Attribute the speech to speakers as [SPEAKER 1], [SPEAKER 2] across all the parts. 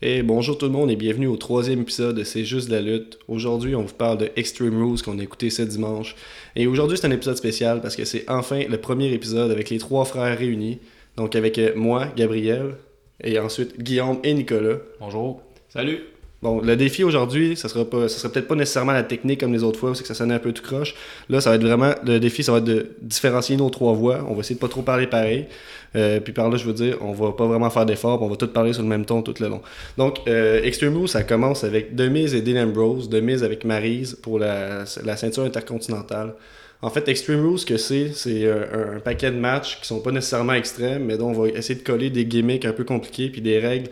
[SPEAKER 1] Et bonjour tout le monde et bienvenue au troisième épisode de C'est juste de la lutte. Aujourd'hui, on vous parle de Extreme Rules qu'on a écouté ce dimanche. Et aujourd'hui, c'est un épisode spécial parce que c'est enfin le premier épisode avec les trois frères réunis. Donc avec euh, moi, Gabriel, et ensuite Guillaume et Nicolas.
[SPEAKER 2] Bonjour. Salut.
[SPEAKER 1] Bon, le défi aujourd'hui, ça sera pas, ça sera peut-être pas nécessairement la technique comme les autres fois, c'est que ça sonnait un peu tout croche. Là, ça va être vraiment, le défi, ça va être de différencier nos trois voix. On va essayer de pas trop parler pareil. Euh, puis par là, je veux dire, on va pas vraiment faire d'efforts, puis on va tout parler sur le même ton tout le long. Donc, euh, Extreme Rules, ça commence avec Demise et Dylan Bros, Demise avec Maryse pour la, la ceinture intercontinentale. En fait, Extreme Rules, ce que c'est, c'est euh, un, un paquet de matchs qui sont pas nécessairement extrêmes, mais dont on va essayer de coller des gimmicks un peu compliqués, puis des règles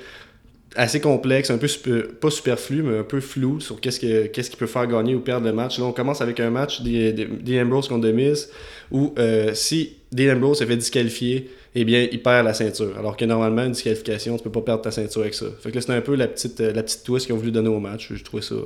[SPEAKER 1] assez complexe, un peu super- pas superflu, mais un peu flou sur qu'est-ce que qu'est-ce qui peut faire gagner ou perdre le match. Là, on commence avec un match des, des, des Ambrose contre Demise où euh, si Dean Ambrose se fait disqualifier, eh bien, il perd la ceinture. Alors que normalement, une disqualification, tu peux pas perdre ta ceinture avec ça. Fait que là, c'est un peu la petite, euh, la petite twist qu'ils ont voulu donner au match. Je trouvais ça.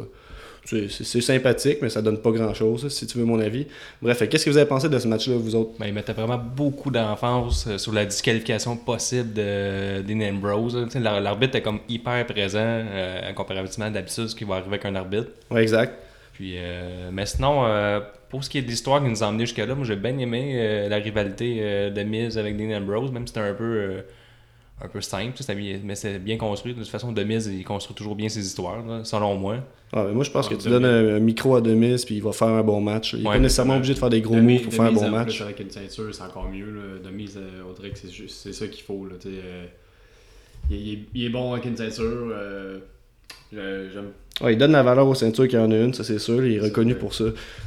[SPEAKER 1] C'est c'est- c'est sympathique, mais ça donne pas grand chose, si tu veux mon avis. Bref, fait que qu'est-ce que vous avez pensé de ce match-là, vous autres
[SPEAKER 2] Ben, il mettait vraiment beaucoup d'enfance euh, sur la disqualification possible de d'In Ambrose. là. Tu sais, l'ar- L'arbitre était comme hyper présent euh, en comparativement à d'habitude ce qui va arriver avec un arbitre.
[SPEAKER 1] Ouais, exact.
[SPEAKER 2] Puis, euh, mais sinon, euh, pour ce qui est de l'histoire qui nous a emmenés jusque-là, moi j'ai bien aimé euh, la rivalité euh, de Miz avec Dean Ambrose, même si c'était un peu, euh, un peu simple, c'était bien- mais c'était bien construit. De toute façon, de Miz, il construit toujours bien ses histoires, là, selon moi.
[SPEAKER 1] Ah, ben moi, je pense que
[SPEAKER 3] Ah,
[SPEAKER 1] tu donnes un, un micro à Demis, puis il va faire un bon match. Il n'est
[SPEAKER 2] Ouais,
[SPEAKER 1] pas nécessairement
[SPEAKER 3] ouais.
[SPEAKER 1] obligé de faire des gros
[SPEAKER 3] De
[SPEAKER 1] moves
[SPEAKER 3] mise-
[SPEAKER 1] pour
[SPEAKER 3] de
[SPEAKER 1] faire un
[SPEAKER 3] mise
[SPEAKER 1] bon
[SPEAKER 3] en
[SPEAKER 1] match.
[SPEAKER 3] plus, avec une ceinture, c'est encore mieux. Là. De mise, euh, on dirait que c'est juste- c'est ça qu'il faut. Là, tu sais, euh, il, est- il est, il est bon avec une ceinture. euh, je- J'aime
[SPEAKER 1] Ouais, il donne la valeur aux ceintures qu'il y en a une, ça c'est sûr, il est
[SPEAKER 3] C'est
[SPEAKER 1] reconnu
[SPEAKER 3] vrai.
[SPEAKER 1] pour ça.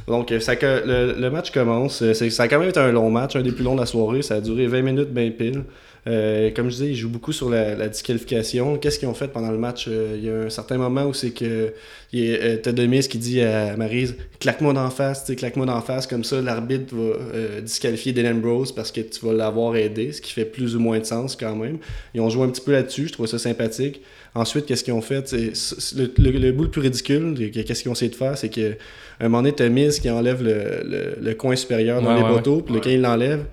[SPEAKER 1] Donc euh, ça, que- le, le match commence, euh, c'est- ça a quand même été un long match, un des plus longs de la soirée, ça a duré 20 minutes bien pile. Euh, comme je disais, ils jouent beaucoup sur la, la disqualification. Qu'est-ce qu'ils ont fait pendant le match Euh, Il y a un certain moment où c'est que il y a, euh, Ted Demis qui dit à Maryse claque-moi d'en face, tu sais, claque-moi d'en face, comme ça l'arbitre va euh, disqualifier Dylan Bros parce que tu vas l'avoir aidé, ce qui fait plus ou moins de sens quand même. Ils ont joué un petit peu là-dessus, je trouve ça sympathique. Ensuite, qu'est-ce qu'ils ont fait? C'est- c'est- Le, le, le bout le plus ridicule, de- que- qu'est-ce qu'ils ont essayé de faire, c'est qu'à un moment donné, Tomise qui enlève le, le- le coin supérieur dans
[SPEAKER 2] Ouais,
[SPEAKER 1] les
[SPEAKER 2] ouais,
[SPEAKER 1] poteaux, puis
[SPEAKER 3] ouais.
[SPEAKER 1] quand il l'enlève, tu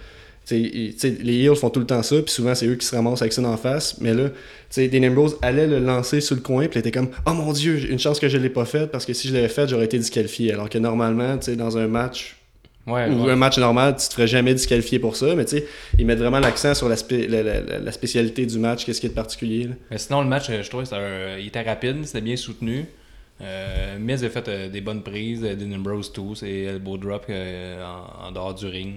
[SPEAKER 1] sais, il- tu sais, les Heels font tout le temps ça, puis souvent c'est eux qui se ramassent avec ça en face. Mais là, tu sais, Dean Ambrose allait le lancer sur le coin, puis il était comme Oh mon Dieu, j'ai une chance que je l'ai pas faite, parce que si je l'avais faite, j'aurais été disqualifié. Alors que normalement, tu sais, dans un match,
[SPEAKER 2] Ouais,
[SPEAKER 1] ou
[SPEAKER 2] ouais.
[SPEAKER 1] un match normal, tu te ferais jamais disqualifier pour ça, mais tu sais, ils mettent vraiment l'accent sur la, spé- la- la- la- la spécialité du match, qu'est-ce qui est de particulier. là.
[SPEAKER 2] Mais sinon, le match, euh, je trouve, c'est un- il était rapide, c'était bien soutenu. Euh, Miz a fait euh, des bonnes prises, euh, Dean Ambrose tout, c'est elbow drop euh, en, en dehors du ring.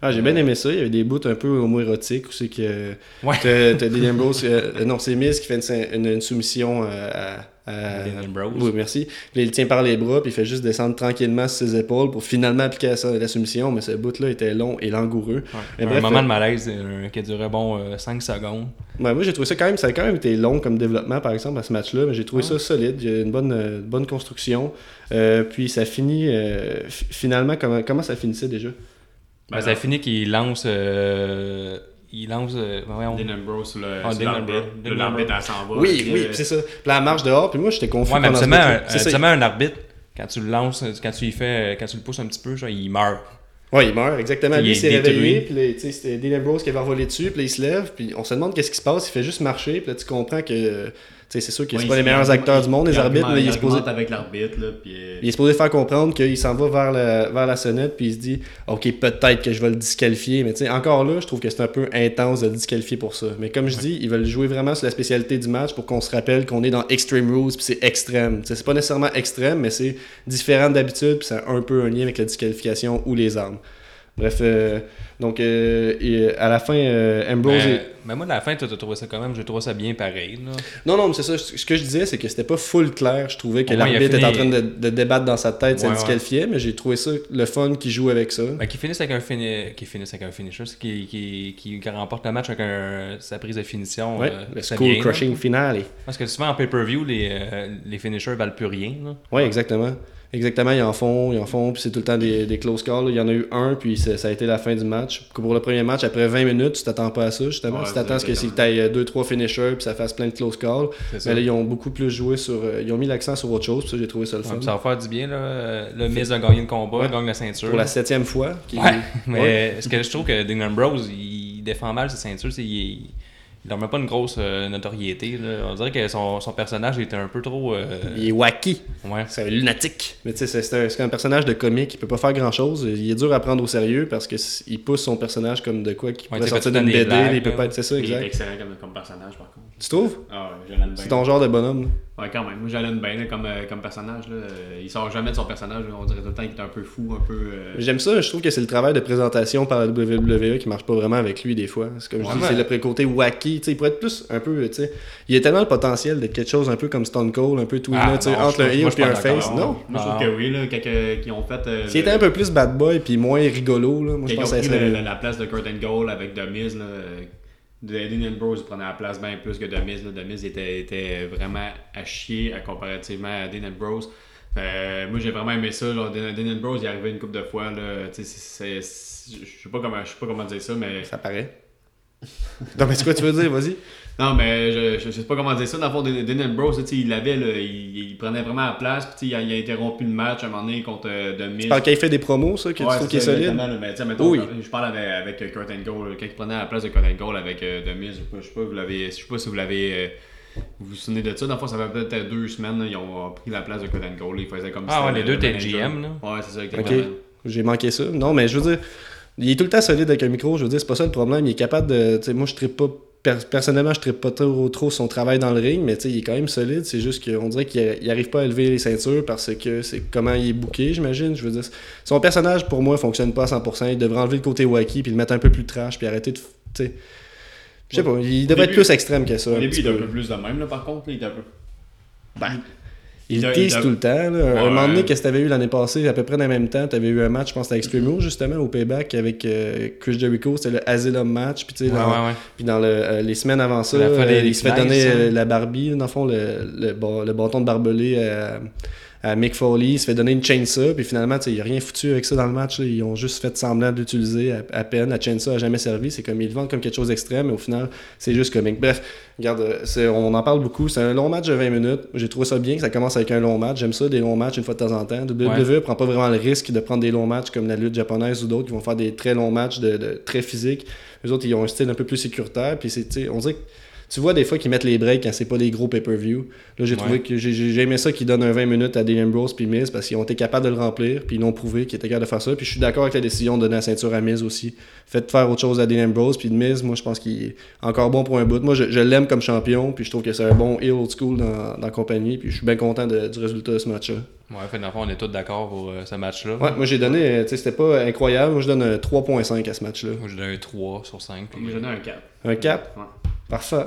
[SPEAKER 1] Ah, j'ai bien aimé ça. Il y avait des bouts un peu homoérotiques où c'est que
[SPEAKER 2] Ouais.
[SPEAKER 1] t'as t'as Dean Ambrose, euh, non, c'est Miz qui fait une, une- une soumission euh, à, à-
[SPEAKER 2] Dean Ambrose.
[SPEAKER 1] Oui, merci. Puis il le tient par les bras, puis il fait juste descendre tranquillement sur ses épaules pour finalement appliquer la, la soumission. Mais ce bout-là était long et langoureux. Mais
[SPEAKER 2] un
[SPEAKER 1] bref,
[SPEAKER 2] moment
[SPEAKER 1] euh,
[SPEAKER 2] de malaise euh, qui a duré bon 5 secondes.
[SPEAKER 1] Ouais, moi, j'ai trouvé ça quand même, ça a quand même été long comme développement, par exemple, à ce match-là, mais j'ai trouvé ça solide. Il y a une bonne, euh, bonne construction. Euh, puis ça finit, euh, fi- finalement, comment, comment ça finissait déjà
[SPEAKER 2] Ben, ça a fini qu'il lance. euh, il lance. euh, ben, voyons.
[SPEAKER 3] Dean Ambrose sur le
[SPEAKER 2] Ah,
[SPEAKER 3] sur
[SPEAKER 2] Dean Ambrose.
[SPEAKER 3] l'arbitre.
[SPEAKER 2] Dean
[SPEAKER 3] Là, L'arbitre, elle s'en va.
[SPEAKER 1] Oui,
[SPEAKER 3] Puis,
[SPEAKER 1] oui,
[SPEAKER 3] euh,
[SPEAKER 1] puis c'est ça. Puis la marche dehors, puis moi j'étais confus.
[SPEAKER 2] Ouais, mais
[SPEAKER 1] pendant ce
[SPEAKER 2] habituellement,
[SPEAKER 1] bout-là.
[SPEAKER 2] un,
[SPEAKER 1] C'est ça,
[SPEAKER 2] habituellement, un arbitre, quand tu le lances, euh, quand tu y fais, euh, quand tu le pousses un petit peu, genre, il meurt.
[SPEAKER 1] il- Ouais, il meurt, exactement.
[SPEAKER 2] Il
[SPEAKER 1] Lui, il
[SPEAKER 2] est
[SPEAKER 1] s'est
[SPEAKER 2] détruit.
[SPEAKER 1] réveillé, puis là, tu sais, c'était Dylan Brose qui avait revolé dessus, puis là, il se lève, puis on se demande qu'est-ce qui se passe. Il fait juste marcher, puis là, tu comprends que. euh, Tu sais, c'est sûr qu'ils
[SPEAKER 3] ouais,
[SPEAKER 1] sont
[SPEAKER 3] il
[SPEAKER 1] pas les
[SPEAKER 3] s'est-
[SPEAKER 1] meilleurs
[SPEAKER 3] il-
[SPEAKER 1] acteurs du monde, les
[SPEAKER 3] il
[SPEAKER 1] arbitres, mais
[SPEAKER 3] argumente-
[SPEAKER 1] il est supposé.
[SPEAKER 3] argumente avec l'arbitre. là, puis, euh,
[SPEAKER 1] Il est supposé faire comprendre qu'il s'en va vers la, vers la sonnette, puis il se dit Ok, peut-être que je vais le disqualifier. Mais tu sais, encore là, je trouve que c'est un peu intense de le disqualifier pour ça. Mais comme je dis, ils veulent jouer vraiment sur la spécialité du match pour qu'on se rappelle qu'on est dans Extreme Rules, puis c'est extrême. Tu sais, c'est pas nécessairement extrême, mais c'est différent d'habitude, puis ça a un peu un lien avec la disqualification ou les armes. Bref, euh, donc euh, et, euh, à la fin, euh, Ambrose.
[SPEAKER 2] Mais,
[SPEAKER 1] est-
[SPEAKER 2] mais moi, à la fin, tu as trouvé ça quand même, j'ai trouvé ça bien pareil. là.
[SPEAKER 1] Non, non, mais c'est ça. Ce ce que je disais, c'est que c'était pas full clair. Je trouvais que
[SPEAKER 2] Au moins, il a
[SPEAKER 1] l'arbitre était en train
[SPEAKER 2] fini-
[SPEAKER 1] de, de débattre dans sa tête, ça
[SPEAKER 2] Ouais,
[SPEAKER 1] le disqualifiait, mais j'ai trouvé ça le fun qui joue avec ça.
[SPEAKER 2] Ben, qui finissent avec un fini... qui finissent avec un finisher, c'est qui, qui, qui, qui remporte le match avec un- sa prise de finition.
[SPEAKER 1] Ouais,
[SPEAKER 2] euh,
[SPEAKER 1] le
[SPEAKER 2] ça
[SPEAKER 1] school
[SPEAKER 2] vient, là.
[SPEAKER 1] crushing finale.
[SPEAKER 2] Parce que souvent en pay-per-view, les, euh, les finishers valent plus rien. là.
[SPEAKER 1] Ouais, exactement. Exactement, ils en font, ils en font, puis c'est tout le temps des, des close calls. Il y en a eu un, puis c'est- ça a été la fin du match. Pour le premier match, après 20 minutes, tu t'attends pas à ça, justement.
[SPEAKER 3] Ouais,
[SPEAKER 1] tu t'attends à ce que si
[SPEAKER 3] exactement.
[SPEAKER 1] tu ailles 2-3 finishers, puis ça fasse plein de close calls.
[SPEAKER 2] C'est ça.
[SPEAKER 1] Mais là, ils ont beaucoup plus joué sur. euh, Ils ont mis l'accent sur autre chose, puis ça, j'ai trouvé ça le
[SPEAKER 2] Ouais,
[SPEAKER 1] fun.
[SPEAKER 2] puis ça va faire du bien. Là. Euh, Le Miz a gagné le combat,
[SPEAKER 1] Ouais.
[SPEAKER 2] il gagne la ceinture.
[SPEAKER 1] Pour la septième fois. qui-
[SPEAKER 2] Ouais, mais
[SPEAKER 1] Ouais.
[SPEAKER 2] ce que je trouve que Dean Ambrose, il défend mal sa ceinture. c'est- Il, Il n'a même pas une grosse euh, notoriété. là. On dirait que son, son personnage était un peu trop. euh,
[SPEAKER 1] Il est wacky.
[SPEAKER 2] ouais.
[SPEAKER 1] C'est un lunatique. Mais tu sais, c'est- c'est un, c'est un personnage de comique qui peut pas faire grand chose. Il est dur à prendre au sérieux parce qu'il pousse son personnage comme de quoi qui
[SPEAKER 2] Ouais,
[SPEAKER 1] pourrait
[SPEAKER 2] t'sais,
[SPEAKER 1] sortir
[SPEAKER 2] fait
[SPEAKER 1] d'une
[SPEAKER 2] des
[SPEAKER 1] BD.
[SPEAKER 2] blagues, Ben.
[SPEAKER 1] Il peut
[SPEAKER 2] là.
[SPEAKER 1] pas être. C'est ça,
[SPEAKER 3] Il est
[SPEAKER 1] exact.
[SPEAKER 3] excellent comme, comme personnage, par contre.
[SPEAKER 1] Tu trouves
[SPEAKER 3] Ah ouais, je l'aime bien.
[SPEAKER 1] C'est ton genre de bonhomme. là.
[SPEAKER 3] Ouais, quand même. Moi, je l'aime bien là, comme, euh, comme personnage. Là. Euh, Il sort jamais de son personnage. là. On dirait tout le temps qu'il est un peu fou, un peu. euh,
[SPEAKER 1] J'aime ça. Je trouve que c'est le travail de présentation par la WWE qui marche pas vraiment avec lui des fois. C'est comme je dis,
[SPEAKER 2] Ouais.
[SPEAKER 1] c'est le pré- côté wacky. tu sais, il pourrait être plus un peu. tu sais, Il a tellement le potentiel d'être quelque chose un peu comme Stone Cold, un peu tout
[SPEAKER 2] Ah,
[SPEAKER 1] là, tu sais,
[SPEAKER 2] non,
[SPEAKER 1] entre
[SPEAKER 2] je-
[SPEAKER 1] le heel
[SPEAKER 2] moi,
[SPEAKER 1] et
[SPEAKER 2] je suis
[SPEAKER 1] un
[SPEAKER 2] pas d'accord.
[SPEAKER 1] face.
[SPEAKER 3] Ah,
[SPEAKER 1] Non.
[SPEAKER 3] Moi, je
[SPEAKER 2] Ah.
[SPEAKER 3] trouve que oui, là, quand euh, qu'ils ont fait. euh,
[SPEAKER 1] S'il
[SPEAKER 3] le-
[SPEAKER 1] était un peu plus bad boy puis moins rigolo, là, moi je pense
[SPEAKER 3] Quand ils
[SPEAKER 1] que
[SPEAKER 3] ont
[SPEAKER 1] ça
[SPEAKER 3] pris
[SPEAKER 1] serait-
[SPEAKER 3] la, la- la place de Curtin Gold avec The Miz, là, euh, de Dean Ambrose prenait la place bien plus que The Miz. Là. The Miz était, était vraiment à chier à, comparativement à Dean Ambrose. Euh, moi, j'ai vraiment aimé ça. Là. Dean, Dean Ambrose, il est arrivé une couple de fois. Là. Tu sais, c'est- c'est- c'est- Je sais pas comment je sais pas comment dire ça, mais...
[SPEAKER 1] Ça paraît. non, mais c'est quoi tu veux dire, vas-y.
[SPEAKER 3] Non, mais je, je sais pas comment dire ça. Dans le fond, Dean Ambrose, là, tu sais, il l'avait, là, il, il prenait vraiment la place. Puis, tu sais, il, a, il a interrompu le match à un moment donné contre euh, The Miz.
[SPEAKER 1] Par qu'il fait des promos, ça, que
[SPEAKER 3] Ouais,
[SPEAKER 1] tu trouves
[SPEAKER 3] c'est
[SPEAKER 1] qu'il est
[SPEAKER 3] ça,
[SPEAKER 1] solide.
[SPEAKER 3] exactement, là. Mais, tu sais, mettons,
[SPEAKER 1] Oui.
[SPEAKER 3] quand- Je parle avec, avec Kurt Angle, quand il prenait la place de Kurt Angle avec euh, The Miz, je sais pas, je sais pas, vous l'avez- je sais pas si vous l'avez. euh, vous vous souvenez de ça? Dans le fond, ça fait peut-être deux semaines, là, ils ont pris la place de Kurt Angle. Ils faisaient comme
[SPEAKER 2] Ah
[SPEAKER 3] si
[SPEAKER 2] ouais,
[SPEAKER 3] c'était
[SPEAKER 2] les
[SPEAKER 3] le-
[SPEAKER 2] deux
[SPEAKER 3] le
[SPEAKER 2] étaient
[SPEAKER 3] manager.
[SPEAKER 2] GM, là.
[SPEAKER 3] Ouais, c'est ça,
[SPEAKER 1] Ok.
[SPEAKER 3] exactement.
[SPEAKER 1] J'ai manqué ça. Non, mais je veux dire, il est tout le temps solide avec un micro. Je veux dire, c'est pas ça le problème. Il est capable de. tu sais, moi, je trippe pas. per- personnellement, je trippe pas trop, trop son travail dans le ring, mais tu sais, il est quand même solide. C'est juste qu'on dirait qu'il a- il arrive pas à élever les ceintures parce que c'est comment il est booké, j'imagine. Je veux dire, son personnage, pour moi, fonctionne pas à 100%. Il devrait enlever le côté wacky puis le mettre un peu plus trash puis arrêter de. f- tu sais. Je sais pas, il devrait être
[SPEAKER 3] début-
[SPEAKER 1] plus extrême que ça.
[SPEAKER 3] Au
[SPEAKER 1] un
[SPEAKER 3] début,
[SPEAKER 1] petit
[SPEAKER 3] il était un
[SPEAKER 1] peu.
[SPEAKER 3] peu plus de même, là, par contre. là, il était un peu.
[SPEAKER 1] Il
[SPEAKER 3] Il a-
[SPEAKER 1] tease
[SPEAKER 3] il a-
[SPEAKER 1] tout le temps. Là.
[SPEAKER 3] Ouais.
[SPEAKER 1] un moment donné, qu'est-ce que t'avais eu l'année passée, à peu près dans le même temps, t'avais eu un match, je pense, à Extreme Rules, justement, au payback avec euh, Chris Jericho, c'était le Asylum match. Puis, tu sais,
[SPEAKER 2] Ouais,
[SPEAKER 1] dans,
[SPEAKER 2] ouais, ouais.
[SPEAKER 1] puis dans le, euh, les semaines avant ça,
[SPEAKER 2] La folie
[SPEAKER 1] euh,
[SPEAKER 2] des
[SPEAKER 1] il se fait
[SPEAKER 2] Knights,
[SPEAKER 1] donner
[SPEAKER 2] ça.
[SPEAKER 1] euh, la Barbie, dans le fond, le, le, ba- le bâton de barbelé à, à Mick Foley. Il se fait donner une chainsaw, puis finalement, tu sais, il a rien foutu avec ça dans le match. là. Ils ont juste fait semblant de l'utiliser à, à peine. La chainsaw a jamais servi. C'est comme ils le vendent comme quelque chose d'extrême, mais au final, c'est juste comique. Bref, regarde, euh, c'est- on en parle beaucoup. C'est un long match de 20 minutes. J'ai trouvé ça bien que ça commence avec un long match. J'aime ça, des longs matchs une fois de temps en temps. WWE prend pas vraiment le risque de prendre des longs matchs comme la lutte japonaise ou d'autres qui vont faire des très longs matchs de, de- très physiques. Les autres, ils ont un style un peu plus sécuritaire. Puis c'est, tu sais, on dirait que tu vois des fois qu'ils mettent les breaks quand c'est pas des gros pay-per-view. Là, j'ai trouvé
[SPEAKER 2] Ouais.
[SPEAKER 1] que j'ai j'ai- j'ai aimé ça qu'ils donnent un 20 minutes à Dean Ambrose puis Miz parce qu'ils ont été capables de le remplir puis ils l'ont prouvé qu'ils étaient capables de faire ça. Puis je suis d'accord avec la décision de donner la ceinture à Miz aussi. Faites faire autre chose à Dean Ambrose puis Miz, moi je pense qu'il est encore bon pour un bout. Moi, je, je l'aime comme champion puis je trouve que c'est un bon heel old school dans, dans la compagnie puis je suis bien content de- du résultat de ce match-là.
[SPEAKER 2] Ouais, fait, dans le fond, on est tous d'accord pour euh, ce match-là.
[SPEAKER 1] Ouais, moi j'ai donné, euh, tu sais, c'était pas incroyable. Moi, je donne un 3.5 à ce match-là.
[SPEAKER 2] Moi, j'ai donné un 3 sur 5.
[SPEAKER 3] Moi, j'en ai un 4.
[SPEAKER 1] Un 4.
[SPEAKER 3] Ouais.
[SPEAKER 1] Parfait.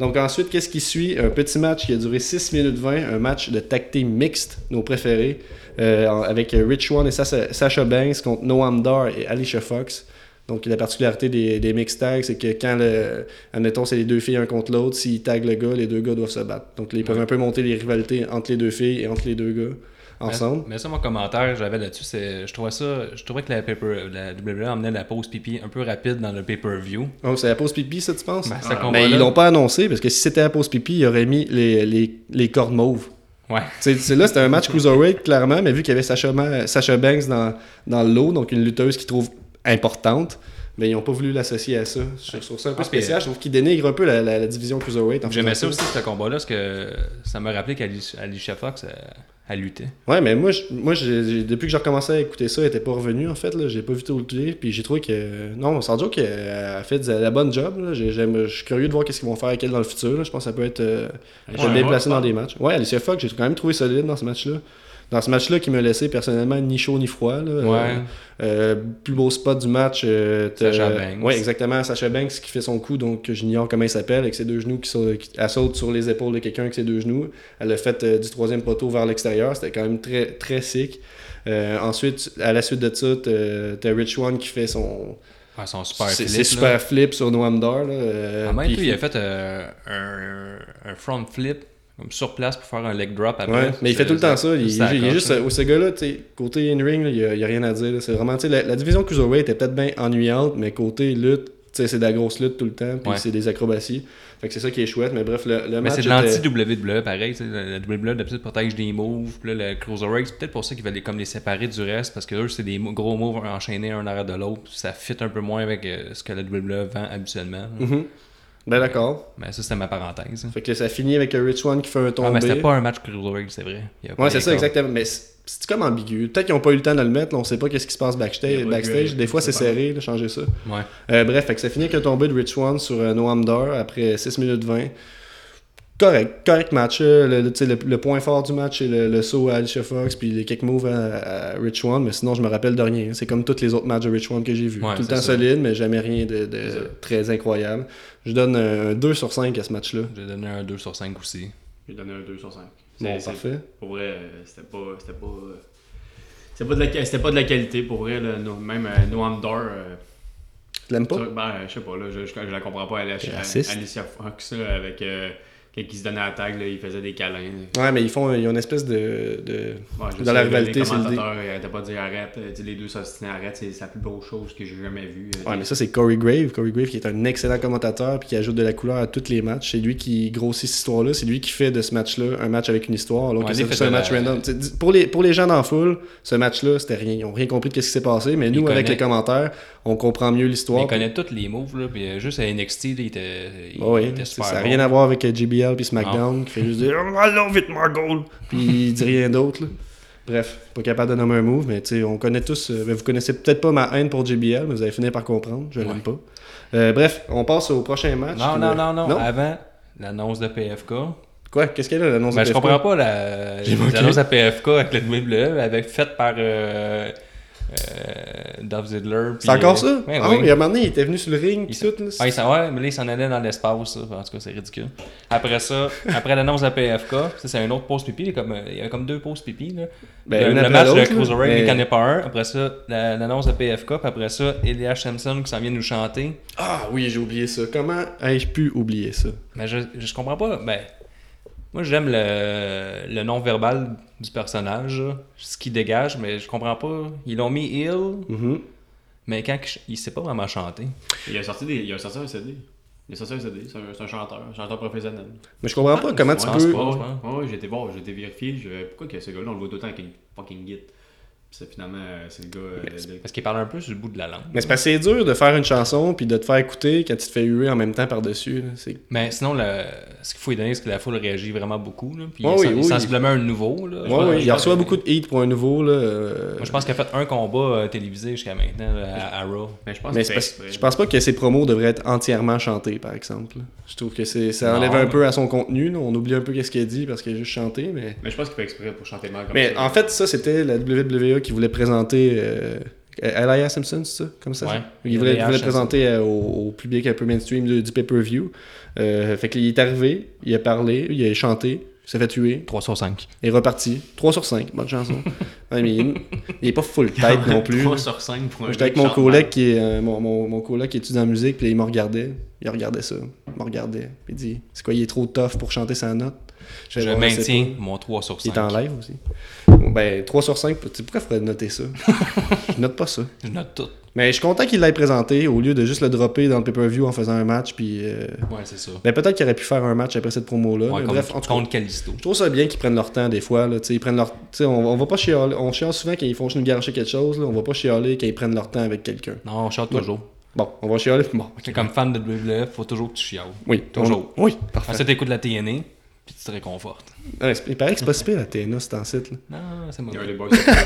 [SPEAKER 1] Donc ensuite, qu'est-ce qui suit Un petit match qui a duré 6 minutes 20, un match de tag team mixte, nos préférés, euh, en- avec euh, Rich One et Sasha, Sasha Banks contre Noam Dar et Alicia Fox. Donc la particularité des, des mixed tags, c'est que quand, le, admettons, c'est les deux filles un contre l'autre, s'ils taguent le gars, les deux gars doivent se battre. Donc ils peuvent un peu monter les rivalités entre les deux filles et entre les deux gars ensemble.
[SPEAKER 2] Mais, mais ça, mon commentaire que j'avais là-dessus, c'est je trouvais ça, je trouvais que la, paper, la WWE emmenait la pause pipi un peu rapide dans le pay-per-view.
[SPEAKER 1] Donc c'est la pause pipi, Oh, ça tu penses
[SPEAKER 2] Ben, ce
[SPEAKER 3] Ah,
[SPEAKER 2] combat-là-
[SPEAKER 1] Mais ils l'ont pas annoncé parce que si c'était la pause pipi, ils auraient mis les, les, les cordes mauves.
[SPEAKER 2] Ouais.
[SPEAKER 1] C'est c'est là, c'était un match cruiserweight, clairement, mais vu qu'il y avait Sacha, Ma- Sacha Banks dans, dans le lot, donc une lutteuse qu'ils trouvent importante, mais ils n'ont pas voulu l'associer à ça. Je trouve ça un peu
[SPEAKER 2] Ah,
[SPEAKER 1] spécial. Je trouve qu'ils dénigrent un peu la, la- la division cruiserweight. en
[SPEAKER 2] J'aimais ça
[SPEAKER 1] faisant
[SPEAKER 2] aussi, ce combat-là, parce que ça me rappelait qu'Alicia Fox, elle, elle luttait.
[SPEAKER 1] Ouais, mais moi, je- moi j'ai- j'ai- depuis que j'ai recommencé à écouter ça, elle était pas revenue en fait. Là, j'ai pas vu tout le clip, puis j'ai trouvé que non, sans dire qu'elle a fait de la bonne job. là. J'ai- j'aime- Je suis curieux de voir qu'est-ce qu'ils vont faire avec elle dans le futur. là. Je pense que ça peut être euh, elle peut
[SPEAKER 2] Ouais,
[SPEAKER 1] être bien
[SPEAKER 2] ouais,
[SPEAKER 1] placée
[SPEAKER 2] je
[SPEAKER 1] dans
[SPEAKER 2] pense.
[SPEAKER 1] des matchs. Ouais, Alicia Fox, j'ai quand même trouvé solide dans ce match-là. Dans ce match-là qui me laissait personnellement ni chaud ni froid. là. Euh,
[SPEAKER 2] Ouais.
[SPEAKER 1] euh, plus beau spot du match. euh, t'as-
[SPEAKER 2] Sasha Banks.
[SPEAKER 1] Ouais, exactement. Sacha Banks qui fait son coup, donc que j'ignore comment il s'appelle, avec ses deux genoux qui, sont, qui elle saute sur les épaules de quelqu'un avec ses deux genoux. Elle a fait euh, du troisième poteau vers l'extérieur. C'était quand même très, très sick. Euh, ensuite, à la suite de ça, t'as- t'as Rich One qui fait son
[SPEAKER 2] Ouais, son super
[SPEAKER 1] ses,
[SPEAKER 2] flip,
[SPEAKER 1] ses
[SPEAKER 2] là.
[SPEAKER 1] super flip sur Noam Dar. là, euh,
[SPEAKER 2] En même
[SPEAKER 1] puis-
[SPEAKER 2] temps, il a fait euh, un, un front flip, comme sur place, pour faire un leg drop après.
[SPEAKER 1] Ouais, mais il fait tout le temps ça. Il, il
[SPEAKER 2] accroche, hein.
[SPEAKER 1] est juste,
[SPEAKER 2] là.
[SPEAKER 1] euh, ce gars-là, tu sais, côté in-ring, là, il n'y a, il y a rien à dire. là. C'est vraiment, tu sais, la, la division Cruiserweight était peut-être bien ennuyante, mais côté lutte, tu sais, c'est de la grosse lutte tout le temps, puis
[SPEAKER 2] Ouais.
[SPEAKER 1] c'est des acrobaties. Fait que c'est ça qui est chouette, mais bref, le, le
[SPEAKER 2] Mais
[SPEAKER 1] match.
[SPEAKER 2] c'est de
[SPEAKER 1] était-
[SPEAKER 2] l'anti-WWE, pareil. tu sais, La la WWE, d'habitude, protège des moves. Puis là, le Cruiserweight, c'est peut-être pour ça qu'ils veulent les- comme les séparer du reste, parce que eux, c'est des mo- gros moves enchaînés un arrêt de l'autre. puis Ça fit un peu moins avec euh, ce que la WWE vend E habituellement.
[SPEAKER 1] Mhm. Ben d'accord.
[SPEAKER 2] Mais ça, c'était ma parenthèse.
[SPEAKER 1] Fait que ça finit avec un Rich One qui fait un tombé.
[SPEAKER 2] Ah, mais c'était pas un match Cruiserweight, c'est vrai. Il y a pas
[SPEAKER 1] Ouais, c'est ça,
[SPEAKER 2] d'écart.
[SPEAKER 1] exactement. Mais c'est c'est comme ambigu. Peut-être qu'ils n'ont pas eu le temps de le mettre, là, on sait pas qu'est-ce qui se passe
[SPEAKER 3] Il y
[SPEAKER 1] backstage.
[SPEAKER 3] a pas
[SPEAKER 1] backstage.
[SPEAKER 3] eu-
[SPEAKER 1] Des fois, c'est
[SPEAKER 3] c'est pas-
[SPEAKER 1] serré, là, changer ça.
[SPEAKER 2] Ouais.
[SPEAKER 1] Euh, bref, fait que ça finit avec un tombé de Rich One sur euh, Noam Dar après 6 minutes 20. Correct, correct match. euh, Le, le- tu sais, le- le point fort du match, c'est le, le saut à Alicia Fox puis les quelques moves à, à Rich One, mais sinon je me rappelle de rien. C'est comme tous les autres matchs de Rich One que j'ai vus.
[SPEAKER 2] Ouais,
[SPEAKER 1] Tout le
[SPEAKER 2] c'est
[SPEAKER 1] temps
[SPEAKER 2] ça.
[SPEAKER 1] solide, mais jamais rien de, de
[SPEAKER 3] C'est ça.
[SPEAKER 1] très incroyable. Je donne un 2 sur 5 à ce match-là.
[SPEAKER 2] J'ai donné un 2 sur 5 aussi.
[SPEAKER 3] J'ai donné un 2 sur 5.
[SPEAKER 1] Bon, parfait.
[SPEAKER 3] Pour vrai, euh, c'était pas. C'était pas. euh, C'était pas, de la, c'était pas de la qualité pour vrai, là, no- même euh, Noam Dar. euh,
[SPEAKER 1] Tu l'aimes pas?
[SPEAKER 3] ça, ben, euh, je sais pas, là, je, je, je la comprends pas. Elle,
[SPEAKER 1] T'es
[SPEAKER 3] elle-
[SPEAKER 1] raciste.
[SPEAKER 3] Alicia Fox, là, avec. euh, quand il se donnait la tag, là, il faisait des câlins.
[SPEAKER 1] Ouais, mais ils font ils ont une espèce de. de-
[SPEAKER 3] Ouais, je
[SPEAKER 1] Dans
[SPEAKER 3] sais,
[SPEAKER 1] la
[SPEAKER 3] les
[SPEAKER 1] rivalité, c'est le
[SPEAKER 3] commentateurs, Ils arrêtaient pas de dire arrête. euh, tu sais, les deux s'obstinaient arrête. C'est la plus beau chose que j'ai jamais vue. euh,
[SPEAKER 1] Ouais, mais
[SPEAKER 3] des-
[SPEAKER 1] ça, c'est Corey Grave. Corey Grave, qui est un excellent commentateur puis qui ajoute de la couleur à tous les matchs. C'est lui qui grossit cette histoire-là. C'est lui qui fait de ce match-là un match avec une histoire. Alors
[SPEAKER 2] Ouais,
[SPEAKER 1] que
[SPEAKER 2] lui,
[SPEAKER 1] c'est
[SPEAKER 2] fait
[SPEAKER 1] juste un
[SPEAKER 2] de
[SPEAKER 1] match
[SPEAKER 2] la-
[SPEAKER 1] random. T'sais, dis- Pour les, pour les gens dans la foule, ce match-là, c'était rien. Ils n'ont rien compris de ce qui s'est passé. Mais nous, avec les
[SPEAKER 2] connaît.
[SPEAKER 1] commentaires, on comprend mieux
[SPEAKER 2] Mais
[SPEAKER 1] l'histoire.
[SPEAKER 2] Il connaît tous les moves, là. Puis euh, juste à NXT, là, il était. il
[SPEAKER 1] Ah oui,
[SPEAKER 2] était
[SPEAKER 1] ça
[SPEAKER 2] super
[SPEAKER 1] n'a
[SPEAKER 2] bon.
[SPEAKER 1] rien à voir avec euh, JBL puis SmackDown qui fait juste dire « I love it, my goal! » Puis il dit rien d'autre. là. Bref, pas capable de nommer un move, mais tu sais, on connaît tous... euh, ben, vous connaissez peut-être pas ma haine pour JBL, mais vous allez finir par comprendre, je l'aime
[SPEAKER 2] Ouais.
[SPEAKER 1] pas. Euh, bref, on passe au prochain match.
[SPEAKER 2] Non,
[SPEAKER 1] puis,
[SPEAKER 2] non,
[SPEAKER 1] euh,
[SPEAKER 2] non, non, Avant l'annonce de PFK.
[SPEAKER 1] Quoi? Qu'est-ce qu'elle a, l'annonce
[SPEAKER 2] Ben,
[SPEAKER 1] de
[SPEAKER 2] je
[SPEAKER 1] PFK?
[SPEAKER 2] comprends pas la-
[SPEAKER 1] J'ai manqué.
[SPEAKER 2] l'annonce à PFK avec la WWE, avec, faite par euh, euh, Dolph Ziggler. euh,
[SPEAKER 1] C'est encore ça?
[SPEAKER 2] Ouais,
[SPEAKER 1] ah,
[SPEAKER 2] oui.
[SPEAKER 1] oui, à un moment donné, il était venu sur le ring, puis
[SPEAKER 2] Il s'en-
[SPEAKER 1] tout, là.
[SPEAKER 2] Ah, il s'en- ouais, mais là, il s'en allait dans l'espace, ça. En tout cas, c'est ridicule. Après ça, après l'annonce de la PFK, ça, c'est un autre pause pipi. Il y a comme, euh, il y avait comme deux pauses pipi. Là.
[SPEAKER 1] Ben,
[SPEAKER 2] le,
[SPEAKER 1] une
[SPEAKER 2] le
[SPEAKER 1] après
[SPEAKER 2] match de
[SPEAKER 1] l'autre, là, Ben,
[SPEAKER 2] Cruiserweight,
[SPEAKER 1] mais-
[SPEAKER 2] il n'y en a pas un. Après ça, la- l'annonce de PFK. Puis après ça, Elias Sampson qui s'en vient nous chanter.
[SPEAKER 1] Ah oui, j'ai oublié ça. Comment ai-je pu oublier ça?
[SPEAKER 2] Mais je, je comprends pas. Ben, moi, j'aime le, le non-verbal du personnage, là, ce qu'il dégage, mais je comprends pas. Ils l'ont mis ill,
[SPEAKER 1] Mhm.
[SPEAKER 2] mais quand il- il sait pas vraiment chanter.
[SPEAKER 3] Il a sorti, des, il a sorti un CD. Il a sorti un CD. C'est un, c'est un chanteur, un chanteur professionnel.
[SPEAKER 1] Mais je comprends pas comment tu
[SPEAKER 2] ouais,
[SPEAKER 1] peux...
[SPEAKER 2] c'est pas- Ah,
[SPEAKER 3] Ouais,
[SPEAKER 2] je pense.
[SPEAKER 3] ouais, ouais, j'ai été voir, j'ai été vérifier. je- Pourquoi que ce gars-là, on le voit tout le temps avec une fucking git. Puis c'est finalement, euh, c'est le gars. euh, de-
[SPEAKER 2] Parce qu'il parle un peu sur le bout de la langue.
[SPEAKER 1] Mais c'est parce que c'est dur de faire une chanson puis de te faire écouter quand tu te fais huer en même temps par-dessus. là. C'est
[SPEAKER 2] Mais sinon, le- ce qu'il faut lui donner, c'est que la foule réagit vraiment beaucoup. Là, puis
[SPEAKER 1] Ouais,
[SPEAKER 2] il est
[SPEAKER 1] Ah oui,
[SPEAKER 2] sen- il est
[SPEAKER 1] oui.
[SPEAKER 2] sensiblement un nouveau. Là. Je
[SPEAKER 1] Ouais,
[SPEAKER 2] pense-
[SPEAKER 1] ouais,
[SPEAKER 2] je
[SPEAKER 1] il
[SPEAKER 2] pense
[SPEAKER 1] reçoit
[SPEAKER 2] que-
[SPEAKER 1] beaucoup de hate pour un nouveau. Là, euh,
[SPEAKER 2] Moi, je pense qu'il a fait un combat euh, télévisé jusqu'à maintenant là, à, à Raw.
[SPEAKER 3] Mais je pense
[SPEAKER 1] mais
[SPEAKER 3] que
[SPEAKER 1] c'est
[SPEAKER 3] c'est
[SPEAKER 1] parce-
[SPEAKER 3] exprès.
[SPEAKER 1] je pense pas que ses promos devraient être entièrement chantés, par exemple. là. Je trouve que c'est ça
[SPEAKER 2] Non,
[SPEAKER 1] enlève un
[SPEAKER 2] mais-
[SPEAKER 1] peu à son contenu. là. On oublie un peu qu'est-ce qu'il a dit parce qu'il a juste chanté. Mais,
[SPEAKER 3] Mais je pense qu'il fait exprès pour chanter mal comme
[SPEAKER 1] mais
[SPEAKER 3] ça.
[SPEAKER 1] en fait, ça, c'était la WWE qui voulait présenter euh, Elia Simpson, c'est ça Comme ça
[SPEAKER 2] Ouais.
[SPEAKER 1] ça? Il voulait, il
[SPEAKER 2] Elias
[SPEAKER 1] voulait
[SPEAKER 2] Simpson.
[SPEAKER 1] présenter euh, au, au public un peu mainstream de- du pay-per-view. Euh, fait qu'il est arrivé, il a parlé, il a chanté, il s'est fait tuer.
[SPEAKER 2] 3 sur 5.
[SPEAKER 1] Il est reparti. 3 sur 5, bonne chanson. Ouais, mais il, il est pas full tête non plus.
[SPEAKER 3] 3 sur 5 pour un
[SPEAKER 1] J'étais avec
[SPEAKER 3] gars
[SPEAKER 1] mon
[SPEAKER 3] qui chante mal.
[SPEAKER 1] collègue qui est euh, mon, mon, mon coloc qui étudie en musique, puis il me regardait. Il regardait ça. Il me regardait. Il dit C'est quoi, il est trop tough pour chanter sa note Je fais,
[SPEAKER 2] Je
[SPEAKER 1] Ouais, c'est
[SPEAKER 2] maintiens
[SPEAKER 1] pas-
[SPEAKER 2] mon 3 sur
[SPEAKER 1] Il
[SPEAKER 2] 5.
[SPEAKER 1] est en live aussi. Bon, ben, 3 sur 5, pourquoi faudrait noter ça Je note pas ça.
[SPEAKER 2] Je note tout.
[SPEAKER 1] Mais je suis content qu'il l'ait présenté au lieu de juste le dropper dans le pay-per-view en faisant un match, puis. euh,
[SPEAKER 2] Ouais, c'est ça.
[SPEAKER 1] Ben, peut-être qu'il aurait pu faire un match après cette promo-là.
[SPEAKER 2] Ouais,
[SPEAKER 1] mais
[SPEAKER 2] contre,
[SPEAKER 1] bref, en tout cas,
[SPEAKER 2] contre Callisto.
[SPEAKER 1] je trouve ça bien qu'ils prennent leur temps des fois. Là, tu sais, ils prennent leur... tu sais, on, on va pas chialer. On chiale souvent quand ils font nous garocher quelque chose. Là, on va pas chialer quand ils prennent leur temps avec quelqu'un.
[SPEAKER 2] Non, on chante
[SPEAKER 1] Ouais.
[SPEAKER 2] toujours.
[SPEAKER 1] Bon, on va chialer. Bon,
[SPEAKER 2] T'es Comme fan de WWF, faut toujours que tu chiales.
[SPEAKER 1] oui,
[SPEAKER 2] Toujours.
[SPEAKER 1] on- Oui, parfait.
[SPEAKER 2] Ensuite, t'écoutes la TNA, puis tu te réconfortes.
[SPEAKER 1] Ouais, c'est- il paraît que c'est pas si pire la TNA, c'est en site. Là.
[SPEAKER 2] Non, c'est
[SPEAKER 3] Il y a un
[SPEAKER 2] mauvais.
[SPEAKER 3] débat sur ça.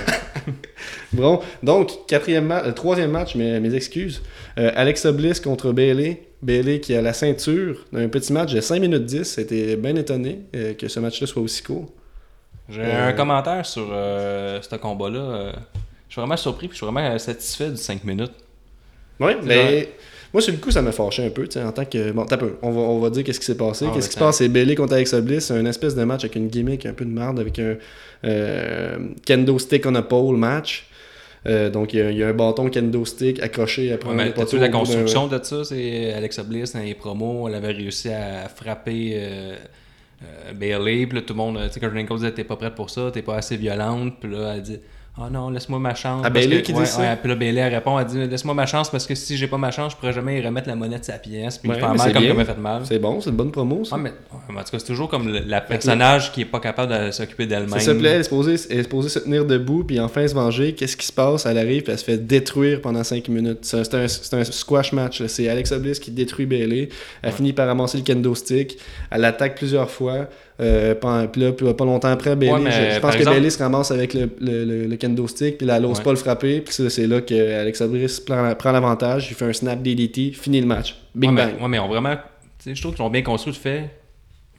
[SPEAKER 1] Bon, donc, quatrième ma- euh, troisième match, mes, mes excuses. Euh, Alexa Bliss contre Bailey. Bailey qui a la ceinture d'un petit match de 5 minutes 10. J'étais bien étonné euh, que ce match-là soit aussi court.
[SPEAKER 2] J'ai
[SPEAKER 1] Euh,
[SPEAKER 2] un commentaire sur euh, ce combat-là. euh, je suis vraiment surpris, puis je suis vraiment euh, satisfait du 5 minutes.
[SPEAKER 1] Oui, mais
[SPEAKER 2] vrai.
[SPEAKER 1] moi, sur le coup, ça m'a fâché un peu, tu sais, en tant que... Bon, t'as peu, on va, on va dire qu'est-ce qui s'est passé.
[SPEAKER 2] Ah,
[SPEAKER 1] qu'est-ce
[SPEAKER 2] ben,
[SPEAKER 1] qui se
[SPEAKER 2] t'as-
[SPEAKER 1] passe, c'est Bailey contre Alexa Bliss, un espèce de match avec une gimmick un peu de marde, avec un euh, kendo stick on a pole match. Euh, donc, il y, a- il y a un bâton kendo stick accroché après
[SPEAKER 2] Ouais, mais
[SPEAKER 1] poteau
[SPEAKER 2] t'as vu
[SPEAKER 1] au
[SPEAKER 2] la
[SPEAKER 1] bout d'un-
[SPEAKER 2] construction de ça, c'est Alexa Bliss dans les promos, elle avait réussi à frapper euh, euh, Bailey, puis là tout le monde, tu sais, quand Jane Cole disait t'es pas prête pour ça, t'es pas assez violente, puis là elle dit Ah non, laisse-moi ma chance.
[SPEAKER 1] À
[SPEAKER 2] parce
[SPEAKER 1] Bailey
[SPEAKER 2] que-
[SPEAKER 1] qui
[SPEAKER 2] ouais,
[SPEAKER 1] dit ça?
[SPEAKER 2] ouais, puis là, Bailey, elle répond, elle dit Laisse-moi ma chance parce que si j'ai pas ma chance, je pourrais jamais y remettre la monnaie de sa pièce. Puis
[SPEAKER 1] Ouais,
[SPEAKER 2] il fait
[SPEAKER 1] mais
[SPEAKER 2] mal
[SPEAKER 1] c'est
[SPEAKER 2] comme
[SPEAKER 1] bien.
[SPEAKER 2] elle m'a fait mal.
[SPEAKER 1] C'est bon, c'est une bonne promo. Ça.
[SPEAKER 2] Ah, mais, en tout cas, c'est toujours comme le la personnage qui est pas capable de s'occuper d'elle-même.
[SPEAKER 1] C'est ça, puis là, elle est, supposée, elle est supposée se tenir debout, puis enfin se venger. Qu'est-ce qui se passe? Elle arrive, puis elle se fait détruire pendant 5 minutes. C'est un, c'est un- c'est un squash match. là. C'est Alexa Bliss qui détruit Bailey. Elle finit par ramasser le kendo stick. Elle l'attaque plusieurs fois. Euh, pen- puis là, puis, pas longtemps après, Bailey,
[SPEAKER 2] Ouais, mais,
[SPEAKER 1] je, je
[SPEAKER 2] par
[SPEAKER 1] pense que
[SPEAKER 2] exemple-
[SPEAKER 1] Bailey se ramasse avec le, le- le- le kendo stick, puis là, elle n'ose
[SPEAKER 2] Ouais.
[SPEAKER 1] pas le frapper. Puis ça, c'est là que Alexa Bliss prend, prend l'avantage. Il fait un snap DDT, finit le match. Big
[SPEAKER 2] ouais,
[SPEAKER 1] bang.
[SPEAKER 2] Mais, ouais, mais on vraiment. tu sais, Je trouve qu'ils ont bien construit le fait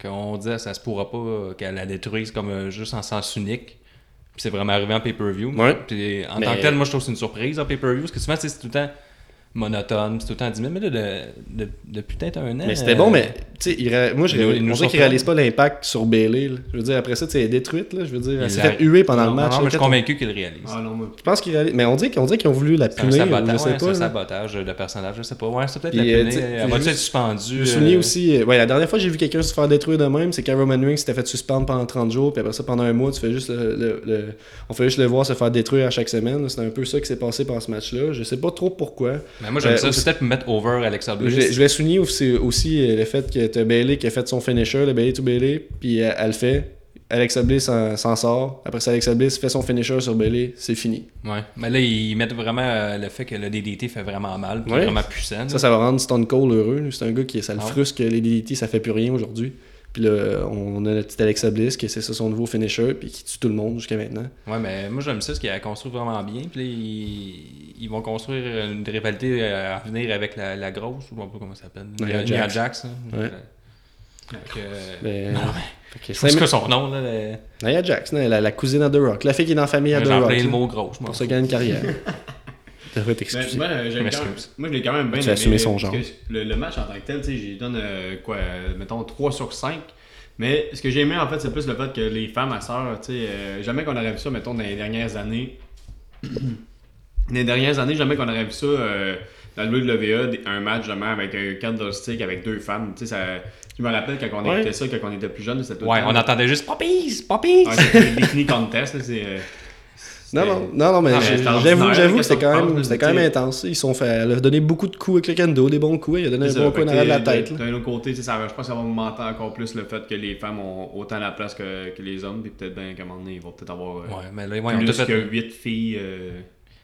[SPEAKER 2] qu'on disait ça se pourra pas euh, qu'elle la détruise comme euh, juste en sens unique. Puis c'est vraiment arrivé en pay-per-view.
[SPEAKER 1] Ouais.
[SPEAKER 2] Puis en
[SPEAKER 1] Mais-
[SPEAKER 2] tant que tel, moi je trouve que c'est une surprise en pay-per-view. Parce que souvent, tu sais, c'est tout le temps monotone, c'est tout le temps 10 minutes. Mais là, de- de- depuis peut-être un an.
[SPEAKER 1] Mais c'était bon, mais tu sais, il ré- moi, je
[SPEAKER 2] Euh, il nous- il
[SPEAKER 1] ré... on dirait
[SPEAKER 2] nous
[SPEAKER 1] qu'il
[SPEAKER 2] surprend.
[SPEAKER 1] réalise pas l'impact sur Bailey. là. Je veux dire, après ça, tu sais, elle est détruite. Là. Je veux dire,
[SPEAKER 2] Il
[SPEAKER 1] elle s'est
[SPEAKER 2] l'a-
[SPEAKER 1] fait huer pendant
[SPEAKER 2] Non,
[SPEAKER 1] le match.
[SPEAKER 2] non, mais
[SPEAKER 1] là.
[SPEAKER 2] je suis
[SPEAKER 1] Peut-être-
[SPEAKER 2] convaincu qu'il le réalise.
[SPEAKER 3] Ah non, moi.
[SPEAKER 1] je pense qu'il réalise. Mais on dirait qu'on dirait qu'ils ont voulu la
[SPEAKER 2] C'est un
[SPEAKER 1] punir. je
[SPEAKER 2] sabotage,
[SPEAKER 1] sais
[SPEAKER 2] ouais, c'est
[SPEAKER 1] pas.
[SPEAKER 2] un
[SPEAKER 1] là.
[SPEAKER 2] sabotage de personnage, je sais pas. Ouais, c'est peut-être la
[SPEAKER 1] Puis, euh,
[SPEAKER 2] punir.
[SPEAKER 1] tu sais,
[SPEAKER 2] Elle
[SPEAKER 1] je
[SPEAKER 2] va
[SPEAKER 1] veux
[SPEAKER 2] être
[SPEAKER 1] juste-
[SPEAKER 2] suspendue.
[SPEAKER 1] Je me souviens
[SPEAKER 2] euh,
[SPEAKER 1] aussi, euh, ouais, la dernière fois j'ai vu quelqu'un se faire détruire de même, c'est Carol Manring s'était fait suspendre pendant 30 jours, puis après ça pendant un mois, tu fais juste le, le- le- on fait juste le voir se faire détruire à chaque semaine. là. C'est un peu ça qui s'est passé pendant ce match-là. Je sais pas trop pourquoi.
[SPEAKER 2] Mais moi, j'aime
[SPEAKER 1] Euh,
[SPEAKER 2] ça.
[SPEAKER 1] aussi-
[SPEAKER 2] C'est peut-être mettre over Alexa
[SPEAKER 1] Je
[SPEAKER 2] Bliss.
[SPEAKER 1] voulais- je voulais souligner aussi, aussi, euh, le fait que t'as Bailey qui a fait son finisher, le Bailey to Bailey, puis euh, elle, elle le fait. Alexa Bliss s'en s'en sort. Après ça, Alexa Bliss fait son finisher sur Bailey, c'est fini.
[SPEAKER 2] Ouais. Mais là, ils mettent vraiment euh, le fait que le DDT fait vraiment mal, puis
[SPEAKER 1] Ouais.
[SPEAKER 2] vraiment puissant. là.
[SPEAKER 1] Ça, ça va rendre Stone Cold heureux. lui. C'est un gars qui ça le
[SPEAKER 2] Ah ouais.
[SPEAKER 1] frustre que les DDT, ça fait plus rien aujourd'hui. Puis là, on a notre petite Alexa Bliss qui c'est ça son nouveau finisher, puis qui tue tout le monde jusqu'à maintenant.
[SPEAKER 2] Ouais, mais moi, j'aime ça, parce qu'ils la construisent vraiment bien. Puis là, ils... ils vont construire une rivalité euh, à venir avec la, la grosse, ou je sais pas comment ça s'appelle.
[SPEAKER 1] Nia
[SPEAKER 2] Nia- Nia
[SPEAKER 1] Jax.
[SPEAKER 2] Jax. hein.
[SPEAKER 1] Ouais.
[SPEAKER 2] Fait que, euh,
[SPEAKER 1] Mais-
[SPEAKER 2] non, mais
[SPEAKER 1] Fait que
[SPEAKER 2] c'est
[SPEAKER 1] cinq
[SPEAKER 2] quoi
[SPEAKER 1] minutes-
[SPEAKER 2] son nom, là. le-
[SPEAKER 1] Nia Jax, non, la, la cousine à The Rock. La fille qui est dans la famille à The
[SPEAKER 2] J'en
[SPEAKER 1] Rock.
[SPEAKER 2] plein le
[SPEAKER 1] là.
[SPEAKER 2] mot gros, je m'en
[SPEAKER 1] Pour ça
[SPEAKER 2] fous.
[SPEAKER 1] qu'elle a une carrière. Tu devrais
[SPEAKER 3] Ben,
[SPEAKER 1] t'excuser.
[SPEAKER 3] moi, euh,
[SPEAKER 2] Je
[SPEAKER 3] j'aime quand même-
[SPEAKER 2] m'excuse.
[SPEAKER 3] moi, je l'ai quand même bien
[SPEAKER 1] Tu
[SPEAKER 3] aimé,
[SPEAKER 1] assumais son
[SPEAKER 3] parce
[SPEAKER 1] genre.
[SPEAKER 3] que Le, le match en tant que tel, tu sais, j'y donne euh, quoi, euh, mettons 3 sur 5. Mais ce que j'ai aimé, en fait, c'est plus le fait que les femmes à sœur, tu sais, euh, jamais qu'on aurait vu ça, mettons, dans les dernières années. dans les dernières années, jamais qu'on aurait vu ça euh, dans le WWE, des- un match jamais avec un candlestick avec deux femmes. Tu sais, ça, je me rappelle quand on
[SPEAKER 1] Ouais.
[SPEAKER 3] écoutait ça, quand on était plus jeune, c'était tout
[SPEAKER 2] Ouais,
[SPEAKER 3] le temps-
[SPEAKER 2] on entendait juste Poppies, Poppies.
[SPEAKER 3] Ah, c'était des bikini contest, là, c'est. euh,
[SPEAKER 1] Non, non, non, non, mais
[SPEAKER 3] Ah, mais
[SPEAKER 1] j'ai-
[SPEAKER 3] c'est
[SPEAKER 1] j'avoue,
[SPEAKER 3] ordinaire,
[SPEAKER 1] j'avoue,
[SPEAKER 3] qu'est-ce
[SPEAKER 1] c'était
[SPEAKER 3] qu'on
[SPEAKER 1] quand
[SPEAKER 3] parle,
[SPEAKER 1] même, c'était quand
[SPEAKER 3] tu sais.
[SPEAKER 1] même intense. Ils se sont fait, elle a donné beaucoup de coups avec le kendo, des bons coups. Il a donné un
[SPEAKER 3] C'est
[SPEAKER 1] bon
[SPEAKER 3] ça,
[SPEAKER 1] coup en
[SPEAKER 3] fait
[SPEAKER 1] arrière de la
[SPEAKER 3] que
[SPEAKER 1] tête.
[SPEAKER 3] D'un
[SPEAKER 1] là.
[SPEAKER 3] d'un autre côté, tu sais, ça, va- je pense que ça va augmenter encore plus le fait que les femmes ont autant la place que, que les hommes, puis peut-être bien qu'à un moment donné, ils vont peut-être avoir euh,
[SPEAKER 2] Ouais, mais là, ouais, ils ont
[SPEAKER 3] plus
[SPEAKER 2] tout
[SPEAKER 3] que
[SPEAKER 2] fait
[SPEAKER 3] 8 filles. euh,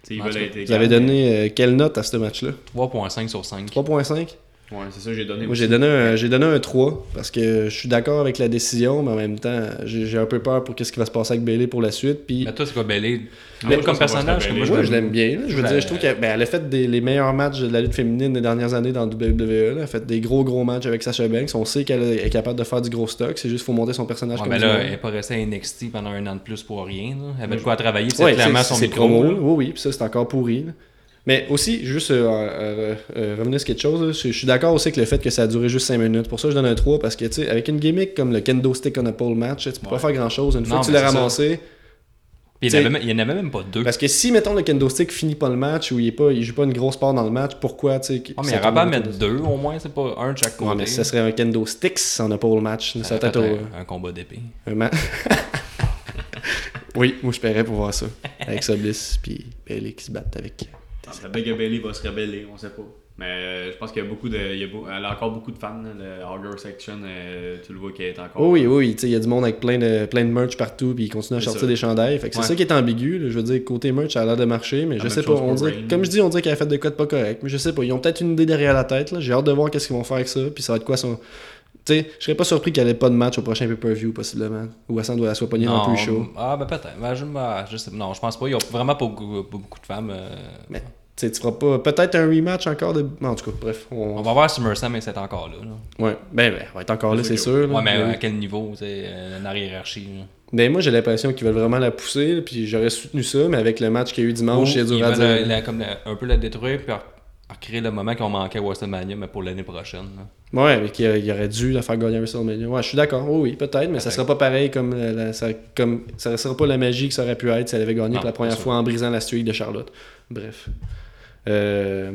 [SPEAKER 3] tu sais, ils
[SPEAKER 2] En tout
[SPEAKER 3] veulent
[SPEAKER 2] cas,
[SPEAKER 3] être
[SPEAKER 1] Vous avez
[SPEAKER 3] égales,
[SPEAKER 1] donné euh, quelle note à ce match-là
[SPEAKER 2] 3.5 sur 5.
[SPEAKER 1] 3.5
[SPEAKER 3] mais- Ouais, c'est ça, j'ai donné.
[SPEAKER 1] Moi, j'ai donné, un, j'ai donné un 3 parce que je suis d'accord avec la décision, mais en même temps, j'ai j'ai un peu peur pour qu'est-ce qui va se passer avec Bailey pour la suite. Puis,
[SPEAKER 2] Mais toi, c'est quoi Bailey
[SPEAKER 3] Ah,
[SPEAKER 2] Moi,
[SPEAKER 3] moi,
[SPEAKER 2] comme
[SPEAKER 3] je pense qu'on va
[SPEAKER 2] personnage,
[SPEAKER 3] se
[SPEAKER 2] que
[SPEAKER 3] faire
[SPEAKER 2] moi,
[SPEAKER 1] moi,
[SPEAKER 2] je
[SPEAKER 1] je l'aime bien. là. Je veux
[SPEAKER 2] Ben,
[SPEAKER 1] dire, je trouve qu'elle ben, elle a fait des, les meilleurs matchs de la lutte féminine des dernières années dans le WWE. là. Elle a fait des gros, gros matchs avec Sasha Banks. On sait qu'elle est capable de faire du gros stock. C'est juste qu'il faut monter son personnage
[SPEAKER 2] Ouais,
[SPEAKER 1] comme
[SPEAKER 2] mais
[SPEAKER 1] du
[SPEAKER 2] là,
[SPEAKER 1] monde.
[SPEAKER 2] elle n'est pas restée à NXT pendant un an de plus pour rien. là. Elle avait de quoi travailler, c'est
[SPEAKER 1] Ouais,
[SPEAKER 2] clairement son
[SPEAKER 1] ses
[SPEAKER 2] micro.
[SPEAKER 1] promos,
[SPEAKER 2] là.
[SPEAKER 1] là. Oui, oui, puis ça, c'est encore pourri. là. Mais aussi, juste euh, euh, euh, revenir sur quelque chose, là, je, je suis d'accord aussi avec le fait que ça a duré juste 5 minutes. Pour ça, je donne un 3 parce que, tu sais, avec une gimmick comme le kendo stick on a pole match, tu peux pas
[SPEAKER 3] Ouais.
[SPEAKER 1] faire grand chose. Une fois
[SPEAKER 2] Non,
[SPEAKER 1] que tu
[SPEAKER 2] mais
[SPEAKER 1] l'as
[SPEAKER 2] c'est ça.
[SPEAKER 1] ramassé,
[SPEAKER 2] Puis il
[SPEAKER 1] T'sais- Ben,
[SPEAKER 2] n'y en, avait même pas deux.
[SPEAKER 1] parce que si, mettons, le kendo stick finit pas le match ou il, est pas, il joue pas une grosse part dans le match, pourquoi, tu sais.
[SPEAKER 2] Ah, mais
[SPEAKER 1] ça
[SPEAKER 2] il aurait
[SPEAKER 1] tourne
[SPEAKER 2] pas à
[SPEAKER 1] autour
[SPEAKER 2] mettre
[SPEAKER 1] de ça?
[SPEAKER 2] deux au moins, c'est pas un de chaque côté.
[SPEAKER 1] Ouais, mais ça serait un kendo sticks on a pole match. Ça,
[SPEAKER 2] Ça
[SPEAKER 1] peut
[SPEAKER 2] aurait
[SPEAKER 1] être
[SPEAKER 2] fait
[SPEAKER 1] au-
[SPEAKER 2] un, un combat d'épée.
[SPEAKER 1] un ma- oui, moi, je paierais pour voir ça. Avec Soblis, puis Bailey qui se battent avec.
[SPEAKER 3] La Big Bailey va se rebeller, on sait pas. Mais euh, je pense qu'il y a beaucoup de. il y a beau- elle a encore beaucoup de fans, là, le Hogger Section, euh, tu le vois qui est encore.
[SPEAKER 1] Oh oui,
[SPEAKER 2] euh,
[SPEAKER 1] oui, tu sais, il y a du monde avec plein de, plein de merch partout, puis ils continuent à
[SPEAKER 3] C'est
[SPEAKER 1] sortir
[SPEAKER 3] ça.
[SPEAKER 1] des chandails. Fait que c'est
[SPEAKER 2] Ouais.
[SPEAKER 1] ça qui est ambigu. là. Je veux dire, côté merch, ça a l'air de marcher, mais
[SPEAKER 3] La
[SPEAKER 1] je
[SPEAKER 3] même
[SPEAKER 1] sais pas.
[SPEAKER 3] chose
[SPEAKER 1] On
[SPEAKER 3] pour
[SPEAKER 1] dirait,
[SPEAKER 3] Reign.
[SPEAKER 1] comme je dis, on dirait qu'elle a fait de quoi de pas correct, mais je sais pas. Ils ont peut-être une idée derrière la tête. là. J'ai hâte de voir qu'est-ce qu'ils vont faire avec ça, puis ça va être quoi son. Tu sais, je serais pas surpris qu'elle ait pas de match au prochain pay-per-view, possiblement. Ou à ça, doit la soit pognée dans le plus chaud.
[SPEAKER 2] Ah, ben peut-être. Ben, je, ben, je sais- non, je pense pas. Il n'y a vraiment pas beaucoup, pas beaucoup de femmes. euh.
[SPEAKER 1] Mais tu sais, tu feras pas. Peut-être un rematch encore de. En tout cas, bref. on-
[SPEAKER 2] On va voir SummerSlam, mais c'est encore là. là.
[SPEAKER 1] Ouais, ben, ben, on va être encore là,
[SPEAKER 3] C'est
[SPEAKER 1] c'est
[SPEAKER 3] sûr
[SPEAKER 1] sûr. là.
[SPEAKER 2] Ouais, mais
[SPEAKER 1] Mais-
[SPEAKER 2] à quel niveau, c'est dans la hiérarchie. là.
[SPEAKER 1] Mais Ben, moi, j'ai l'impression qu'ils veulent vraiment la pousser, là, puis j'aurais soutenu ça, mais avec le match qu'il y a eu
[SPEAKER 2] Ou
[SPEAKER 1] dimanche, c'est
[SPEAKER 2] ils
[SPEAKER 1] dur à
[SPEAKER 2] veulent, euh,
[SPEAKER 1] dire.
[SPEAKER 2] la- comme la- un peu la détruire, puis recréer le moment qu'on manquait à WrestleMania, mais pour l'année prochaine. là.
[SPEAKER 1] Ouais, mais qu'il il aurait dû la faire gagner à WrestleMania. Ouais, je suis d'accord. Oui, oui, peut-être, mais ça
[SPEAKER 2] Peut-être.
[SPEAKER 1] sera pas pareil comme la, la- ça, comme ça sera pas la magie que ça aurait pu être si elle avait gagné
[SPEAKER 2] Non,
[SPEAKER 1] pour la première
[SPEAKER 2] c'est sûr.
[SPEAKER 1] fois en brisant la streak de Charlotte. Bref. Euh,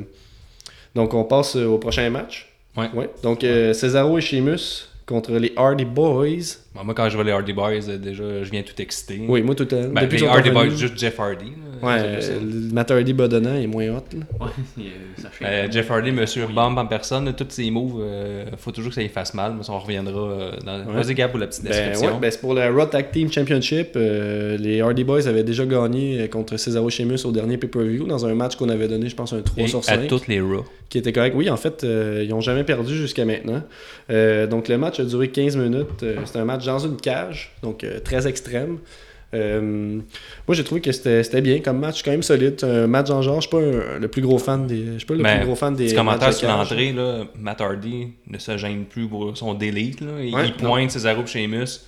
[SPEAKER 1] donc on passe euh, au prochain match.
[SPEAKER 2] Ouais.
[SPEAKER 1] Donc euh, Cesaro et Sheamus contre les Hardy Boys.
[SPEAKER 2] Bon, moi, quand je vois les Hardy Boys, euh, déjà, je viens tout excité.
[SPEAKER 1] Oui, moi tout le temps. Depuis
[SPEAKER 2] Ben, les
[SPEAKER 1] qu'ils sont
[SPEAKER 2] Hardy Boys,
[SPEAKER 1] revenus-
[SPEAKER 2] juste Jeff Hardy. là.
[SPEAKER 1] Ouais,
[SPEAKER 2] C'est
[SPEAKER 1] euh,
[SPEAKER 2] juste
[SPEAKER 1] le Matt Hardy Bodonnant est moins hot. là.
[SPEAKER 3] Ouais, euh, ça fait.
[SPEAKER 2] ça. Euh, Jeff Hardy me surbombe en personne. là, Tous ses moves, euh, faut toujours que ça y fasse mal. Mais ça, on reviendra euh, dans...
[SPEAKER 1] Ouais.
[SPEAKER 2] Vas-y, Gab, pour la petite
[SPEAKER 1] Ben,
[SPEAKER 2] description.
[SPEAKER 1] ouais, ben, c'est pour la Raw Tag Team Championship. euh, les Hardy Boys avaient déjà gagné euh, contre Cesaro Sheamus au dernier pay-per-view dans un match qu'on avait donné, je pense, un 3
[SPEAKER 2] Et
[SPEAKER 1] sur 5.
[SPEAKER 2] à toutes les Raw.
[SPEAKER 1] qui était correct. Oui, en fait, euh, ils n'ont jamais perdu jusqu'à maintenant. Euh, donc, le match a duré 15 minutes. Euh, c'était un match dans une cage, donc euh, très extrême. Euh, moi, j'ai trouvé que c'était c'était bien comme match, quand même solide. C'est Un match en genre, je suis pas un- le plus gros fan des. Je suis pas le
[SPEAKER 2] Ben,
[SPEAKER 1] plus gros fan des.
[SPEAKER 2] Petit commentaire
[SPEAKER 1] matchs de
[SPEAKER 2] sur
[SPEAKER 1] cage.
[SPEAKER 2] l'entrée, là, Matt Hardy ne se gêne plus pour son délite. Là. Il,
[SPEAKER 1] Ouais,
[SPEAKER 2] il pointe Cesaro et Sheamus.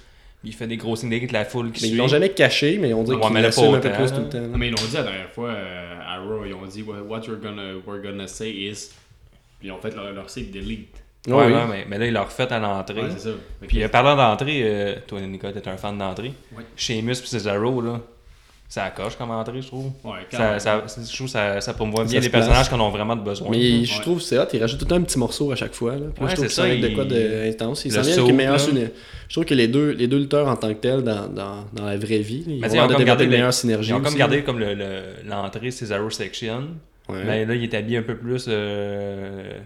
[SPEAKER 2] Il fait des gros signes avec la foule qui
[SPEAKER 1] Mais ils
[SPEAKER 2] suit.
[SPEAKER 1] l'ont jamais caché, mais on dirait
[SPEAKER 2] Ouais,
[SPEAKER 1] qu'ils
[SPEAKER 2] mais hein. là,
[SPEAKER 1] l'assument
[SPEAKER 2] pas
[SPEAKER 1] un peu
[SPEAKER 2] autant,
[SPEAKER 1] plus
[SPEAKER 2] là.
[SPEAKER 1] tout le temps. là.
[SPEAKER 3] Mais ils l'ont dit la dernière fois euh, à Raw, ils ont dit What what you're gonna, we're gonna say is. Puis ils ont fait leur, leur site delete.
[SPEAKER 2] Ouais,
[SPEAKER 1] Ouais, oui.
[SPEAKER 2] ouais, mais, mais là, il l'a refait à l'entrée.
[SPEAKER 3] Ouais, c'est ça. Fait que-
[SPEAKER 2] puis euh, parlant d'entrée, euh, toi, Nicolas, t'es un fan d'entrée.
[SPEAKER 3] Ouais.
[SPEAKER 2] Sheamus et Cesaro, là, ça accroche comme entrée, je trouve.
[SPEAKER 3] Ouais, quand
[SPEAKER 2] Ça,
[SPEAKER 3] même.
[SPEAKER 2] ça- je trouve que ça, ça promouvoit
[SPEAKER 1] Ça
[SPEAKER 2] bien
[SPEAKER 1] se
[SPEAKER 2] les
[SPEAKER 1] place.
[SPEAKER 2] personnages qu'on a vraiment de besoin.
[SPEAKER 1] Mais je
[SPEAKER 3] Ouais.
[SPEAKER 1] trouve que c'est hot, il rajoute tout le temps un petit morceau à chaque fois. Là. Puis moi,
[SPEAKER 2] Ouais,
[SPEAKER 1] je trouve
[SPEAKER 2] c'est
[SPEAKER 1] que
[SPEAKER 2] ça,
[SPEAKER 1] ça, avec de
[SPEAKER 2] il-
[SPEAKER 1] quoi de intense. Ils
[SPEAKER 2] Le
[SPEAKER 1] s'en viennent
[SPEAKER 2] saut,
[SPEAKER 1] avec une meilleure
[SPEAKER 2] là.
[SPEAKER 1] synergie. Je trouve que les deux, les deux lutteurs en tant que tels dans, dans, dans la vraie vie, ils
[SPEAKER 2] Mais
[SPEAKER 1] ont
[SPEAKER 2] tu sais, ils ont
[SPEAKER 1] l'air de
[SPEAKER 2] comme
[SPEAKER 1] développer
[SPEAKER 2] gardé
[SPEAKER 1] une
[SPEAKER 2] le-
[SPEAKER 1] meilleure synergie.
[SPEAKER 2] Ils ont comme
[SPEAKER 1] aussi.
[SPEAKER 2] gardé comme le- le- l'entrée Cesaro Section.
[SPEAKER 1] Ouais.
[SPEAKER 2] Mais là, il est habillé un peu plus. euh,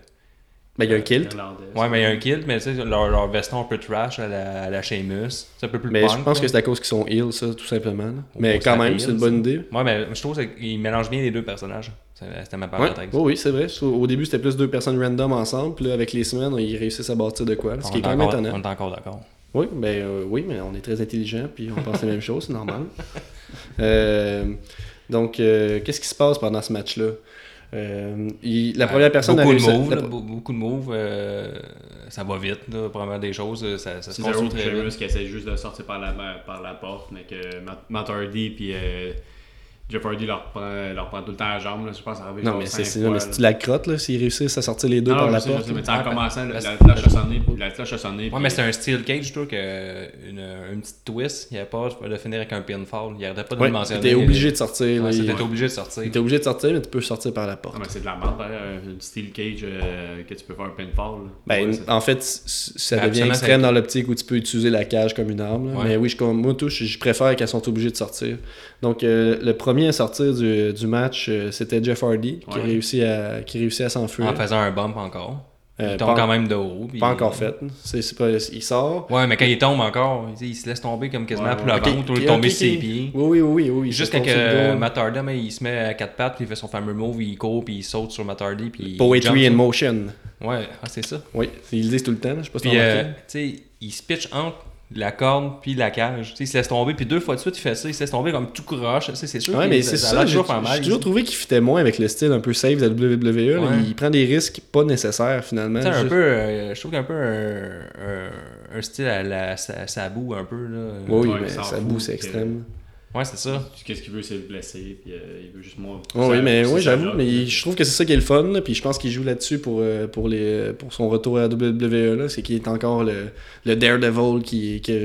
[SPEAKER 1] Ben, il y a un kilt.
[SPEAKER 3] Irlandais,
[SPEAKER 2] Ouais, mais il y a un kilt, mais tu sais, leur, leur veston un peu trash à la, à la Sheamus. C'est un peu plus
[SPEAKER 1] Mais
[SPEAKER 2] punk.
[SPEAKER 1] je pense
[SPEAKER 2] là.
[SPEAKER 1] que c'est à cause qu'ils sont heal, ça, tout simplement. là.
[SPEAKER 2] Oh,
[SPEAKER 1] Mais
[SPEAKER 2] c'est
[SPEAKER 1] quand
[SPEAKER 2] la
[SPEAKER 1] même,
[SPEAKER 2] heel,
[SPEAKER 1] c'est une
[SPEAKER 2] ça.
[SPEAKER 1] bonne idée.
[SPEAKER 2] Ouais, mais je trouve qu'ils mélangent bien les deux personnages. C'est- C'était ma
[SPEAKER 1] Ouais.
[SPEAKER 2] parenthèse.
[SPEAKER 1] Oh oui, c'est vrai. Je trouve- Au début, c'était plus deux personnes random ensemble. Puis là, avec les semaines, ils réussissent à bâtir de quoi. là, Oh, Ce qui est
[SPEAKER 2] On
[SPEAKER 1] quand
[SPEAKER 2] est
[SPEAKER 1] même
[SPEAKER 2] encore-
[SPEAKER 1] étonnant.
[SPEAKER 2] On est encore d'accord.
[SPEAKER 1] Oui, ben, euh, oui, mais on est très intelligent puis on pense la même chose, c'est normal. Euh, donc, euh, qu'est-ce qui se passe pendant ce match-là? Euh, il- la première
[SPEAKER 2] Euh,
[SPEAKER 1] personne a
[SPEAKER 2] beaucoup de
[SPEAKER 1] réussi-
[SPEAKER 2] moves,
[SPEAKER 1] la-
[SPEAKER 2] là, be- beaucoup de moves, euh, ça va vite, là, premièrement des choses, euh, ça, ça se
[SPEAKER 3] C'est Zero
[SPEAKER 2] construit très
[SPEAKER 3] Sheamus
[SPEAKER 2] vite.
[SPEAKER 3] qui essaie juste de sortir par la, par la porte, mais que Matt- Matt Hardy puis euh, Jeff Hardy leur prend, leur prend tout le temps la jambe. là. Je pense que ça arrive
[SPEAKER 1] Non,
[SPEAKER 3] genre
[SPEAKER 1] mais
[SPEAKER 3] cinq
[SPEAKER 1] c'est c'est-
[SPEAKER 3] fois,
[SPEAKER 1] non, mais
[SPEAKER 3] là.
[SPEAKER 1] c'est-tu la crotte, là, s'ils réussissent à sortir les deux
[SPEAKER 3] Non,
[SPEAKER 1] par
[SPEAKER 3] je
[SPEAKER 1] la
[SPEAKER 3] sais, je
[SPEAKER 1] porte.
[SPEAKER 3] sais,
[SPEAKER 1] là.
[SPEAKER 3] mais tu sais, en
[SPEAKER 2] Ah,
[SPEAKER 3] commençant, la,
[SPEAKER 2] parce-
[SPEAKER 3] la flèche a sonné, puis la flèche a sonné.
[SPEAKER 2] Ouais,
[SPEAKER 3] puis-
[SPEAKER 2] mais c'est un steel cage, je trouve qu'une une petite twist, il n'y avait pas de finir avec un pinfall, il n'arrêtait pas de
[SPEAKER 1] Ouais,
[SPEAKER 2] le mentionner.
[SPEAKER 1] t'es obligé de sortir.
[SPEAKER 2] sortir.
[SPEAKER 1] là, il-
[SPEAKER 2] C'était obligé de sortir.
[SPEAKER 1] T'es obligé de sortir, mais tu peux sortir par la
[SPEAKER 3] Ah,
[SPEAKER 1] porte.
[SPEAKER 3] mais c'est de la merde, hein, un steel cage euh, que tu peux faire un pinfall. là.
[SPEAKER 1] Ben,
[SPEAKER 3] Ouais, c'est-
[SPEAKER 1] en fait, c- c- ça
[SPEAKER 2] Ben,
[SPEAKER 1] devient
[SPEAKER 2] absolument,
[SPEAKER 1] extrême
[SPEAKER 2] ça-
[SPEAKER 1] dans l'optique où tu peux utiliser la cage comme une arme. là.
[SPEAKER 2] Ouais.
[SPEAKER 1] Mais oui, je, com- moi, tout, je, je préfère qu'elles sont obligées de sortir. Donc, euh, le premier à sortir du, du match, euh, c'était Jeff Hardy, qui,
[SPEAKER 3] Ouais.
[SPEAKER 1] réussit à, qui réussit à s'enfuir.
[SPEAKER 2] En faisant un bump encore.
[SPEAKER 1] Euh,
[SPEAKER 2] il
[SPEAKER 1] pas
[SPEAKER 2] tombe
[SPEAKER 1] en-
[SPEAKER 2] quand même de haut. puis-
[SPEAKER 1] Pas encore fait. C'est- c'est pas- il sort.
[SPEAKER 2] Ouais, mais quand il tombe encore, il, il se laisse tomber comme quasiment
[SPEAKER 3] Ouais,
[SPEAKER 2] pour
[SPEAKER 3] ouais.
[SPEAKER 2] le
[SPEAKER 1] Ok,
[SPEAKER 2] ventre, ou
[SPEAKER 1] ok,
[SPEAKER 2] le tomber
[SPEAKER 1] ok,
[SPEAKER 2] sur ses
[SPEAKER 1] ok.
[SPEAKER 2] pieds.
[SPEAKER 1] Oui, oui, oui. oui il
[SPEAKER 2] Juste
[SPEAKER 1] se
[SPEAKER 2] quand
[SPEAKER 1] tombe sur le
[SPEAKER 2] que
[SPEAKER 1] dos.
[SPEAKER 2] Matt Hardy, mais il se met à quatre pattes, puis il fait son fameux move, il court, puis il saute sur Matt Hardy, puis il
[SPEAKER 1] Poetry in
[SPEAKER 2] jump.
[SPEAKER 1] motion.
[SPEAKER 2] Ouais, ah, c'est ça.
[SPEAKER 1] Oui, ils le disent tout le temps. là, Je sais pas si
[SPEAKER 2] Puis,
[SPEAKER 1] t'as
[SPEAKER 2] euh,
[SPEAKER 1] remarqué.
[SPEAKER 2] tu sais, il se pitch entre la corde puis la cage. Tu sais, il se laisse tomber, puis deux fois de suite, il fait ça. Il se laisse tomber comme tout croche. Tu sais, C'est sûr
[SPEAKER 1] Ouais,
[SPEAKER 2] que
[SPEAKER 1] mais c'est
[SPEAKER 2] a
[SPEAKER 1] ça.
[SPEAKER 2] l'air
[SPEAKER 1] J'ai
[SPEAKER 2] toujours faire mal.
[SPEAKER 1] j'ai toujours trouvé qu'il fitait moins avec le style un peu safe de la WWE. là.
[SPEAKER 2] Ouais.
[SPEAKER 1] Il prend des risques pas nécessaires finalement.
[SPEAKER 2] Tu sais, un
[SPEAKER 1] Juste-
[SPEAKER 2] peu, euh, je trouve qu'un peu un, un- un style à la sa- Sabu, un peu. Là.
[SPEAKER 1] Oui,
[SPEAKER 3] Euh, Ouais,
[SPEAKER 1] mais
[SPEAKER 3] il s'en
[SPEAKER 1] ça
[SPEAKER 3] fout,
[SPEAKER 1] boue, c'est
[SPEAKER 3] que-
[SPEAKER 1] extrême.
[SPEAKER 2] Ouais, c'est ça.
[SPEAKER 3] Qu'est-ce qu'il veut, c'est le blesser, puis euh, il veut juste moi.
[SPEAKER 1] Ouais, oui, mais
[SPEAKER 3] c'est
[SPEAKER 1] oui,
[SPEAKER 3] ça,
[SPEAKER 1] j'avoue,
[SPEAKER 3] là,
[SPEAKER 1] mais
[SPEAKER 3] puis-
[SPEAKER 1] je trouve que c'est ça qui est le fun, là, puis je pense qu'il joue là-dessus pour, euh, pour, les, pour son retour à la WWE, là, c'est qu'il est encore le, le Daredevil qui, qui,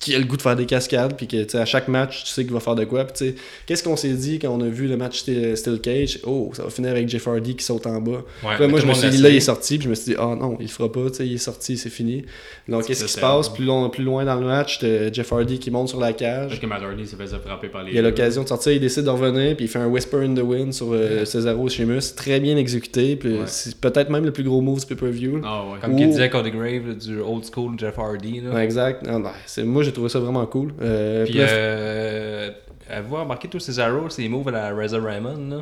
[SPEAKER 1] qui a le goût de faire des cascades, puis que, tu sais, à chaque match, tu sais qu'il va faire de quoi, puis tu sais, qu'est-ce qu'on s'est dit quand on a vu le match Steel Steel Cage? Oh, ça va finir avec Jeff Hardy qui saute en bas.
[SPEAKER 2] Ouais,
[SPEAKER 1] Puis là, moi,
[SPEAKER 2] tout
[SPEAKER 1] je
[SPEAKER 2] le
[SPEAKER 1] me
[SPEAKER 2] monde
[SPEAKER 1] suis
[SPEAKER 2] l'a
[SPEAKER 1] dit, là, il est
[SPEAKER 2] essayé.
[SPEAKER 1] sorti. Puis je me suis dit, ah non, il le fera pas. tu sais, Il est sorti, c'est fini. Donc,
[SPEAKER 3] C'est
[SPEAKER 1] qu'est-ce
[SPEAKER 3] ça,
[SPEAKER 1] qui se
[SPEAKER 3] c'est
[SPEAKER 1] passe
[SPEAKER 3] vrai.
[SPEAKER 1] plus loin, plus loin dans le match t'as Jeff Hardy qui monte sur la
[SPEAKER 3] Parce
[SPEAKER 1] cage.
[SPEAKER 3] que Matt Hardy s'est fait frapper par les.
[SPEAKER 2] euh,
[SPEAKER 1] Il a l'occasion de sortir, il décide de revenir, puis il fait un Whisper in the Wind sur euh, Cesaro Sheamus. Très bien exécuté. Puis
[SPEAKER 3] Ouais.
[SPEAKER 1] c'est peut-être même le plus gros move du pay-per-view.
[SPEAKER 3] Ah, ouais.
[SPEAKER 2] Comme qu'il
[SPEAKER 1] Ouh.
[SPEAKER 2] disait Cody Grave, là, du old school Jeff Hardy. Là.
[SPEAKER 1] Ouais, exact. Non, non, c'est- moi, j'ai trouvé ça vraiment cool. Euh,
[SPEAKER 2] Ah. Puis,
[SPEAKER 1] puis là-
[SPEAKER 2] euh, avez-vous remarqué tous ces arrows, ces moves à la Razor Raymond, là?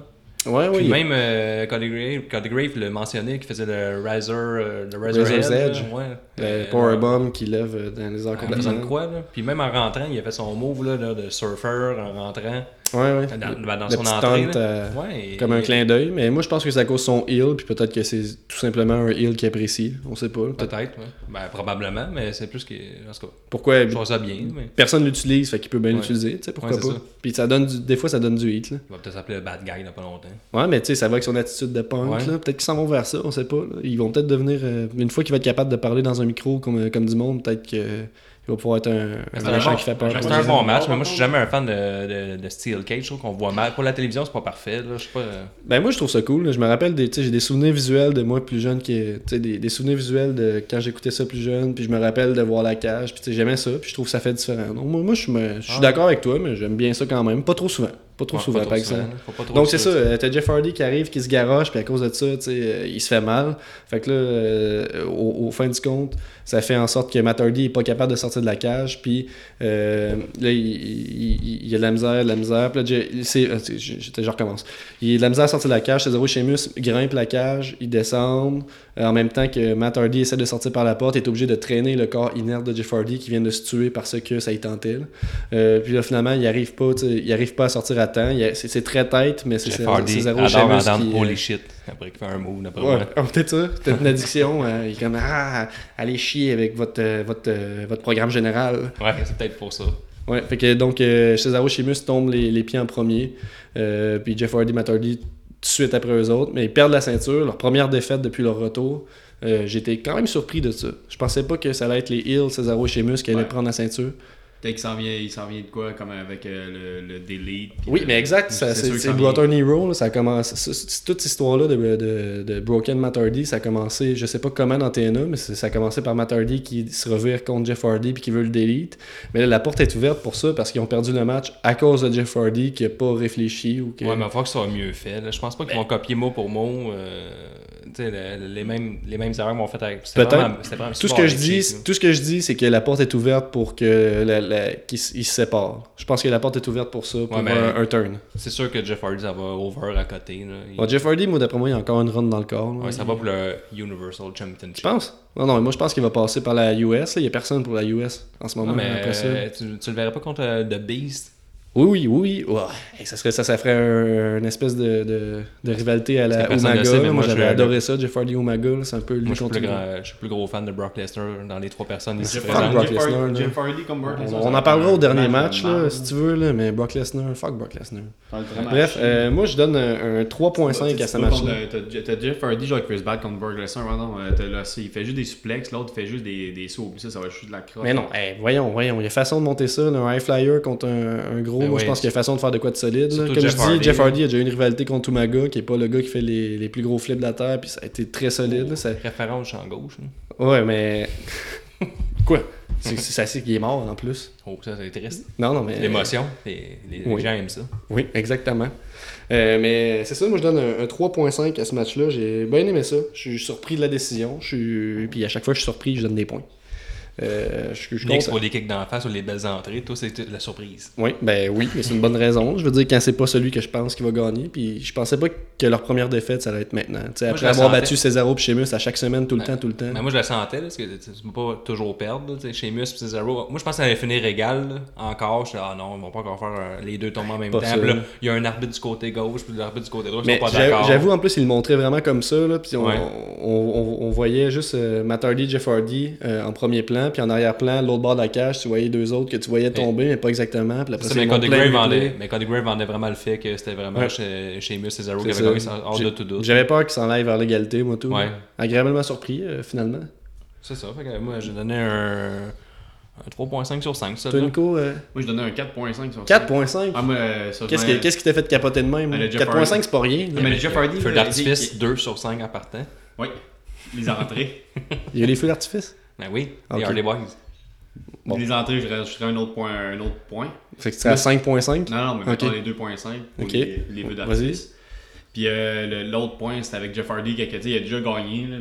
[SPEAKER 1] ouais,
[SPEAKER 2] Puis
[SPEAKER 1] Ah oui.
[SPEAKER 2] même euh, Cody, Grave, Cody Grave le mentionnait qui faisait le Razor, euh, le Razor,
[SPEAKER 1] Razor's
[SPEAKER 2] Edge,
[SPEAKER 1] Edge.
[SPEAKER 2] là, ouais.
[SPEAKER 1] Le
[SPEAKER 2] Euh, Ah,
[SPEAKER 1] powerbomb qui lève euh, dans les airs
[SPEAKER 2] en faisant de
[SPEAKER 1] complètement.
[SPEAKER 2] quoi, là. Puis même en rentrant, il a fait son move là, là, de surfer en rentrant
[SPEAKER 1] Ouais, ouais.
[SPEAKER 2] dans, dans
[SPEAKER 1] Le
[SPEAKER 2] son
[SPEAKER 1] petit
[SPEAKER 2] entrée.
[SPEAKER 1] taunt,
[SPEAKER 2] là.
[SPEAKER 1] euh,
[SPEAKER 2] Ouais, et-
[SPEAKER 1] Comme un
[SPEAKER 2] et-
[SPEAKER 1] clin d'œil, mais moi je pense que c'est à cause de son heal, puis peut-être que c'est tout simplement un heal qu'il apprécie, on sait pas. Peut-être-
[SPEAKER 2] Peut-être, ouais. Ben, probablement, mais c'est plus que. En tout cas,
[SPEAKER 1] Pourquoi
[SPEAKER 2] je vois ça bien, mais.
[SPEAKER 1] personne l'utilise, fait qu'il peut bien
[SPEAKER 2] Ouais.
[SPEAKER 1] l'utiliser, tu sais, pourquoi
[SPEAKER 2] Ouais, c'est
[SPEAKER 1] pas.
[SPEAKER 2] ça.
[SPEAKER 1] Puis ça donne du- des fois ça donne du hit, là.
[SPEAKER 2] Il va peut-être s'appeler le Bad Guy dans pas longtemps.
[SPEAKER 1] Ouais, mais tu sais, ça va avec son attitude de punk,
[SPEAKER 2] Ouais.
[SPEAKER 1] là. Peut-être qu'ils s'en vont vers ça, on euh, sait pas. là. Ils vont peut-être devenir, euh, une fois qu'il va être capable de parler dans un micro comme, comme du monde, peut-être qu'il va pouvoir être un,
[SPEAKER 2] Mais
[SPEAKER 1] un
[SPEAKER 2] C'est un,
[SPEAKER 1] méchant
[SPEAKER 2] bon,
[SPEAKER 1] qui fait peur.
[SPEAKER 2] mais c'est un bon match, mais moi je suis jamais un fan de, de, de Steel Cage, je trouve qu'on voit mal. Pour la télévision, c'est pas parfait. Là. Je sais pas. euh,
[SPEAKER 1] Ben moi je trouve ça cool. là. Je me rappelle des, tu sais, j'ai des souvenirs visuels de moi plus jeune qui, tu sais, des, des souvenirs visuels de quand j'écoutais ça plus jeune. Puis je me rappelle de voir la cage. Puis tu sais, j'aimais ça. Puis je trouve que ça fait différent. Donc moi, moi, je suis, me- je suis
[SPEAKER 2] Ah.
[SPEAKER 1] d'accord avec toi, mais j'aime bien ça quand même. Pas trop souvent. Pas trop
[SPEAKER 2] ouais,
[SPEAKER 1] souvent,
[SPEAKER 2] pas
[SPEAKER 1] par
[SPEAKER 2] souvent,
[SPEAKER 1] exemple.
[SPEAKER 2] là. Faut pas trop
[SPEAKER 1] Donc c'est ça,
[SPEAKER 2] souvent.
[SPEAKER 1] euh, t'as Jeff Hardy qui arrive, qui se garoche, puis à cause de ça, tu sais, euh, il se fait mal. Fait que là, euh, au, au fin du compte, ça fait en sorte que Matt Hardy est pas capable de sortir de la cage, puis euh, là, il, il- il- il y a de la misère, de la misère. Puis là, Jeff- il- c'est, euh, tu sais, je, je- je recommence. Il y a de la misère à sortir de la cage, c'est zéro Sheamus grimpe la cage, il descend, euh, en même temps que Matt Hardy essaie de sortir par la porte, est obligé de traîner le corps inerte de Jeff Hardy qui vient de se tuer parce que ça y tentait. là. Euh, puis là, finalement, il arrive pas, tu sais, il arrive pas à sortir à temps. Il a- c'est, c'est très tête, mais c'est,
[SPEAKER 2] Jeff
[SPEAKER 1] c'est, c'est
[SPEAKER 2] Hardy
[SPEAKER 1] zéro
[SPEAKER 2] adore
[SPEAKER 1] Sheamus
[SPEAKER 2] entendre
[SPEAKER 1] qui, euh,
[SPEAKER 2] holy shit après qu'il fait un move d'après
[SPEAKER 1] Ouais,
[SPEAKER 2] moi.
[SPEAKER 1] ah, peut-être ça, peut-être une addiction. euh, il est comme Ah, allez chier avec votre, euh, votre, euh, votre programme général.
[SPEAKER 2] Ouais, c'est peut-être pour ça.
[SPEAKER 1] Ouais, fait que donc euh, Cesaro Sheamus tombe les, les pieds en premier. euh, puis Jeff Hardy, Matt Hardy, tout de suite après eux autres. Mais ils perdent la ceinture, leur première défaite depuis leur retour. Euh, J'étais quand même surpris de ça. Je pensais pas que ça allait être les Hills, Cesaro et Sheamus qui allaient
[SPEAKER 3] Ouais.
[SPEAKER 1] prendre la ceinture.
[SPEAKER 3] Peut-être qu'il s'en vient, il s'en vient de quoi, comme avec euh, le, le Delete. puis
[SPEAKER 1] Oui,
[SPEAKER 3] le-
[SPEAKER 1] mais exact.
[SPEAKER 3] C'est
[SPEAKER 1] ça-
[SPEAKER 3] sûr
[SPEAKER 1] C'est
[SPEAKER 3] que
[SPEAKER 1] c'est
[SPEAKER 3] ça vient.
[SPEAKER 1] Brother Nero. là, ça a commencé, ça- c'est- toute cette histoire-là de, de, de Broken Matt Hardy, ça a commencé, je sais pas comment dans TNA, mais c'est- ça a commencé par Matt Hardy qui se revire contre Jeff Hardy puis qui veut le delete. Mais là, la porte est ouverte pour ça parce qu'ils ont perdu le match à cause de Jeff Hardy qui a pas réfléchi ou que.
[SPEAKER 2] Ouais, mais il faut que ça soit mieux fait. là. Je pense pas
[SPEAKER 1] Ben.
[SPEAKER 2] qu'ils vont copier mot pour mot euh, tu sais, le- les, mêmes, les mêmes erreurs qu'on fait avec. c'était
[SPEAKER 1] Peut-être.
[SPEAKER 2] vraiment- c'était vraiment
[SPEAKER 1] Tout ce,
[SPEAKER 2] super
[SPEAKER 1] que je
[SPEAKER 2] écrit,
[SPEAKER 1] dis,
[SPEAKER 2] là.
[SPEAKER 1] tout ce que je dis, c'est que la porte est ouverte pour que la, la- qu'ils s- ils se séparent. Je pense que la porte est ouverte pour ça, pour
[SPEAKER 2] Ouais, mais-
[SPEAKER 1] un, un turn.
[SPEAKER 2] C'est sûr que Jeff Hardy, ça va over à côté. là. Il-
[SPEAKER 1] Bon, Jeff Hardy, moi, d'après moi, il a encore une run dans le corps. là.
[SPEAKER 2] ouais, ça va pour le Universal Championship.
[SPEAKER 1] Je pense. Non, non, mais moi je pense qu'il va passer par la US. là. Il n'y a personne pour la US en ce moment.
[SPEAKER 2] Non, mais
[SPEAKER 1] après ça.
[SPEAKER 2] euh, tu, tu le verrais pas contre euh, The Beast
[SPEAKER 1] Oui, oui, oui. oui. Ouais. Hey, ça, serait, ça, ça ferait un- une espèce de, de, de rivalité à
[SPEAKER 2] Parce
[SPEAKER 1] la
[SPEAKER 2] que personne
[SPEAKER 1] Umaga.
[SPEAKER 2] le sait, mais
[SPEAKER 1] là. moi
[SPEAKER 2] moi, je
[SPEAKER 1] j'avais
[SPEAKER 2] suis-
[SPEAKER 1] adoré ça, Jeff Hardy Umaga. là. C'est un peu lui
[SPEAKER 2] Moi, je suis,
[SPEAKER 1] contre
[SPEAKER 2] plus
[SPEAKER 1] lui.
[SPEAKER 2] grand, je suis plus gros fan de Brock Lesnar dans les trois personnes ici
[SPEAKER 3] Jeff
[SPEAKER 1] Fuck
[SPEAKER 2] présentes.
[SPEAKER 1] Brock
[SPEAKER 3] Hardy- Jeff Hardy-
[SPEAKER 1] Lesnar, là.
[SPEAKER 3] Jeff Hardy comme Brock
[SPEAKER 1] On,
[SPEAKER 3] Lesnar,
[SPEAKER 1] on
[SPEAKER 3] ça
[SPEAKER 1] en parlera
[SPEAKER 3] fait
[SPEAKER 1] au
[SPEAKER 3] un
[SPEAKER 1] dernier match,
[SPEAKER 3] de
[SPEAKER 1] là,
[SPEAKER 3] marde.
[SPEAKER 1] si tu veux, là, mais Brock Lesnar, fuck Brock Lesnar.
[SPEAKER 3] Ça fait vraiment
[SPEAKER 1] Bref,
[SPEAKER 3] chier.
[SPEAKER 1] euh, moi je donne un, un
[SPEAKER 3] Tu
[SPEAKER 1] 3.5
[SPEAKER 3] vois,
[SPEAKER 1] à ce
[SPEAKER 3] tu
[SPEAKER 1] match-là.
[SPEAKER 3] vois, t'as- T'as t'as Jeff Hardy, genre Chris Bad contre Brock Lesnar. Ouais, non, euh, t'as là, c'est- il fait juste des suplexes, l'autre fait juste des, des sauts. Puis ça, ça va juste de la crotte.
[SPEAKER 1] Mais non, hey, voyons, voyons, il y a façon de monter ça, là, un high flyer contre un, un gros,
[SPEAKER 2] Ben
[SPEAKER 1] moi
[SPEAKER 2] oui,
[SPEAKER 1] je pense qu'il y a façon de faire de quoi de solide. là.
[SPEAKER 2] surtout
[SPEAKER 1] Comme je
[SPEAKER 2] Jeff
[SPEAKER 1] dis,
[SPEAKER 2] Hardy,
[SPEAKER 1] Jeff
[SPEAKER 2] là.
[SPEAKER 1] Hardy a déjà eu une rivalité contre Umaga, qui est pas le gars qui fait les, les plus gros flips de la Terre, puis ça a été très solide. là, ça-
[SPEAKER 2] Référence champ gauche. hein. là.
[SPEAKER 1] Ouais, mais... quoi? C'est c'est- ça c'est qu'il est mort en plus.
[SPEAKER 2] Oh, ça, c'est triste.
[SPEAKER 1] Non, non, mais...
[SPEAKER 2] L'émotion, les, les
[SPEAKER 1] Oui.
[SPEAKER 2] gens aiment ça.
[SPEAKER 1] Oui, exactement. Euh, mais c'est ça, moi je donne un, un 3.5 à ce match-là. J'ai bien aimé ça. Je suis surpris de la décision. Je suis... Puis à chaque fois que je suis surpris, je donne des points. Euh, je, suis- je suis
[SPEAKER 2] Nick,
[SPEAKER 1] content.
[SPEAKER 2] pour les kicks d'en face ou les belles entrées, toi, c'est la surprise.
[SPEAKER 1] Oui, ben oui, mais c'est une bonne raison. Je veux dire, quand c'est pas celui que je pense qui va gagner, puis je pensais pas que leur première défaite, ça allait être maintenant. Tu sais,
[SPEAKER 2] Moi,
[SPEAKER 1] après
[SPEAKER 2] je la
[SPEAKER 1] avoir
[SPEAKER 2] sentais.
[SPEAKER 1] battu Cesaro et Sheamus à chaque semaine, tout le temps, tout le temps.
[SPEAKER 2] Mais moi, je la sentais, là, parce que tu ne peux pas toujours perdre. là, tu sais, Sheamus et Cesaro. Moi, je pense que ça allait finir égal. là, Encore, je suis ah non, ils vont pas encore faire euh, les deux tomber en même
[SPEAKER 1] Pas
[SPEAKER 2] temps. Puis là,
[SPEAKER 1] sûr.
[SPEAKER 2] il y a un arbitre du côté gauche, puis l'arbitre du côté droit, ils
[SPEAKER 1] Mais
[SPEAKER 2] sont pas
[SPEAKER 1] j'a-
[SPEAKER 2] d'accord.
[SPEAKER 1] j'avoue, en plus, ils le montraient vraiment comme ça, là, puis on,
[SPEAKER 2] Ouais.
[SPEAKER 1] on, on- on voyait juste euh, Matt Hardy, Jeff Hardy euh, en premier plan, puis en arrière-plan, l'autre bord de la cage, tu voyais deux autres que tu voyais tomber, mais pas exactement. Puis après,
[SPEAKER 2] Ça,
[SPEAKER 1] ils
[SPEAKER 2] mais
[SPEAKER 1] montrent
[SPEAKER 2] Cody
[SPEAKER 1] plein de
[SPEAKER 2] Gray
[SPEAKER 1] replays.
[SPEAKER 2] vendait, mais Cody Gray vendait vraiment le fait que c'était vraiment
[SPEAKER 1] Ouais.
[SPEAKER 2] chez Sheamus Cesaro qui
[SPEAKER 1] C'est
[SPEAKER 2] avait
[SPEAKER 1] ça.
[SPEAKER 2] gagné sans- hors
[SPEAKER 1] J'ai-
[SPEAKER 2] de tout doute.
[SPEAKER 1] J'avais peur qu'ils s'en aillent vers l'égalité, moi, tout.
[SPEAKER 2] Ouais.
[SPEAKER 1] Agréablement surpris, euh, finalement.
[SPEAKER 2] C'est ça. Fait que moi, j'ai donné un, un 3.5 sur 5. Ça, là.
[SPEAKER 1] Tunco, euh,
[SPEAKER 3] Moi, je donnais un 4.5 sur ça.
[SPEAKER 1] 4.5.
[SPEAKER 3] Ah, moi, euh, ça, je
[SPEAKER 1] Qu'est-ce
[SPEAKER 3] mets-
[SPEAKER 1] qui qu'est-ce qui t'a fait capoter de même?
[SPEAKER 3] Ah, le Jeff
[SPEAKER 1] 4.5,
[SPEAKER 3] Hardy.
[SPEAKER 1] c'est pas rien. là.
[SPEAKER 3] Ah, mais le Jeff Hardy.
[SPEAKER 2] Feu
[SPEAKER 3] là,
[SPEAKER 2] d'artifice,
[SPEAKER 3] il-
[SPEAKER 2] 2 sur 5 en partant.
[SPEAKER 3] Oui, les entrées.
[SPEAKER 1] Il y a les feux d'artifice.
[SPEAKER 2] Ben oui,
[SPEAKER 1] Ok.
[SPEAKER 2] les Harley Boys.
[SPEAKER 1] Bon.
[SPEAKER 3] Les entrées, je rajouterais un autre point. Un autre point.
[SPEAKER 1] Fait que tu serais à 5.5.
[SPEAKER 3] Non, non, mais mettons
[SPEAKER 1] Ok.
[SPEAKER 3] les 2.5 pour
[SPEAKER 1] Ok.
[SPEAKER 3] les, les vœux d'artiste. Puis euh, le- l'autre point, c'était avec Jeff Hardy qui a, dit, il a déjà gagné. là.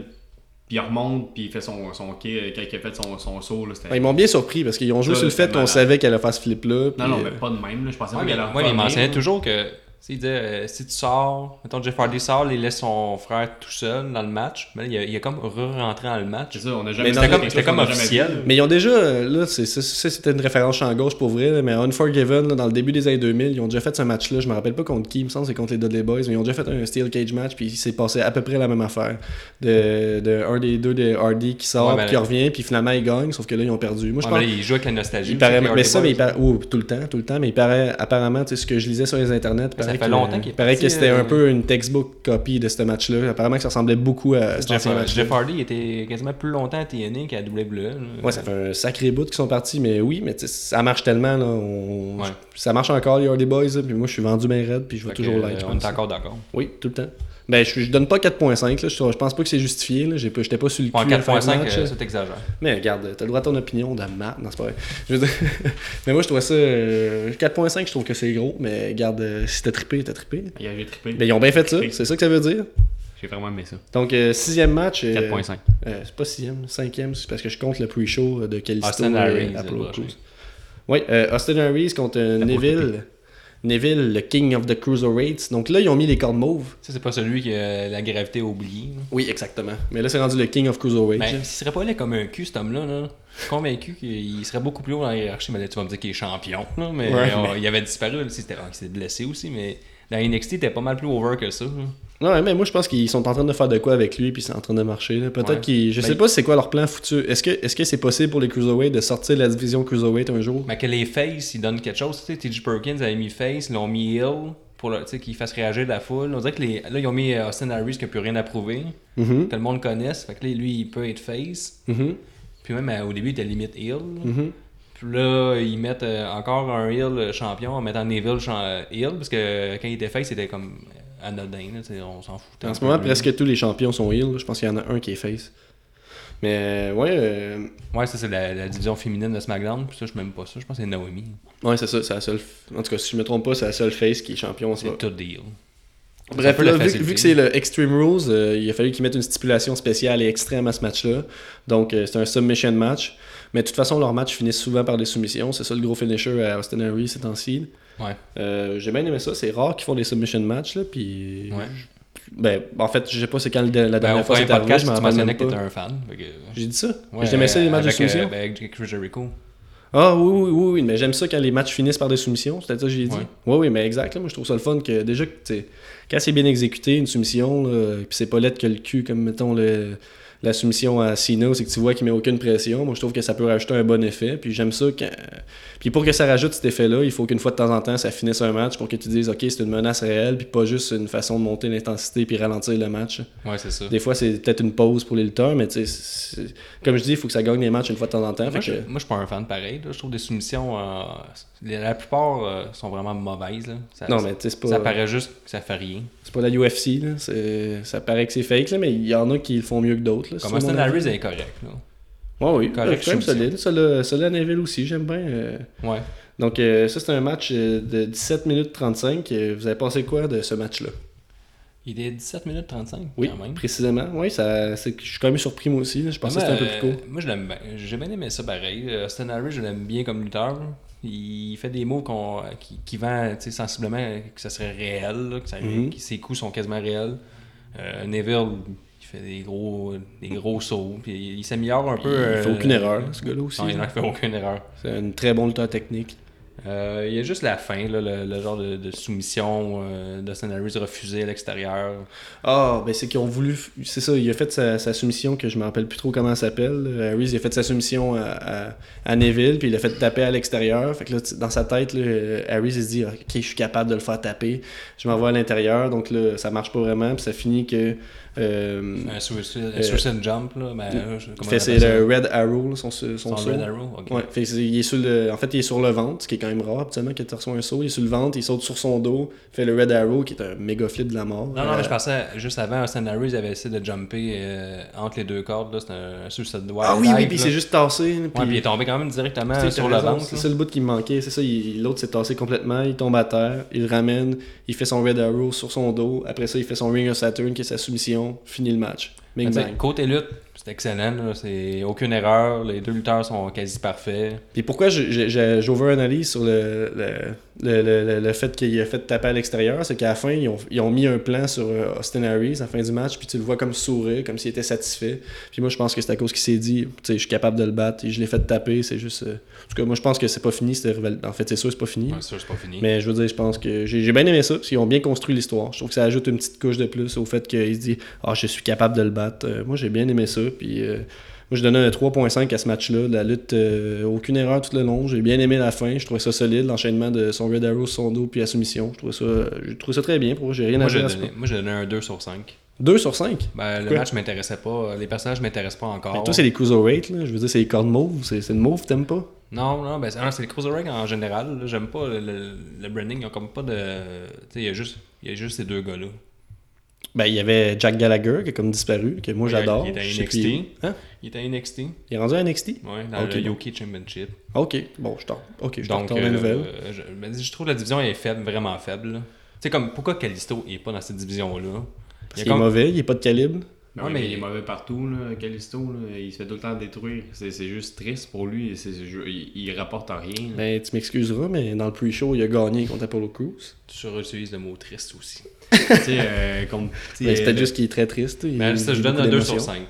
[SPEAKER 3] Puis il remonte, puis il fait son, son kick, quand il a fait son, son saut. Là, c'était-
[SPEAKER 1] Ouais, Ben, Ils m'ont bien surpris parce qu'ils ont joué
[SPEAKER 3] Ça,
[SPEAKER 1] sur le
[SPEAKER 3] c'était
[SPEAKER 1] fait qu'on
[SPEAKER 3] malade.
[SPEAKER 1] savait qu'elle allait faire ce flip-là.
[SPEAKER 3] non,
[SPEAKER 1] puis,
[SPEAKER 3] non,
[SPEAKER 1] euh,
[SPEAKER 3] mais pas de même. Là. Je pensais
[SPEAKER 2] Moi,
[SPEAKER 3] pas qu'il allait
[SPEAKER 2] il
[SPEAKER 3] revenir,
[SPEAKER 2] mentionnait
[SPEAKER 3] là.
[SPEAKER 2] toujours que tu sais, il disait, euh, si tu sors, mettons Jeff Hardy sort, il laisse son frère tout seul dans le match. Mais là, il a, il a comme re-rentré dans le match.
[SPEAKER 3] C'est ça, on a jamais
[SPEAKER 1] Mais
[SPEAKER 3] vu
[SPEAKER 1] c'était
[SPEAKER 3] quelque
[SPEAKER 2] comme-
[SPEAKER 3] chose
[SPEAKER 2] c'était
[SPEAKER 3] qu'on
[SPEAKER 2] comme
[SPEAKER 3] a jamais
[SPEAKER 2] officiel.
[SPEAKER 3] vu.
[SPEAKER 1] Mais ils ont déjà, euh, là, c'est- c'est- ça, c'était une référence en gauche pour vrai, là, mais Unforgiven, là, dans le début des années 2000, ils ont déjà fait ce match-là. Je me rappelle pas contre qui, il me semble, c'est contre les Dudley Boys, mais ils ont déjà fait un Steel Cage match, puis il s'est passé à peu près la même affaire. De, de un des deux de Hardy qui sort,
[SPEAKER 2] Ouais, mais
[SPEAKER 3] ben,
[SPEAKER 1] puis qui
[SPEAKER 2] là-
[SPEAKER 1] revient, puis finalement il gagne, sauf que là, ils ont perdu. Moi, je
[SPEAKER 2] Ouais,
[SPEAKER 1] pense.
[SPEAKER 2] mais là, il joue avec la nostalgie.
[SPEAKER 1] Il paraît,
[SPEAKER 2] les
[SPEAKER 1] mais ça,
[SPEAKER 2] Harley
[SPEAKER 1] mais il
[SPEAKER 2] Boys.
[SPEAKER 1] paraît, ouh, tout le temps, tout le temps, mais il paraît, apparemment, tu sais, ce que je lisais sur les internets,
[SPEAKER 2] Mais Ça fait
[SPEAKER 1] que-
[SPEAKER 2] longtemps qu'il est
[SPEAKER 1] Paraît
[SPEAKER 2] parti,
[SPEAKER 1] que c'était
[SPEAKER 2] euh,
[SPEAKER 1] un peu une textbook copie de ce match-là. Apparemment que ça ressemblait beaucoup à cet
[SPEAKER 2] Jeff,
[SPEAKER 1] ancien match-là.
[SPEAKER 2] Jeff Hardy était quasiment plus longtemps à TNA qu'à WWE. là.
[SPEAKER 1] Ouais, ça fait un sacré bout qu'ils sont partis, mais oui, mais tu sais, ça marche tellement. Là, on-
[SPEAKER 2] Ouais.
[SPEAKER 1] Ça marche encore, les Hardy Boys. là, puis moi, je suis vendu bien raide, puis je vais
[SPEAKER 2] Fait
[SPEAKER 1] toujours
[SPEAKER 2] que, euh,
[SPEAKER 1] l'être. je
[SPEAKER 2] On
[SPEAKER 1] pense.
[SPEAKER 2] est encore d'accord.
[SPEAKER 1] Oui, tout le temps. Ben, je, je donne pas 4.5. là, Je, je pense pas que c'est justifié. Là, j'ai pas- j'étais pas sur le cul.
[SPEAKER 2] En
[SPEAKER 1] à la fin du
[SPEAKER 2] 4.5,
[SPEAKER 1] match,
[SPEAKER 2] euh,
[SPEAKER 1] là.
[SPEAKER 2] ça t'exagère.
[SPEAKER 1] Mais regarde, t'as le droit à ton opinion de marde. Non, c'est pas vrai. Je veux dire- mais moi, je trouvais ça. euh, 4.5, je trouve que c'est gros, mais regarde, euh, si t'as trippé, t'as trippé.
[SPEAKER 3] Yeah, J'ai trippé.
[SPEAKER 1] Ben, ils ont bien fait ça, c'est ça que ça veut dire.
[SPEAKER 3] J'ai vraiment aimé ça.
[SPEAKER 1] Donc, euh, sixième match. euh,
[SPEAKER 3] 4.5.
[SPEAKER 1] euh, c'est pas sixième, cinquième, c'est parce que je compte le pre-show de Calisto
[SPEAKER 2] Austin Aries,
[SPEAKER 1] euh,
[SPEAKER 2] le
[SPEAKER 1] Apollo
[SPEAKER 2] prochain.
[SPEAKER 1] Crews. Oui, euh, Austin Harris contre euh, Neville. Neville, le King of the Cruiserweights. Donc là, ils ont mis les cordes mauves.
[SPEAKER 2] Ça, c'est pas celui que euh, la gravité a oublié. là.
[SPEAKER 1] Oui, exactement. Mais là, c'est rendu le King of Cruiserweights.
[SPEAKER 2] Ben, s'il serait pas là comme un cul, cet homme-là, là, je suis convaincu qu'il serait beaucoup plus haut dans la hiérarchie. Mais là, tu vas me dire qu'il est champion, là, mais,
[SPEAKER 1] Ouais,
[SPEAKER 2] on- il avait disparu. Là, c'était, ah, il s'est blessé aussi, mais dans NXT, il était pas mal plus over que ça. là.
[SPEAKER 1] Non, ouais, mais moi je pense qu'ils sont en train de faire de quoi avec lui puis c'est en train de marcher. là. Peut-être
[SPEAKER 2] Ouais.
[SPEAKER 1] qu'ils. Je
[SPEAKER 2] Ben,
[SPEAKER 1] sais
[SPEAKER 2] il-
[SPEAKER 1] pas c'est quoi leur plan futur. Est-ce que est-ce que c'est possible pour les Cruiserweights de sortir de la division Cruiserweight un jour
[SPEAKER 2] Mais que les face, ils donnent quelque chose. Tu sais, TJ Perkins avait mis face, ils l'ont mis heel pour le- tu sais, qu'ils fassent réagir la foule. On dirait que les, là, ils ont mis euh, Austin Harris qui n'a plus rien à prouver,
[SPEAKER 1] Mhm,
[SPEAKER 2] que le monde connaisse. Fait que là, lui, il peut être face.
[SPEAKER 1] mhm,
[SPEAKER 2] Puis même euh, au début, il était limite heel. là.
[SPEAKER 1] mhm.
[SPEAKER 2] Puis là, ils mettent euh, encore un heel champion en mettant Neville chan- euh, heel parce que euh, quand il était face, c'était comme euh, anodin. Là, tu sais, on s'en foutait.
[SPEAKER 1] En
[SPEAKER 2] un
[SPEAKER 1] ce
[SPEAKER 2] peu
[SPEAKER 1] moment,
[SPEAKER 2] de lui.
[SPEAKER 1] presque tous les champions sont heal. Je pense qu'il y en a un qui est face. Mais euh, ouais, euh,
[SPEAKER 2] Ouais, ça, c'est la, la division féminine de SmackDown. Puis ça, je suis même pas ça. Je pense que c'est Naomi.
[SPEAKER 1] ouais c'est ça, c'est la seule. f- En tout cas, si je me trompe pas, c'est la seule face qui est champion. en ce
[SPEAKER 2] C'est
[SPEAKER 1] moment.
[SPEAKER 2] tout des heels. C'est un
[SPEAKER 1] Bref,
[SPEAKER 2] peu la
[SPEAKER 1] là, vu,
[SPEAKER 2] facilité.
[SPEAKER 1] vu que c'est le Extreme Rules, euh, il a fallu qu'ils mettent une stipulation spéciale et extrême à ce match-là. Donc, euh, c'est un submission match. Mais de toute façon, leurs matchs finissent souvent par des submissions. C'est ça le gros finisher à Austin Harry ces temps-ci.
[SPEAKER 2] Ouais.
[SPEAKER 1] Euh, J'ai bien aimé ça. C'est rare qu'ils font des submission matchs. Là, puis...
[SPEAKER 2] Ouais.
[SPEAKER 1] ben, en fait, je sais pas c'est quand le- la
[SPEAKER 2] Ben,
[SPEAKER 1] dernière
[SPEAKER 2] au
[SPEAKER 1] fois
[SPEAKER 2] premier
[SPEAKER 1] c'était arrivé.
[SPEAKER 2] podcast,
[SPEAKER 1] Je m'en
[SPEAKER 2] tu
[SPEAKER 1] rappelle
[SPEAKER 2] mentionnais
[SPEAKER 1] même
[SPEAKER 2] que t'étais
[SPEAKER 1] pas.
[SPEAKER 2] un fan. fait que-
[SPEAKER 1] J'ai dit ça.
[SPEAKER 2] Ouais,
[SPEAKER 1] J'aimais ça les matchs de
[SPEAKER 2] avec, euh,
[SPEAKER 1] soumission.
[SPEAKER 2] ben, avec Chris Jericho.
[SPEAKER 1] Ah oui, oui, oui, oui, mais j'aime ça quand les matchs finissent par des soumissions, c'est ça que j'ai dit.
[SPEAKER 2] Ouais.
[SPEAKER 1] Oui, oui, mais exact, là, moi je trouve ça le fun que déjà, que, tu sais, quand c'est bien exécuté, une soumission, là, puis c'est pas lettre que le cul, comme mettons le, la soumission à Cena, c'est que tu vois qu'il met aucune pression, moi je trouve que ça peut rajouter un bon effet, puis j'aime ça quand... Puis pour que ça rajoute cet effet-là, il faut qu'une fois de temps en temps, ça finisse un match pour que tu dises, ok, c'est une menace réelle, puis pas juste une façon de monter l'intensité puis ralentir le match.
[SPEAKER 2] Ouais, c'est ça.
[SPEAKER 1] Des fois, c'est peut-être une pause pour les lutteurs, mais tu sais, c'est- comme je dis, il faut que ça gagne les matchs une fois de temps en temps.
[SPEAKER 2] Moi,
[SPEAKER 1] fait
[SPEAKER 2] je,
[SPEAKER 1] que-
[SPEAKER 2] moi, je suis pas un fan pareil. là. Je trouve des soumissions. euh, la la plupart euh, sont vraiment mauvaises. là. Ça,
[SPEAKER 1] Non, mais tu sais, c'est pas...
[SPEAKER 2] ça paraît juste que ça fait rien.
[SPEAKER 1] C'est pas la UFC, là. C'est- Ça paraît que c'est fake, là, mais il y en a qui le font mieux que d'autres. là,
[SPEAKER 2] Comme
[SPEAKER 1] c'est mon
[SPEAKER 2] Austin
[SPEAKER 1] avis.
[SPEAKER 2] Harris est correct. là.
[SPEAKER 1] Ouais, oui,
[SPEAKER 2] Correct,
[SPEAKER 1] c'est quand même
[SPEAKER 2] je suis
[SPEAKER 1] solide. Celui-là, celui-là à Neville aussi, j'aime bien. euh.
[SPEAKER 2] Ouais.
[SPEAKER 1] Donc, euh, ça, c'est un match euh, de 17 minutes 35. Euh, Vous avez pensé quoi de ce match-là
[SPEAKER 2] Il est 17 minutes 35
[SPEAKER 1] Oui,
[SPEAKER 2] quand même.
[SPEAKER 1] précisément. Oui, ça... c'est que je suis quand même surpris, moi aussi. là. Je pensais que
[SPEAKER 2] Moi,
[SPEAKER 1] c'était un peu
[SPEAKER 2] euh,
[SPEAKER 1] plus court.
[SPEAKER 2] Moi, je l'aime bien. J'ai bien aimé ça pareil. Euh, Austin Harris, je l'aime bien comme lutteur. Il fait des mots qu'on, euh, qui, qui vend tu sais, sensiblement euh, que ça serait réel, là, que, ça-
[SPEAKER 1] Mhm.
[SPEAKER 2] que ses coups sont quasiment réels. Euh, Neville, il fait des gros, des gros sauts. Puis il, il s'améliore un peu.
[SPEAKER 1] Il fait
[SPEAKER 2] euh,
[SPEAKER 1] aucune erreur, là, ce gars-là aussi.
[SPEAKER 2] Non, il n'en fait aucune erreur.
[SPEAKER 1] C'est un très bon lutteur technique.
[SPEAKER 2] Euh, il y a juste la fin, là, le, le genre de, de soumission euh, d'Austin Harris refusée à l'extérieur.
[SPEAKER 1] Ah, ben c'est qu'ils ont voulu. f- C'est ça, il a fait sa, sa soumission que je me rappelle plus trop comment elle s'appelle. Euh, Harris, il a fait sa soumission à, à, à Neville, puis il a fait taper à l'extérieur. Fait que là, tu- dans sa tête, là, euh, Harris, il se dit Ok, je suis capable de le faire taper. Je m'en vais à l'intérieur, donc là, ça marche pas vraiment, puis ça finit que. Euh,
[SPEAKER 2] Un suicide, un suicide jump, là. Ben, euh, je-
[SPEAKER 1] il
[SPEAKER 2] comment
[SPEAKER 1] fait
[SPEAKER 2] on
[SPEAKER 1] c'est
[SPEAKER 2] appelle ça?
[SPEAKER 1] le Red Arrow, là, son, son,
[SPEAKER 2] Son
[SPEAKER 1] son saut.
[SPEAKER 2] Red Arrow, ok.
[SPEAKER 1] Ouais, fait que c'est- il est sur le, en fait, il est sur le ventre, ce qui est quand même rare, habituellement, quand tu reçois un saut. Il est sur le ventre, il saute sur son dos, fait le Red Arrow, qui est un méga flip de la mort.
[SPEAKER 2] Non, non, mais
[SPEAKER 1] Euh,
[SPEAKER 2] je pensais juste avant, Austin Harris avait essayé de jumper euh, entre les deux cordes. là, C'était un un suicide wire.
[SPEAKER 1] Ah oui, oui,
[SPEAKER 2] dive,
[SPEAKER 1] puis
[SPEAKER 2] là.
[SPEAKER 1] c'est juste tassé. là,
[SPEAKER 2] Ouais,
[SPEAKER 1] puis-
[SPEAKER 2] puis il est tombé quand même
[SPEAKER 1] Tu sais,
[SPEAKER 2] directement euh,
[SPEAKER 1] t'as
[SPEAKER 2] Ah, sur le
[SPEAKER 1] raison,
[SPEAKER 2] ventre.
[SPEAKER 1] C'est
[SPEAKER 2] là.
[SPEAKER 1] ça le bout qui me manquait. C'est ça, il- l'autre s'est tassé complètement. Il tombe à terre. Il le ramène. Il fait son Red Arrow sur son dos. Après ça, il fait son Ring of Saturn qui est sa soumission. Finit le match. Bing
[SPEAKER 2] Mais tu sais,
[SPEAKER 1] bang.
[SPEAKER 2] Ben, Côté lutte, c'est excellent. là, C'est aucune erreur. Les deux lutteurs sont quasi parfaits.
[SPEAKER 1] Puis pourquoi je- je- je- j'overanalyse sur le, le, le, le, le- le fait qu'il a fait taper à l'extérieur, c'est qu'à la fin, ils ont, ils ont mis un plan sur euh, Austin Harris à la fin du match, puis tu le vois comme sourire, comme s'il était satisfait. Puis moi, je pense que c'est à cause qu'il s'est dit, tu sais, je suis capable de le battre, et je l'ai fait taper, c'est juste. euh, En tout cas, moi, je pense que c'est pas fini, cette rivalité. En fait, c'est sûr, c'est pas fini.
[SPEAKER 2] Ouais, ça, c'est pas fini.
[SPEAKER 1] Mm. Mais je veux dire, je pense que j'ai j'ai bien aimé ça, parce qu'ils ont bien construit l'histoire. Je trouve que ça ajoute une petite couche de plus au fait qu'il se dit Ah, je suis capable de le battre. Euh, moi, j'ai bien aimé ça. Puis euh, Moi, je donnais un 3.5 à ce match-là. La lutte, euh, aucune erreur tout le long. J'ai bien aimé la fin. Je trouvais ça solide, l'enchaînement de son Red Arrow, son dos, puis la soumission. Je trouvais ça, je trouvais ça très bien. Pour moi, j'ai rien
[SPEAKER 2] Moi,
[SPEAKER 1] à
[SPEAKER 2] j'ai
[SPEAKER 1] dire à ce
[SPEAKER 2] donné, moi, j'ai donné un 2 sur 5.
[SPEAKER 1] 2 sur 5
[SPEAKER 2] Ben, le
[SPEAKER 1] Pourquoi?
[SPEAKER 2] match m'intéressait pas. Les personnages m'intéressent pas encore.
[SPEAKER 1] Toi, c'est les Cruiserweight, là. Je veux dire, c'est les cordes mauves. C'est c'est une mauve, t'aimes pas
[SPEAKER 2] Non, non, ben, c'est non, c'est les Cruiserweight en général. là. J'aime pas le, le- le branding. Ils ont comme pas de. Tu sais, il y, a juste- il y a juste ces deux gars-là.
[SPEAKER 1] Ben, il y avait Jack Gallagher qui a comme disparu, que moi
[SPEAKER 2] Il a-
[SPEAKER 1] j'adore.
[SPEAKER 2] il est à
[SPEAKER 1] Je sais
[SPEAKER 2] NXT.
[SPEAKER 1] plus où. Hein?
[SPEAKER 2] Il était à NXT,
[SPEAKER 1] Il est rendu à NXT
[SPEAKER 2] ouais, dans
[SPEAKER 1] Ok,
[SPEAKER 2] le
[SPEAKER 1] bon.
[SPEAKER 2] Yoki Championship.
[SPEAKER 1] Ah, Ok, bon, je t'en. Ok, je t'en
[SPEAKER 2] Donc,
[SPEAKER 1] retourne la
[SPEAKER 2] euh,
[SPEAKER 1] nouvelle.
[SPEAKER 2] je, ben, je trouve que la division est faible, vraiment faible. là. Tu sais, comme, pourquoi Calisto n'est pas dans cette division-là
[SPEAKER 1] Parce
[SPEAKER 2] Il y
[SPEAKER 1] qu'il
[SPEAKER 2] a
[SPEAKER 1] est
[SPEAKER 2] comme-
[SPEAKER 1] mauvais, il n'est pas de calibre.
[SPEAKER 3] Ben
[SPEAKER 2] Ouais,
[SPEAKER 3] oui,
[SPEAKER 2] mais-
[SPEAKER 3] mais il est mauvais partout, là, Calisto. là. Il se fait tout le temps détruire. C'est c'est juste triste pour lui. C'est- c'est- je- il, il rapporte rien. là.
[SPEAKER 1] Ben, tu m'excuseras, mais dans le pre-show, il a gagné contre Apollo Crews.
[SPEAKER 2] Tu surutilises le mot triste aussi.
[SPEAKER 3] tu sais, euh, comme. tu sais,
[SPEAKER 1] Ben, c'est peut-être
[SPEAKER 3] le-
[SPEAKER 1] juste qu'il est très triste. il
[SPEAKER 2] Mais
[SPEAKER 1] vit
[SPEAKER 2] Ben, ça, je donne
[SPEAKER 1] beaucoup
[SPEAKER 2] un 2
[SPEAKER 1] d'émotions.
[SPEAKER 2] sur 5.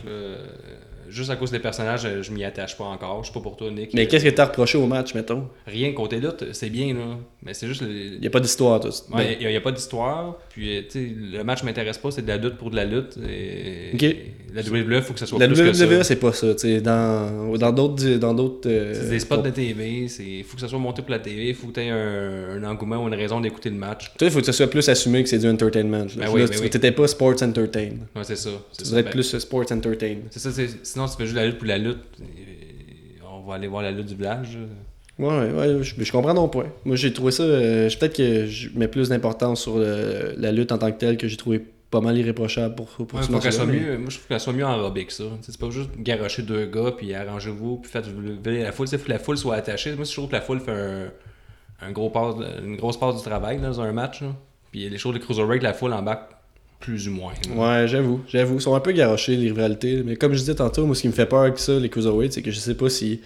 [SPEAKER 2] Juste à cause des personnages, euh, je m'y attache pas encore. Je suis pas pour toi, Nick.
[SPEAKER 1] Mais
[SPEAKER 2] Euh,
[SPEAKER 1] qu'est-ce que t'as reproché au match, mettons
[SPEAKER 2] Rien côté lutte, c'est bien, là. Mais c'est juste. le-
[SPEAKER 1] Il n'y a pas d'histoire, toi. Ben,
[SPEAKER 2] Ouais, Il n'y Ben, a, pas d'histoire. Puis, euh, tu sais, le match m'intéresse pas. C'est de la lutte pour de la lutte. Et...
[SPEAKER 1] Ok.
[SPEAKER 2] et La WWE, faut que ça soit
[SPEAKER 1] la E,
[SPEAKER 2] plus que ça.
[SPEAKER 1] WWE, c'est pas ça. tu sais, Dans dans d'autres. Dans d'autres euh,
[SPEAKER 2] C'est des spots de TV. Il faut que ça soit monté pour la TV. Il faut que tu aies un, un engouement ou une raison d'écouter le match.
[SPEAKER 1] Toi, il faut que ce soit plus assumé que c'est du entertainment.
[SPEAKER 2] Ben
[SPEAKER 1] Là.
[SPEAKER 2] oui,
[SPEAKER 1] Là,
[SPEAKER 2] ben
[SPEAKER 1] tu
[SPEAKER 2] oui.
[SPEAKER 1] n'étais pas sports entertain.
[SPEAKER 2] Ouais, c'est ça. C'est
[SPEAKER 1] Tu
[SPEAKER 2] ça.
[SPEAKER 1] devrais être
[SPEAKER 2] Ben,
[SPEAKER 1] plus euh, sports entertain.
[SPEAKER 2] c'est ça, c'est- sinon, tu fais juste la lutte pour la lutte. Et On va aller voir la lutte du village.
[SPEAKER 1] Ouais, ouais, ouais, je, je comprends ton point. Moi, j'ai trouvé ça. euh, je- Peut-être que je mets plus d'importance sur euh, la lutte en tant que telle que j'ai trouvé pas mal irréprochable pour, pour
[SPEAKER 2] Ouais,
[SPEAKER 1] ce
[SPEAKER 2] faut
[SPEAKER 1] match-là,
[SPEAKER 2] qu'elle soit
[SPEAKER 1] mais-
[SPEAKER 2] mieux, moi, je trouve qu'elle soit mieux enrobée que ça. Tu sais, C'est pas juste garocher deux gars, puis arrangez-vous, puis faites venir la foule. Il faut que la foule soit attachée. Moi, je trouve que la foule fait un, un gros passe- une grosse passe du travail dans un match. là. Puis les choses de Cruiserweight, la foule embarque plus ou moins. là.
[SPEAKER 1] Ouais, j'avoue, j'avoue. Ils sont un peu garochés, les rivalités. Mais comme je disais tantôt, moi, ce qui me fait peur avec ça, les Cruiserweights, c'est que je sais pas si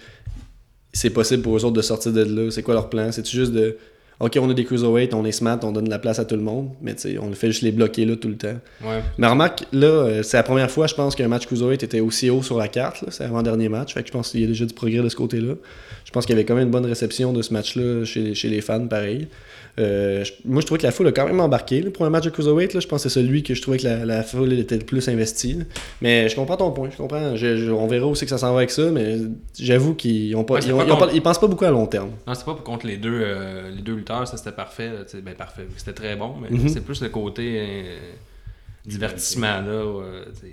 [SPEAKER 1] c'est possible pour eux autres de sortir de là. C'est quoi leur plan? C'est-tu juste de. Ok, on a des Cruiserweights, on est smart, on donne la place à tout le monde, mais tu sais, on le fait juste les bloquer là tout le temps.
[SPEAKER 2] Ouais.
[SPEAKER 1] Mais remarque, là, euh, c'est la première fois, je pense, qu'un match Cruiserweight était aussi haut sur la carte. là. C'est avant-dernier match. Fait que je pense qu'il y a déjà du progrès de ce côté-là. Je pense qu'il y avait quand même une bonne réception de ce match-là chez, chez les fans, pareil. Euh, je- moi, je trouvais que la foule a quand même embarqué. là. Pour un match de Cruiserweight, là, je pense que c'est celui que je trouvais que la, la foule était le plus investie. là. Mais je comprends ton point. Je comprends. Je- je- on verra où c'est que ça s'en va avec ça. Mais j'avoue qu'ils ont pas,
[SPEAKER 2] Ouais, c'est
[SPEAKER 1] ils ont-
[SPEAKER 2] pas
[SPEAKER 1] ils ont
[SPEAKER 2] con.
[SPEAKER 1] pas- ils pensent pas beaucoup à long terme.
[SPEAKER 2] Non, c'est pas pour contre les deux, euh, les deux lutteurs, ça c'était parfait. là, tu sais, Ben, parfait, vu que c'était très bon, mais
[SPEAKER 1] Mhm.
[SPEAKER 2] c'est plus le côté euh, divertissement là, ou, euh, tu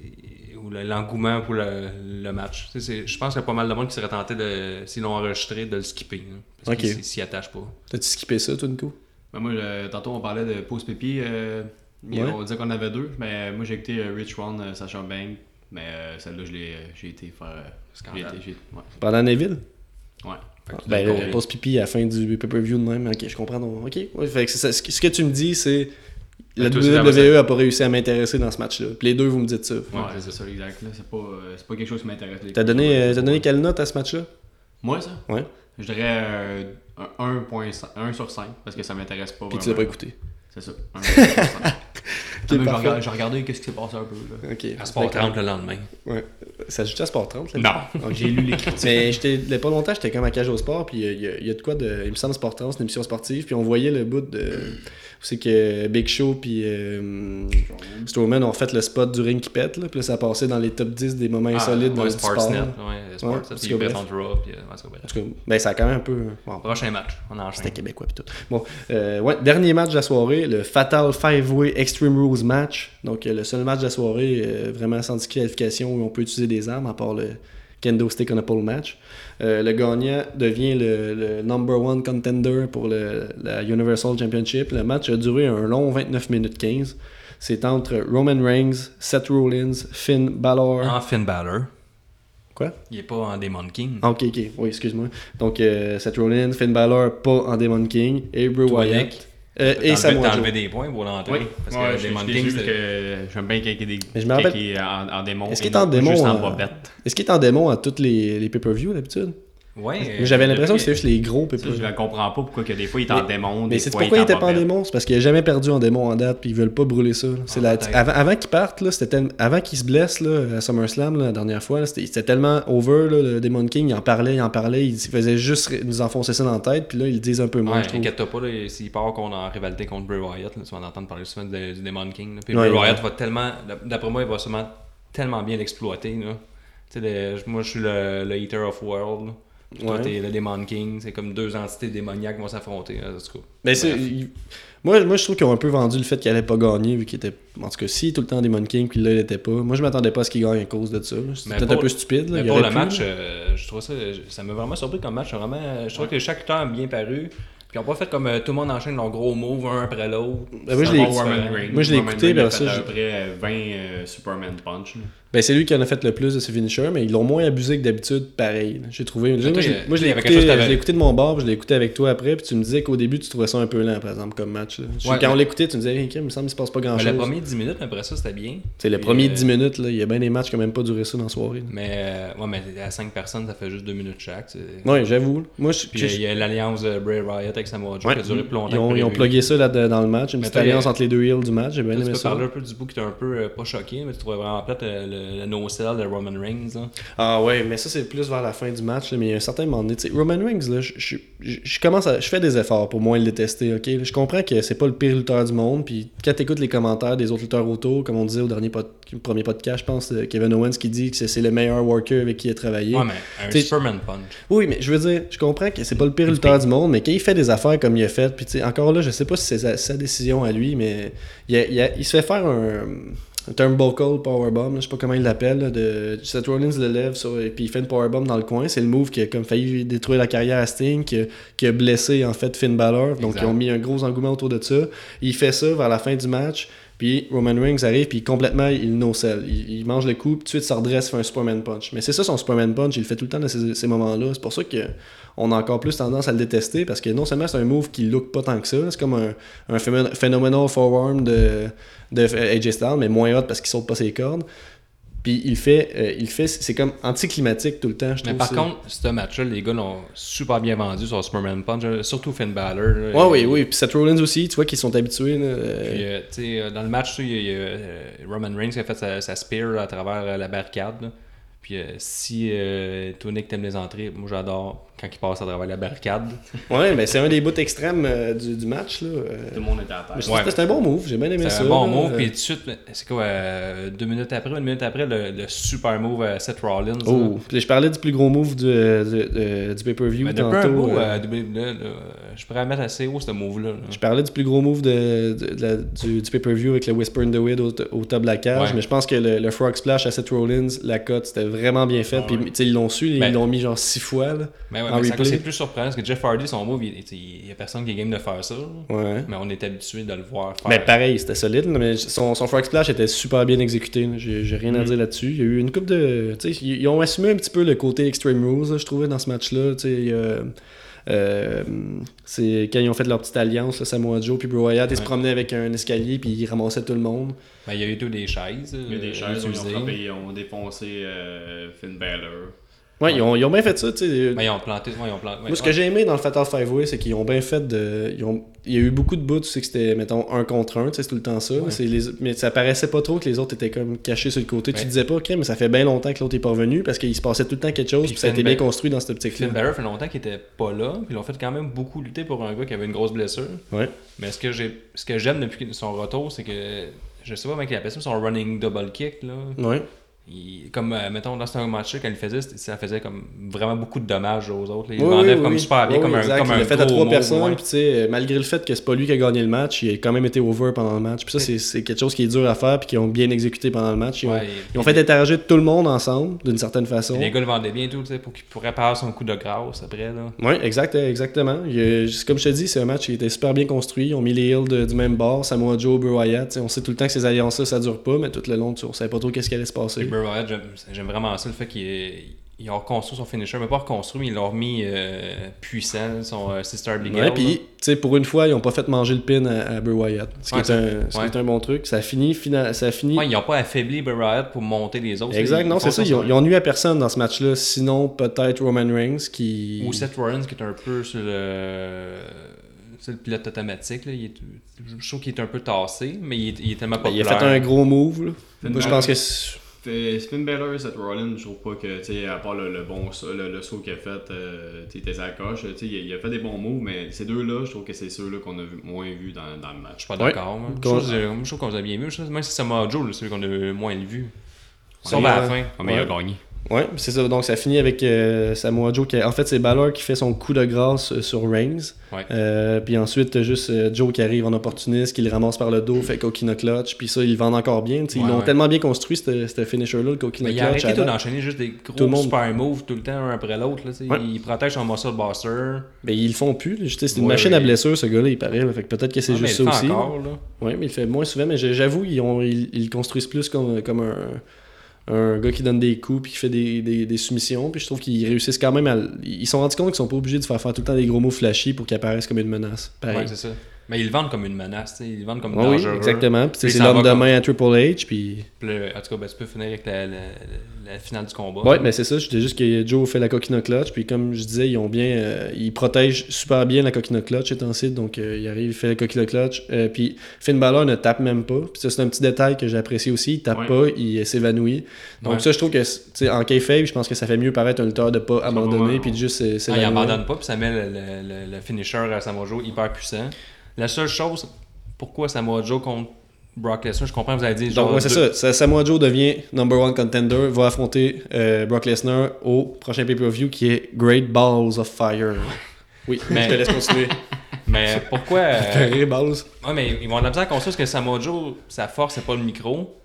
[SPEAKER 2] sais, ou le- l'engouement pour le, le match. Tu sais, c'est- Je pense qu'il y a pas mal de monde qui serait tenté, de, s'ils l'ont enregistré, de le skipper. là, parce
[SPEAKER 1] Ok.
[SPEAKER 2] qu'ils s'y- s'y attachent pas.
[SPEAKER 1] T'as-tu skippé ça, toi, Nico?
[SPEAKER 3] Ben, moi, je- tantôt, on parlait de Pause Pépi. euh, et
[SPEAKER 1] Ouais.
[SPEAKER 3] On disait qu'on en avait deux. Mais euh, moi, j'ai écouté euh, Rich One, euh, Sacha Bang. Mais euh, celle-là, je l'ai- j'ai été faire. euh, j'ai
[SPEAKER 2] Scandale.
[SPEAKER 3] été. j'ai- Ouais.
[SPEAKER 1] Pendant Neville?
[SPEAKER 3] ouais.
[SPEAKER 2] Fait que tu
[SPEAKER 1] Ben,
[SPEAKER 2] dois
[SPEAKER 1] le
[SPEAKER 2] courir.
[SPEAKER 1] pause pipi à la fin du pay-per-view de même. Ok, je comprends. donc. Ok. Ouais, fait que c'est ça. Ce que- ce que tu me dis, c'est. La
[SPEAKER 3] Ben, toi, c'est la
[SPEAKER 1] WWE a pas réussi à m'intéresser dans ce match-là. Puis les deux, vous me dites ça.
[SPEAKER 3] Ouais,
[SPEAKER 2] Ouais,
[SPEAKER 3] c'est ça, exact. là. C'est pas, euh, c'est pas quelque chose qui m'intéresse. les
[SPEAKER 1] T'as donné,
[SPEAKER 3] Cruiserweights.
[SPEAKER 1] euh, t'as donné quelle note à ce match-là
[SPEAKER 3] Moi, ça
[SPEAKER 1] Ouais.
[SPEAKER 3] Je dirais euh, un 1.5 1 sur 5 parce que ça m'intéresse pas.
[SPEAKER 1] Puis tu l'as
[SPEAKER 3] vraiment.
[SPEAKER 1] pas écouté.
[SPEAKER 3] C'est ça. un sur cinq.
[SPEAKER 1] Ok,
[SPEAKER 3] Ah, mais J'ai
[SPEAKER 1] parfait.
[SPEAKER 3] regardé- j'ai regardé qu'est-ce qui s'est passé un peu. Là.
[SPEAKER 1] Ok.
[SPEAKER 2] À Sport 30 le lendemain.
[SPEAKER 1] Ouais. Ça ajoute à Sport 30 là?
[SPEAKER 2] Non.
[SPEAKER 1] Ok.
[SPEAKER 3] J'ai lu les critiques.
[SPEAKER 1] Mais j'étais il y a pas longtemps, j'étais comme à Cage au Sport, puis euh, il y, a- il y a de quoi de. Il me semble Sport 30, c'est une émission sportive, puis on voyait le bout de. Où c'est que Big Show, puis. euh, Strowman ont fait le spot du ring qui pète, là, puis là, ça passait dans les top 10 des
[SPEAKER 3] Ah,
[SPEAKER 1] moments insolides dans
[SPEAKER 2] Ah, ouais,
[SPEAKER 1] le sport.
[SPEAKER 2] Sportsnet.
[SPEAKER 1] là.
[SPEAKER 2] Ouais,
[SPEAKER 1] Ouais,
[SPEAKER 2] Sportsnet.
[SPEAKER 1] parce
[SPEAKER 2] puis
[SPEAKER 1] que
[SPEAKER 2] Brett
[SPEAKER 1] bref.
[SPEAKER 2] on Raw, puis, euh, en tout cas, bref.
[SPEAKER 1] En tout cas, ben, ça a quand même un peu. bon,
[SPEAKER 2] Prochain match, on enchaîne.
[SPEAKER 1] c'était québécois pis tout. Bon, euh, ouais, dernier match de la soirée, le Fatal Five Way Extreme Rules match. Donc, euh, le seul match de la soirée euh, vraiment sans disqualification où on peut utiliser des armes, à part le Kendo Stick on a pole match. Euh, le gagnant devient le, le number one contender pour le, la Universal Championship. Le match a duré un long 29 minutes 15. C'est entre Roman Reigns, Seth Rollins, Finn Balor.
[SPEAKER 2] En Finn Balor.
[SPEAKER 1] Quoi?
[SPEAKER 2] Il est pas en Demon King.
[SPEAKER 1] Ah, ok, ok, oui, excuse-moi. Donc, euh, Seth Rollins, Finn Balor, pas en Demon King, et Bray
[SPEAKER 2] Toi,
[SPEAKER 1] Wyatt.
[SPEAKER 2] Nick,
[SPEAKER 1] euh, et
[SPEAKER 2] T'as enlevé-
[SPEAKER 1] Samoa
[SPEAKER 2] T'as
[SPEAKER 1] Joe.
[SPEAKER 2] enlevé des points pour l'entrée.
[SPEAKER 3] Oui,
[SPEAKER 2] Parce
[SPEAKER 3] ouais,
[SPEAKER 2] que
[SPEAKER 3] je-
[SPEAKER 2] Demon
[SPEAKER 3] je l'ai
[SPEAKER 2] King,
[SPEAKER 3] vu parce
[SPEAKER 2] c'était-
[SPEAKER 3] que euh, j'aime bien quelqu'un qui est, des-
[SPEAKER 1] Mais je me rappelle-
[SPEAKER 3] quelqu'un qui est euh, en, en démon.
[SPEAKER 1] Est-ce
[SPEAKER 3] et
[SPEAKER 1] qu'il est en
[SPEAKER 3] non
[SPEAKER 1] démon,
[SPEAKER 3] Juste en
[SPEAKER 1] euh,
[SPEAKER 3] bobette.
[SPEAKER 1] Est-ce qu'il est en démon à toutes les, les pay-per-views d'habitude
[SPEAKER 2] Ouais,
[SPEAKER 1] Mais J'avais
[SPEAKER 2] euh,
[SPEAKER 1] l'impression que
[SPEAKER 2] depuis-
[SPEAKER 1] c'était juste les gros
[SPEAKER 3] Ça, je
[SPEAKER 1] pay-per-views.
[SPEAKER 3] ne comprends pas pourquoi que des fois il est en démon.
[SPEAKER 1] Mais
[SPEAKER 3] des
[SPEAKER 1] c'est
[SPEAKER 3] fois,
[SPEAKER 1] pourquoi il
[SPEAKER 3] est
[SPEAKER 1] était pas en
[SPEAKER 3] bobette.
[SPEAKER 1] démon C'est parce qu'il a jamais perdu en démon en date, puis ils veulent pas brûler ça. là. C'est
[SPEAKER 2] Ah,
[SPEAKER 1] la...
[SPEAKER 2] peut-être.
[SPEAKER 1] Avant, avant qu'il parte, là, c'était tellement- avant qu'il se blesse là, à SummerSlam là, la dernière fois, là, c'était c'était tellement over, là, le Demon King, il en parlait, il en parlait, il faisait juste ré- nous enfoncer ça dans la tête, puis là, ils le disent un peu moins,
[SPEAKER 2] Ouais,
[SPEAKER 1] je trouve.
[SPEAKER 2] inquiète-toi pas, là, s'il part qu'on est en rivalité contre Bray Wyatt, là, tu vas en entendre parler souvent de- du Demon King. là. Puis
[SPEAKER 1] Ouais,
[SPEAKER 2] Bray Wyatt
[SPEAKER 1] ouais.
[SPEAKER 2] va tellement, d'après moi, il va sûrement tellement bien l'exploiter. là, Tu sais, le- moi, je suis le, le Eater of World. là. Puis Toi,
[SPEAKER 1] Ouais.
[SPEAKER 2] t'es le Demon King. C'est comme deux entités démoniaques vont s'affronter. En tout cas.
[SPEAKER 1] Ben, c'est-
[SPEAKER 2] Bref.
[SPEAKER 1] il- moi, moi, je trouve qu'ils ont un peu vendu le fait qu'il allait pas gagner, vu qu'il était. En tout cas, si, tout le temps Demon King, puis là, il était pas. Moi, je m'attendais pas à ce qu'il gagne à cause de ça. là. C'était
[SPEAKER 2] Mais
[SPEAKER 1] peut-être
[SPEAKER 2] pour-
[SPEAKER 1] un peu stupide. là.
[SPEAKER 2] Mais
[SPEAKER 1] Il
[SPEAKER 2] pour
[SPEAKER 1] aurait
[SPEAKER 2] le
[SPEAKER 1] pu,
[SPEAKER 2] match,
[SPEAKER 1] là.
[SPEAKER 2] euh, je trouve ça, ça m'a vraiment surpris comme match. Vraiment, je trouve que chaque temps a bien paru. Puis on pas fait comme euh, tout le monde enchaîne leurs gros moves un après l'autre.
[SPEAKER 1] Ben, moi, je
[SPEAKER 2] Ça
[SPEAKER 1] l'ai-
[SPEAKER 2] va
[SPEAKER 1] Moi,
[SPEAKER 2] différent.
[SPEAKER 1] Moi, je l'ai écouté,
[SPEAKER 3] mais
[SPEAKER 1] puis après
[SPEAKER 3] à
[SPEAKER 1] ça,
[SPEAKER 3] peu près euh, 20 euh, Superman Punch. là.
[SPEAKER 1] Ben, c'est lui qui en a fait le plus de ses finishers, mais ils l'ont moins abusé que d'habitude, pareil. là. J'ai trouvé.
[SPEAKER 2] Toi,
[SPEAKER 1] moi, je,
[SPEAKER 2] euh,
[SPEAKER 1] moi, je l'ai
[SPEAKER 2] il y avait
[SPEAKER 1] écouté,
[SPEAKER 2] quelque chose que t'avais-
[SPEAKER 1] je l'ai écouté de mon bord, puis je l'ai écouté avec toi après, puis tu me disais qu'au début, tu trouvais ça un peu lent, par exemple, comme match. là. Je-
[SPEAKER 2] Ouais,
[SPEAKER 1] quand
[SPEAKER 2] mais-
[SPEAKER 1] on l'écoutait, tu me disais, hey, Kim, il me semble qu'il se passe pas grand
[SPEAKER 2] Mais
[SPEAKER 1] chose.
[SPEAKER 2] le premier 10 minutes, après ça, c'était bien.
[SPEAKER 1] C'est le
[SPEAKER 2] Puis,
[SPEAKER 1] premier
[SPEAKER 2] euh,
[SPEAKER 1] 10 minutes, là, il y a bien des matchs qui ont même pas duré ça dans la soirée.
[SPEAKER 2] Mais, euh, ouais, mais à 5 personnes, ça fait juste 2 minutes chaque. tu sais.
[SPEAKER 1] Oui, j'avoue. Moi, je,
[SPEAKER 2] Puis
[SPEAKER 1] je-
[SPEAKER 2] euh, il y a l'alliance euh, Bray Wyatt avec Samoa Joe
[SPEAKER 1] Ouais.
[SPEAKER 2] qui a duré plus longtemps.
[SPEAKER 1] ils ont,
[SPEAKER 2] que
[SPEAKER 1] ils ont
[SPEAKER 2] prévu.
[SPEAKER 1] plugué ça là, de- dans le match, une
[SPEAKER 2] Mais
[SPEAKER 1] petite
[SPEAKER 2] toi,
[SPEAKER 1] alliance
[SPEAKER 2] il y a-
[SPEAKER 1] entre les deux heels du match, j'ai bien
[SPEAKER 2] Tu
[SPEAKER 1] aimé
[SPEAKER 2] peux
[SPEAKER 1] ça.
[SPEAKER 2] parler un peu du bout qui t'a un peu euh, pas choqué, mais tu trouvais vraiment plate euh, le, le no-sell de Roman Reigns. hein. là.
[SPEAKER 1] Ah ouais, mais ça c'est plus vers la fin du match, là, mais il y a un certain moment donné, tu sais, Roman Reigns, là, je, je- je- je commence à, je fais des efforts pour moins le détester, ok? Je comprends que c'est pas le pire lutteur du monde, puis quand t'écoutes les commentaires des autres lutteurs autour, comme on disait au dernier pod- premier podcast, je pense, euh, Kevin Owens qui dit que c'est le meilleur worker avec qui il a travaillé.
[SPEAKER 2] Ouais, mais un
[SPEAKER 1] T'sais,
[SPEAKER 2] Superman Punch.
[SPEAKER 1] Oui, mais je veux dire, je comprends que c'est pas le pire lutteur du monde, mais quand il fait des affaires comme il a fait, puis tu sais, encore là, je sais pas si c'est sa, sa décision à lui, mais il, a- il a- il se fait faire un, un turnbuckle powerbomb, là, je sais pas comment il l'appelle, là, de Seth Rollins le lève, sur, et puis il fait une powerbomb dans le coin. C'est le move qui a comme failli détruire la carrière à Sting, qui a, qui a blessé en fait Finn Balor, donc
[SPEAKER 2] Exact.
[SPEAKER 1] ils ont mis un gros engouement autour de ça. Il fait ça vers la fin du match. Puis Roman Reigns arrive, puis complètement, il no-sell. Il, il mange le coup, puis tout de suite, ça redresse, fait un Superman Punch. Mais c'est ça son Superman Punch, il le fait tout le temps dans ces, ces moments-là. C'est pour ça qu'on a encore plus tendance à le détester, parce que non seulement c'est un move qui look pas tant que ça, là, c'est comme un, un phénom- phenomenal forearm de, de AJ Styles, mais moins hot parce qu'il saute pas ses cordes. Puis il fait, euh, il fait c'est comme anticlimatique tout le temps, je
[SPEAKER 2] Mais
[SPEAKER 1] trouve
[SPEAKER 2] par
[SPEAKER 1] ça.
[SPEAKER 2] contre, ce match-là, les gars l'ont super bien vendu sur Superman Punch, euh, surtout Finn Balor. là.
[SPEAKER 1] Ouais, oui,
[SPEAKER 2] Il-
[SPEAKER 1] oui. Puis Seth Rollins aussi, tu vois qu'ils sont habitués. là, euh,
[SPEAKER 2] Puis, euh, tu sais, euh, dans le match, tu sais, il y a- il y a, euh, Roman Reigns qui a fait sa, sa spear là, à travers euh, la barricade. là. Puis euh, si euh, Tonic t'aimes les entrées, moi j'adore quand il passe à travers la barricade.
[SPEAKER 1] Ouais, mais c'est un des bouts extrêmes euh, du, du match. Là. euh.
[SPEAKER 3] Tout le monde était à terre.
[SPEAKER 1] Mais je
[SPEAKER 2] Ouais.
[SPEAKER 1] trouve que c'est un bon move, j'ai bien aimé
[SPEAKER 2] C'est
[SPEAKER 1] ça.
[SPEAKER 2] un bon
[SPEAKER 1] là.
[SPEAKER 2] move.
[SPEAKER 1] Euh,
[SPEAKER 2] Puis tout de suite, c'est quoi, euh, deux minutes après, une minute après, le, le super move à Seth Rollins.
[SPEAKER 1] Oh,
[SPEAKER 2] là.
[SPEAKER 1] puis je parlais du plus gros move du, euh, du- euh, du pay-per-view
[SPEAKER 2] Mais depuis un
[SPEAKER 1] tantôt.
[SPEAKER 2] bout,
[SPEAKER 1] euh,
[SPEAKER 2] euh, WWE, là, euh, je pourrais mettre assez haut ce move-là. là.
[SPEAKER 1] Je parlais du plus gros move de, de- de la- du, du pay-per-view avec le Whisper in the Wind au, au top de la cage,
[SPEAKER 2] Ouais.
[SPEAKER 1] mais je pense que le, le Frog Splash à Seth Rollins, la cote, c'était vraiment bien fait.
[SPEAKER 3] Ah
[SPEAKER 1] puis
[SPEAKER 3] ouais.
[SPEAKER 1] tu sais, ils l'ont su, ils
[SPEAKER 2] Ben-
[SPEAKER 1] l'ont mis genre six fois. Là.
[SPEAKER 2] Mais ouais,
[SPEAKER 1] En
[SPEAKER 2] mais ça,
[SPEAKER 1] replay.
[SPEAKER 2] c'est plus surprenant parce que Jeff Hardy, son move, il il y a personne qui est game de faire ça. là.
[SPEAKER 1] Ouais.
[SPEAKER 2] Mais on est habitué de le voir faire.
[SPEAKER 1] Mais pareil, c'était solide, là, mais son, son frog splash était super bien exécuté. là. J'ai j'ai rien à
[SPEAKER 3] Mhm.
[SPEAKER 1] dire là-dessus. Il y a eu une coupe de. tu sais, Ils ils ont assumé un petit peu le côté Extreme Rules, là, je trouvais, dans ce match-là. Tu sais, euh, euh, c'est quand ils ont fait leur petite alliance, là, Samoa Joe puis Bro Wyatt, ils se
[SPEAKER 2] Ouais.
[SPEAKER 1] promenaient avec un escalier puis ils ramassaient tout le monde.
[SPEAKER 2] Ben, il y a eu tout des chaises.
[SPEAKER 3] Il y a
[SPEAKER 2] euh,
[SPEAKER 3] des chaises, ils ont
[SPEAKER 2] utilisées.
[SPEAKER 3] frappé, ils ont défoncé euh, Finn Balor.
[SPEAKER 1] Ouais, Ils, ont, ils ont bien fait ça. tu sais.
[SPEAKER 2] Ben, ils ont planté. ouais, ils ont planté.
[SPEAKER 1] Moi, ce que j'ai aimé dans le Fatal Five Way, c'est qu'ils ont bien fait de. ils ont- Il y a eu beaucoup de bouts, tu sais, que c'était, mettons, un contre un, tu sais, c'est tout le temps ça.
[SPEAKER 2] Ouais.
[SPEAKER 1] C'est les- Mais ça paraissait pas trop que les autres étaient comme cachés sur le côté. Tu
[SPEAKER 2] Ouais.
[SPEAKER 1] te disais pas, ok, mais ça fait bien longtemps que l'autre est pas revenu parce qu'il se passait tout le temps quelque chose,
[SPEAKER 2] Puis
[SPEAKER 1] puis ça a
[SPEAKER 2] Finn
[SPEAKER 1] été bien
[SPEAKER 2] Balor-
[SPEAKER 1] construit dans cette optique-là.
[SPEAKER 2] Finn Balor fait longtemps qu'il était pas là. Puis ils l'ont fait quand même beaucoup lutter pour un gars qui avait une grosse blessure.
[SPEAKER 1] Ouais.
[SPEAKER 2] Mais ce que j'ai, ce que j'aime depuis son retour, c'est que je sais pas comment il appelle ça, son running double kick là.
[SPEAKER 1] Ouais.
[SPEAKER 2] Il- comme euh, mettons dans ce match-là quand il le faisait, c'était- ça faisait comme vraiment beaucoup de dommages aux autres. là. Il
[SPEAKER 1] Oui,
[SPEAKER 2] l'enlève
[SPEAKER 1] oui,
[SPEAKER 2] comme
[SPEAKER 1] oui.
[SPEAKER 2] super bien,
[SPEAKER 1] Oui,
[SPEAKER 2] comme
[SPEAKER 1] oui,
[SPEAKER 2] un,
[SPEAKER 1] exact.
[SPEAKER 2] comme
[SPEAKER 1] il
[SPEAKER 2] un
[SPEAKER 1] l'a fait à
[SPEAKER 2] gros
[SPEAKER 1] trois
[SPEAKER 2] move,
[SPEAKER 1] personnes,
[SPEAKER 2] ouais.
[SPEAKER 1] puis tu sais, euh, malgré le fait que c'est pas lui qui a gagné le match, il a quand même été over pendant le match. Puis ça, c'est, c'est quelque chose qui est dur à faire, puis qu'ils ont bien exécuté pendant le match. Ils ont,
[SPEAKER 2] Ouais,
[SPEAKER 1] ils ont fait interagir tout le monde ensemble, d'une certaine façon.
[SPEAKER 2] et les gars le vendaient bien et tout, tu sais, pour qu'il pourrait passer son coup de grâce après là.
[SPEAKER 1] Oui, exact, euh, exactement. Il y a- juste comme je te dis, c'est un match qui était super bien construit. Ils ont mis les hills de- du même bord, Samoa Joe, Bray Wyatt. T'sais, On sait tout le temps que ces alliances-là, ça dure pas, mais tout le long, tu- on savait pas trop qu'est-ce qui allait se
[SPEAKER 2] Puis
[SPEAKER 1] passer.
[SPEAKER 2] Bray Wyatt, j'aime- j'aime vraiment ça, le fait qu'il ait- il a reconstruit son finisher, mais pas reconstruit, mais il l'a remis euh, puissant, son euh, Sister Abigail.
[SPEAKER 1] Ouais, puis, tu sais, pour une fois, ils ont pas fait manger le pin à, à Bray Wyatt, ce qui,
[SPEAKER 2] Ouais,
[SPEAKER 1] est, un, ce qui
[SPEAKER 2] ouais.
[SPEAKER 1] est un bon truc. Ça finit, fina- ça finit.
[SPEAKER 2] là. Ouais, ils n'ont pas affaibli Bray Wyatt pour monter les autres.
[SPEAKER 1] exact,
[SPEAKER 2] Ils-
[SPEAKER 1] non,
[SPEAKER 2] ils
[SPEAKER 1] c'est
[SPEAKER 2] font
[SPEAKER 1] ça. Ils ont, ils ont nuit à personne dans ce match-là, sinon peut-être Roman Reigns qui.
[SPEAKER 2] Ou Seth Rollins qui est un peu sur le, sur le pilote automatique. Là. Il est- je trouve qu'il est un peu tassé, mais il est, il est tellement
[SPEAKER 1] Ben, il a
[SPEAKER 2] populaire.
[SPEAKER 1] fait un gros move. là.
[SPEAKER 3] Finn
[SPEAKER 1] Moi, je
[SPEAKER 3] Balor.
[SPEAKER 1] pense que. c'est-
[SPEAKER 3] Fait- Finn Balor, Seth Rollins, je trouve pas que, tu sais, à part le, le bon saut- le, le saut qu'il a fait, euh, tu sais, il était à la coche, tu sais, il, a- il a fait des bons moves, mais ces deux-là, je trouve que c'est ceux-là qu'on a vu- moins vu dans, dans le
[SPEAKER 2] Je
[SPEAKER 3] match.
[SPEAKER 2] suis pas
[SPEAKER 1] Ouais.
[SPEAKER 2] d'accord. moi. Je
[SPEAKER 1] Con-
[SPEAKER 2] trouve que- Je trouve qu'on les a bien vus. Je trouve- Même si c'est Samoa Joe, là, celui qu'on a le moins vu.
[SPEAKER 1] Ouais.
[SPEAKER 2] Sauf à la fin.
[SPEAKER 1] Ah, mais il a
[SPEAKER 3] gagné.
[SPEAKER 1] Ouais, c'est ça. Donc ça finit avec euh, Samoa Joe qui en fait c'est Balor qui fait son coup de grâce euh, sur Reigns.
[SPEAKER 2] Ouais.
[SPEAKER 1] Euh, puis ensuite euh, juste euh, Joe qui arrive en opportuniste, qui le ramasse par le dos, fait Coquina Clutch, puis ça ils vendent encore bien. Tu sais,
[SPEAKER 2] Ouais,
[SPEAKER 1] ils l'ont
[SPEAKER 2] ouais.
[SPEAKER 1] tellement bien construit ce finisher là, le Coquina
[SPEAKER 2] Mais il a
[SPEAKER 1] Clutch. à
[SPEAKER 2] arrêté tout
[SPEAKER 1] date.
[SPEAKER 2] d'enchaîner juste des gros
[SPEAKER 1] Tout le monde-
[SPEAKER 2] super moves tout le temps, un après l'autre. là, tu sais.
[SPEAKER 1] Ouais.
[SPEAKER 2] Il protège son muscle buster.
[SPEAKER 1] Mais Ben, ils le font plus. là. Je- tu sais, C'est une
[SPEAKER 2] Ouais,
[SPEAKER 1] machine à
[SPEAKER 2] ouais.
[SPEAKER 1] blessures ce gars-là, il paraît. là. Fait que peut-être que c'est
[SPEAKER 2] Ah, mais
[SPEAKER 1] juste ça
[SPEAKER 2] il le
[SPEAKER 1] aussi.
[SPEAKER 2] fait encore, là.
[SPEAKER 1] Oui, mais il le fait moins souvent, mais j'ai- j'avoue, ils, ont- ils, ils le construisent plus comme, comme un, un gars qui donne des coups puis qui fait des, des, des soumissions. Puis je trouve qu'ils réussissent quand même à. l- Ils se sont rendus compte qu'ils sont pas obligés de faire faire tout le temps des gros mots flashy pour qu'ils apparaissent comme une menace. Pareil.
[SPEAKER 2] Ouais, c'est ça. Mais ils le vendent comme une menace, tu sais, ils le vendent comme
[SPEAKER 1] Ah oui,
[SPEAKER 2] dangereux.
[SPEAKER 1] exactement. Puis tu sais,
[SPEAKER 2] Puis
[SPEAKER 1] c'est
[SPEAKER 2] il s'en
[SPEAKER 1] l'homme
[SPEAKER 2] va
[SPEAKER 1] de
[SPEAKER 2] comme-
[SPEAKER 1] main à Triple H. Puis...
[SPEAKER 2] Puis là, en tout cas, ben, tu peux finir avec la, la- la finale du combat. Ah,
[SPEAKER 1] Ouais, mais c'est ça. Je disais juste que Joe fait la coquina clutch. Puis comme je disais, ils ont bien. euh, ils protègent super bien la coquina clutch étant site. Donc euh, il arrive, il fait la coquina clutch. euh, puis Finn Balor ne tape même pas. Puis ça, c'est un petit détail que j'apprécie aussi. Il tape
[SPEAKER 3] Ouais.
[SPEAKER 1] pas, il euh, s'évanouit. Donc
[SPEAKER 2] Ouais.
[SPEAKER 1] ça, je trouve que, c'est- tu sais, en kayfabe, je pense que ça fait mieux paraître un lutteur de pas abandonner
[SPEAKER 3] vraiment-
[SPEAKER 1] puis de juste euh,
[SPEAKER 2] Ah, il
[SPEAKER 1] s'évanouir.
[SPEAKER 2] abandonne pas, puis ça met le, le- le- le finisher à Samoa Joe hyper puissant. La seule chose, pourquoi Samoa Joe contre Brock Lesnar, je comprends, vous avez dit.
[SPEAKER 1] Donc
[SPEAKER 2] genre,
[SPEAKER 1] ouais, c'est
[SPEAKER 2] deux-
[SPEAKER 1] ça. ça. Samoa Joe devient number one contender, va affronter euh, Brock Lesnar au prochain pay-per-view qui est Great Balls of Fire. Oui,
[SPEAKER 2] Mais-
[SPEAKER 1] je te laisse continuer.
[SPEAKER 2] Mais pourquoi. euh,
[SPEAKER 1] Great Balls.
[SPEAKER 2] Ouais, mais ils vont avoir de la misère à construire parce que Samoa Joe, sa force, c'est pas le micro.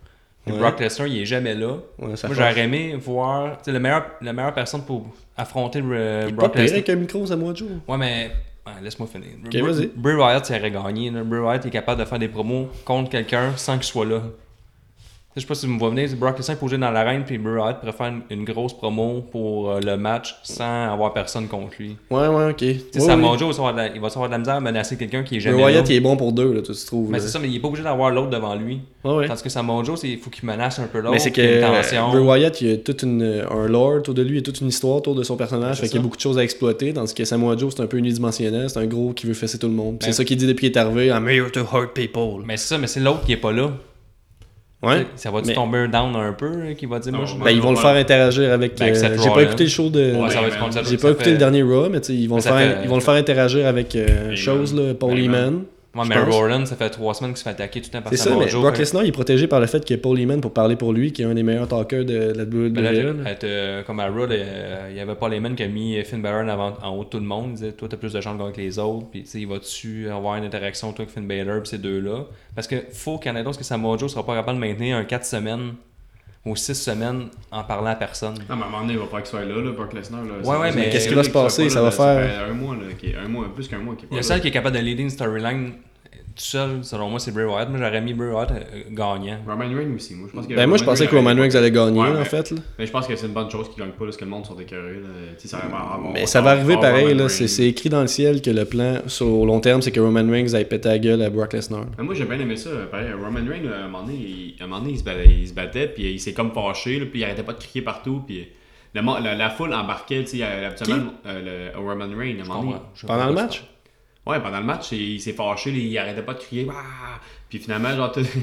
[SPEAKER 2] Puis
[SPEAKER 1] Ouais.
[SPEAKER 2] Brock Lesnar, il est jamais là.
[SPEAKER 1] Ouais, ça force.
[SPEAKER 2] Moi, j'aurais aimé voir tu sais, le meilleur, la meilleure personne pour affronter euh,
[SPEAKER 1] Il est pas
[SPEAKER 2] Brock
[SPEAKER 1] pire
[SPEAKER 2] Lesnar.
[SPEAKER 1] avec un micro, Samoa Joe.
[SPEAKER 2] Ouais, mais ouais, laisse-moi finir.
[SPEAKER 1] Ok, vas-y.
[SPEAKER 2] Bray Wyatt, il aurait gagné. là. Bray Wyatt est capable de faire des promos contre quelqu'un sans qu'il soit là. Tu sais, Je sais pas si vous me voyez venir, c'est Brock Lesnar est posé dans l'arène, puis Bray Wyatt pourrait faire une, une grosse promo pour euh, le match sans avoir personne contre lui.
[SPEAKER 1] Ouais, ouais, ok.
[SPEAKER 2] Tu sais, Samoa Joe, il va se avoir de la- il va se avoir de la misère à menacer quelqu'un qui est
[SPEAKER 1] Le
[SPEAKER 2] jamais là.
[SPEAKER 1] Wyatt, il est bon pour deux, là, tu tu trouves.
[SPEAKER 2] Mais
[SPEAKER 1] là.
[SPEAKER 2] c'est ça, mais il est pas obligé d'avoir l'autre devant lui.
[SPEAKER 1] Ouais, ouais.
[SPEAKER 2] Tandis que Samoa Joe, c'est- il faut qu'il menace un peu l'autre.
[SPEAKER 1] Mais c'est que
[SPEAKER 2] qu'il y ait une tension.
[SPEAKER 1] euh, Bray Wyatt, il y a toute une, euh, un lore autour de lui, il y a toute une histoire autour de son personnage,
[SPEAKER 2] C'est
[SPEAKER 1] fait qu'il y a
[SPEAKER 2] ça.
[SPEAKER 1] beaucoup de choses à exploiter, tandis que Samoa Joe, c'est un peu unidimensionnel, c'est un gros qui veut fesser tout le monde. Puis
[SPEAKER 2] Ben-
[SPEAKER 1] c'est ça qu'il dit depuis qu'il est arrivé, ah, I'm here to hurt people.
[SPEAKER 2] Mais c'est ça, mais c'est l'autre qui est pas là.
[SPEAKER 1] Ouais.
[SPEAKER 2] Ça va-tu
[SPEAKER 1] Mais-
[SPEAKER 2] tomber down un peu, hein, qui va dire, moi,
[SPEAKER 3] Non,
[SPEAKER 2] je
[SPEAKER 3] ben,
[SPEAKER 1] Ben, ils vont le faire interagir avec.
[SPEAKER 2] Ben, avec
[SPEAKER 1] euh,
[SPEAKER 2] Seth
[SPEAKER 1] J'ai pas
[SPEAKER 2] Rollins.
[SPEAKER 1] écouté le show de.
[SPEAKER 2] Ouais, ça va
[SPEAKER 3] Ouais,
[SPEAKER 2] être contre ça.
[SPEAKER 1] J'ai
[SPEAKER 2] ça
[SPEAKER 1] pas écouté
[SPEAKER 2] fait-
[SPEAKER 1] le dernier Raw, mais tu sais, ils vont, le
[SPEAKER 2] Ça
[SPEAKER 1] faire,
[SPEAKER 2] fait-
[SPEAKER 1] ils vont le faire interagir avec euh,
[SPEAKER 3] Heyman.
[SPEAKER 1] chose, là, Paul
[SPEAKER 3] Heyman.
[SPEAKER 1] Heyman.
[SPEAKER 2] Ouais,
[SPEAKER 1] je
[SPEAKER 2] mais
[SPEAKER 1] pense.
[SPEAKER 2] Roland, ça fait trois semaines qu'il se fait attaquer tout le temps par hein.
[SPEAKER 1] C'est ça,
[SPEAKER 2] Samoa
[SPEAKER 1] mais
[SPEAKER 2] Joe.
[SPEAKER 1] Brock
[SPEAKER 2] fait-
[SPEAKER 1] Lesnar il est protégé par le fait que Paul Heyman, pour parler pour lui, qui est un des meilleurs talkers de, de la E, WWE.
[SPEAKER 2] Ben là, être, euh, comme à Raw, là, euh, il y avait Paul Heyman qui a mis Finn Balor en, avant- en haut de tout le monde. Il disait, toi, t'as plus de chance de gagner que les autres. Puis, tu sais, il va-tu avoir une interaction, toi, avec Finn Balor, puis ces deux-là? Parce que faut qu'il y en ait d'autres, parce que Samoa Joe sera pas capable de maintenir un 4 semaines ou 6 semaines en parlant à personne.
[SPEAKER 3] Non, mais à un moment donné, il va pas qu'il soit là, là, Brock Lesnar. Là.
[SPEAKER 2] Ouais, ouais,
[SPEAKER 3] C'est-
[SPEAKER 2] mais
[SPEAKER 3] c'est
[SPEAKER 2] qu'est-ce
[SPEAKER 1] qui va se
[SPEAKER 3] qu'il soit
[SPEAKER 1] passer?
[SPEAKER 3] pas
[SPEAKER 1] Ça
[SPEAKER 3] là,
[SPEAKER 1] va faire-
[SPEAKER 3] fait un mois, là, qui est- un mois, plus qu'un mois qui est pas
[SPEAKER 2] Le
[SPEAKER 3] là.
[SPEAKER 2] seul qui est capable de leader une storyline tout seul, selon moi, c'est Bray Wyatt. Moi, j'aurais mis Bray Wyatt euh, gagnant.
[SPEAKER 3] Roman Reigns aussi, moi je pense que.
[SPEAKER 1] Ben moi je pensais que
[SPEAKER 3] Reigns
[SPEAKER 1] Roman
[SPEAKER 3] avait-
[SPEAKER 1] Reigns allait gagner
[SPEAKER 3] Ouais,
[SPEAKER 1] en
[SPEAKER 3] mais-
[SPEAKER 1] fait. là.
[SPEAKER 3] Mais je pense que c'est une bonne chose qu'il gagne pas, parce que le monde sont écœurés. Là. Tu sais, Ça va vraiment avoir-
[SPEAKER 1] Mais ça va arriver
[SPEAKER 3] Ah,
[SPEAKER 1] pareil,
[SPEAKER 3] Roman
[SPEAKER 1] là.
[SPEAKER 3] Reigns.
[SPEAKER 1] C'est c'est écrit dans le ciel que le plan sur au long terme, c'est que Roman Reigns aille péter la gueule à Brock Lesnar.
[SPEAKER 3] Mais moi j'ai bien aimé ça. Pareil, Roman Reigns, à un moment donné, il, à un moment donné, il se battait, il se battait, puis il s'est comme fâché, là, puis il arrêtait pas de crier partout, puis le mon- la, la foule embarquait, tu sais, absolument, euh, le- Roman Reigns, à un moment donné.
[SPEAKER 1] Pendant le match?
[SPEAKER 3] Ouais, pendant le match, il, il s'est fâché, là, il arrêtait pas de crier. Ah! Puis finalement, genre, tout. toute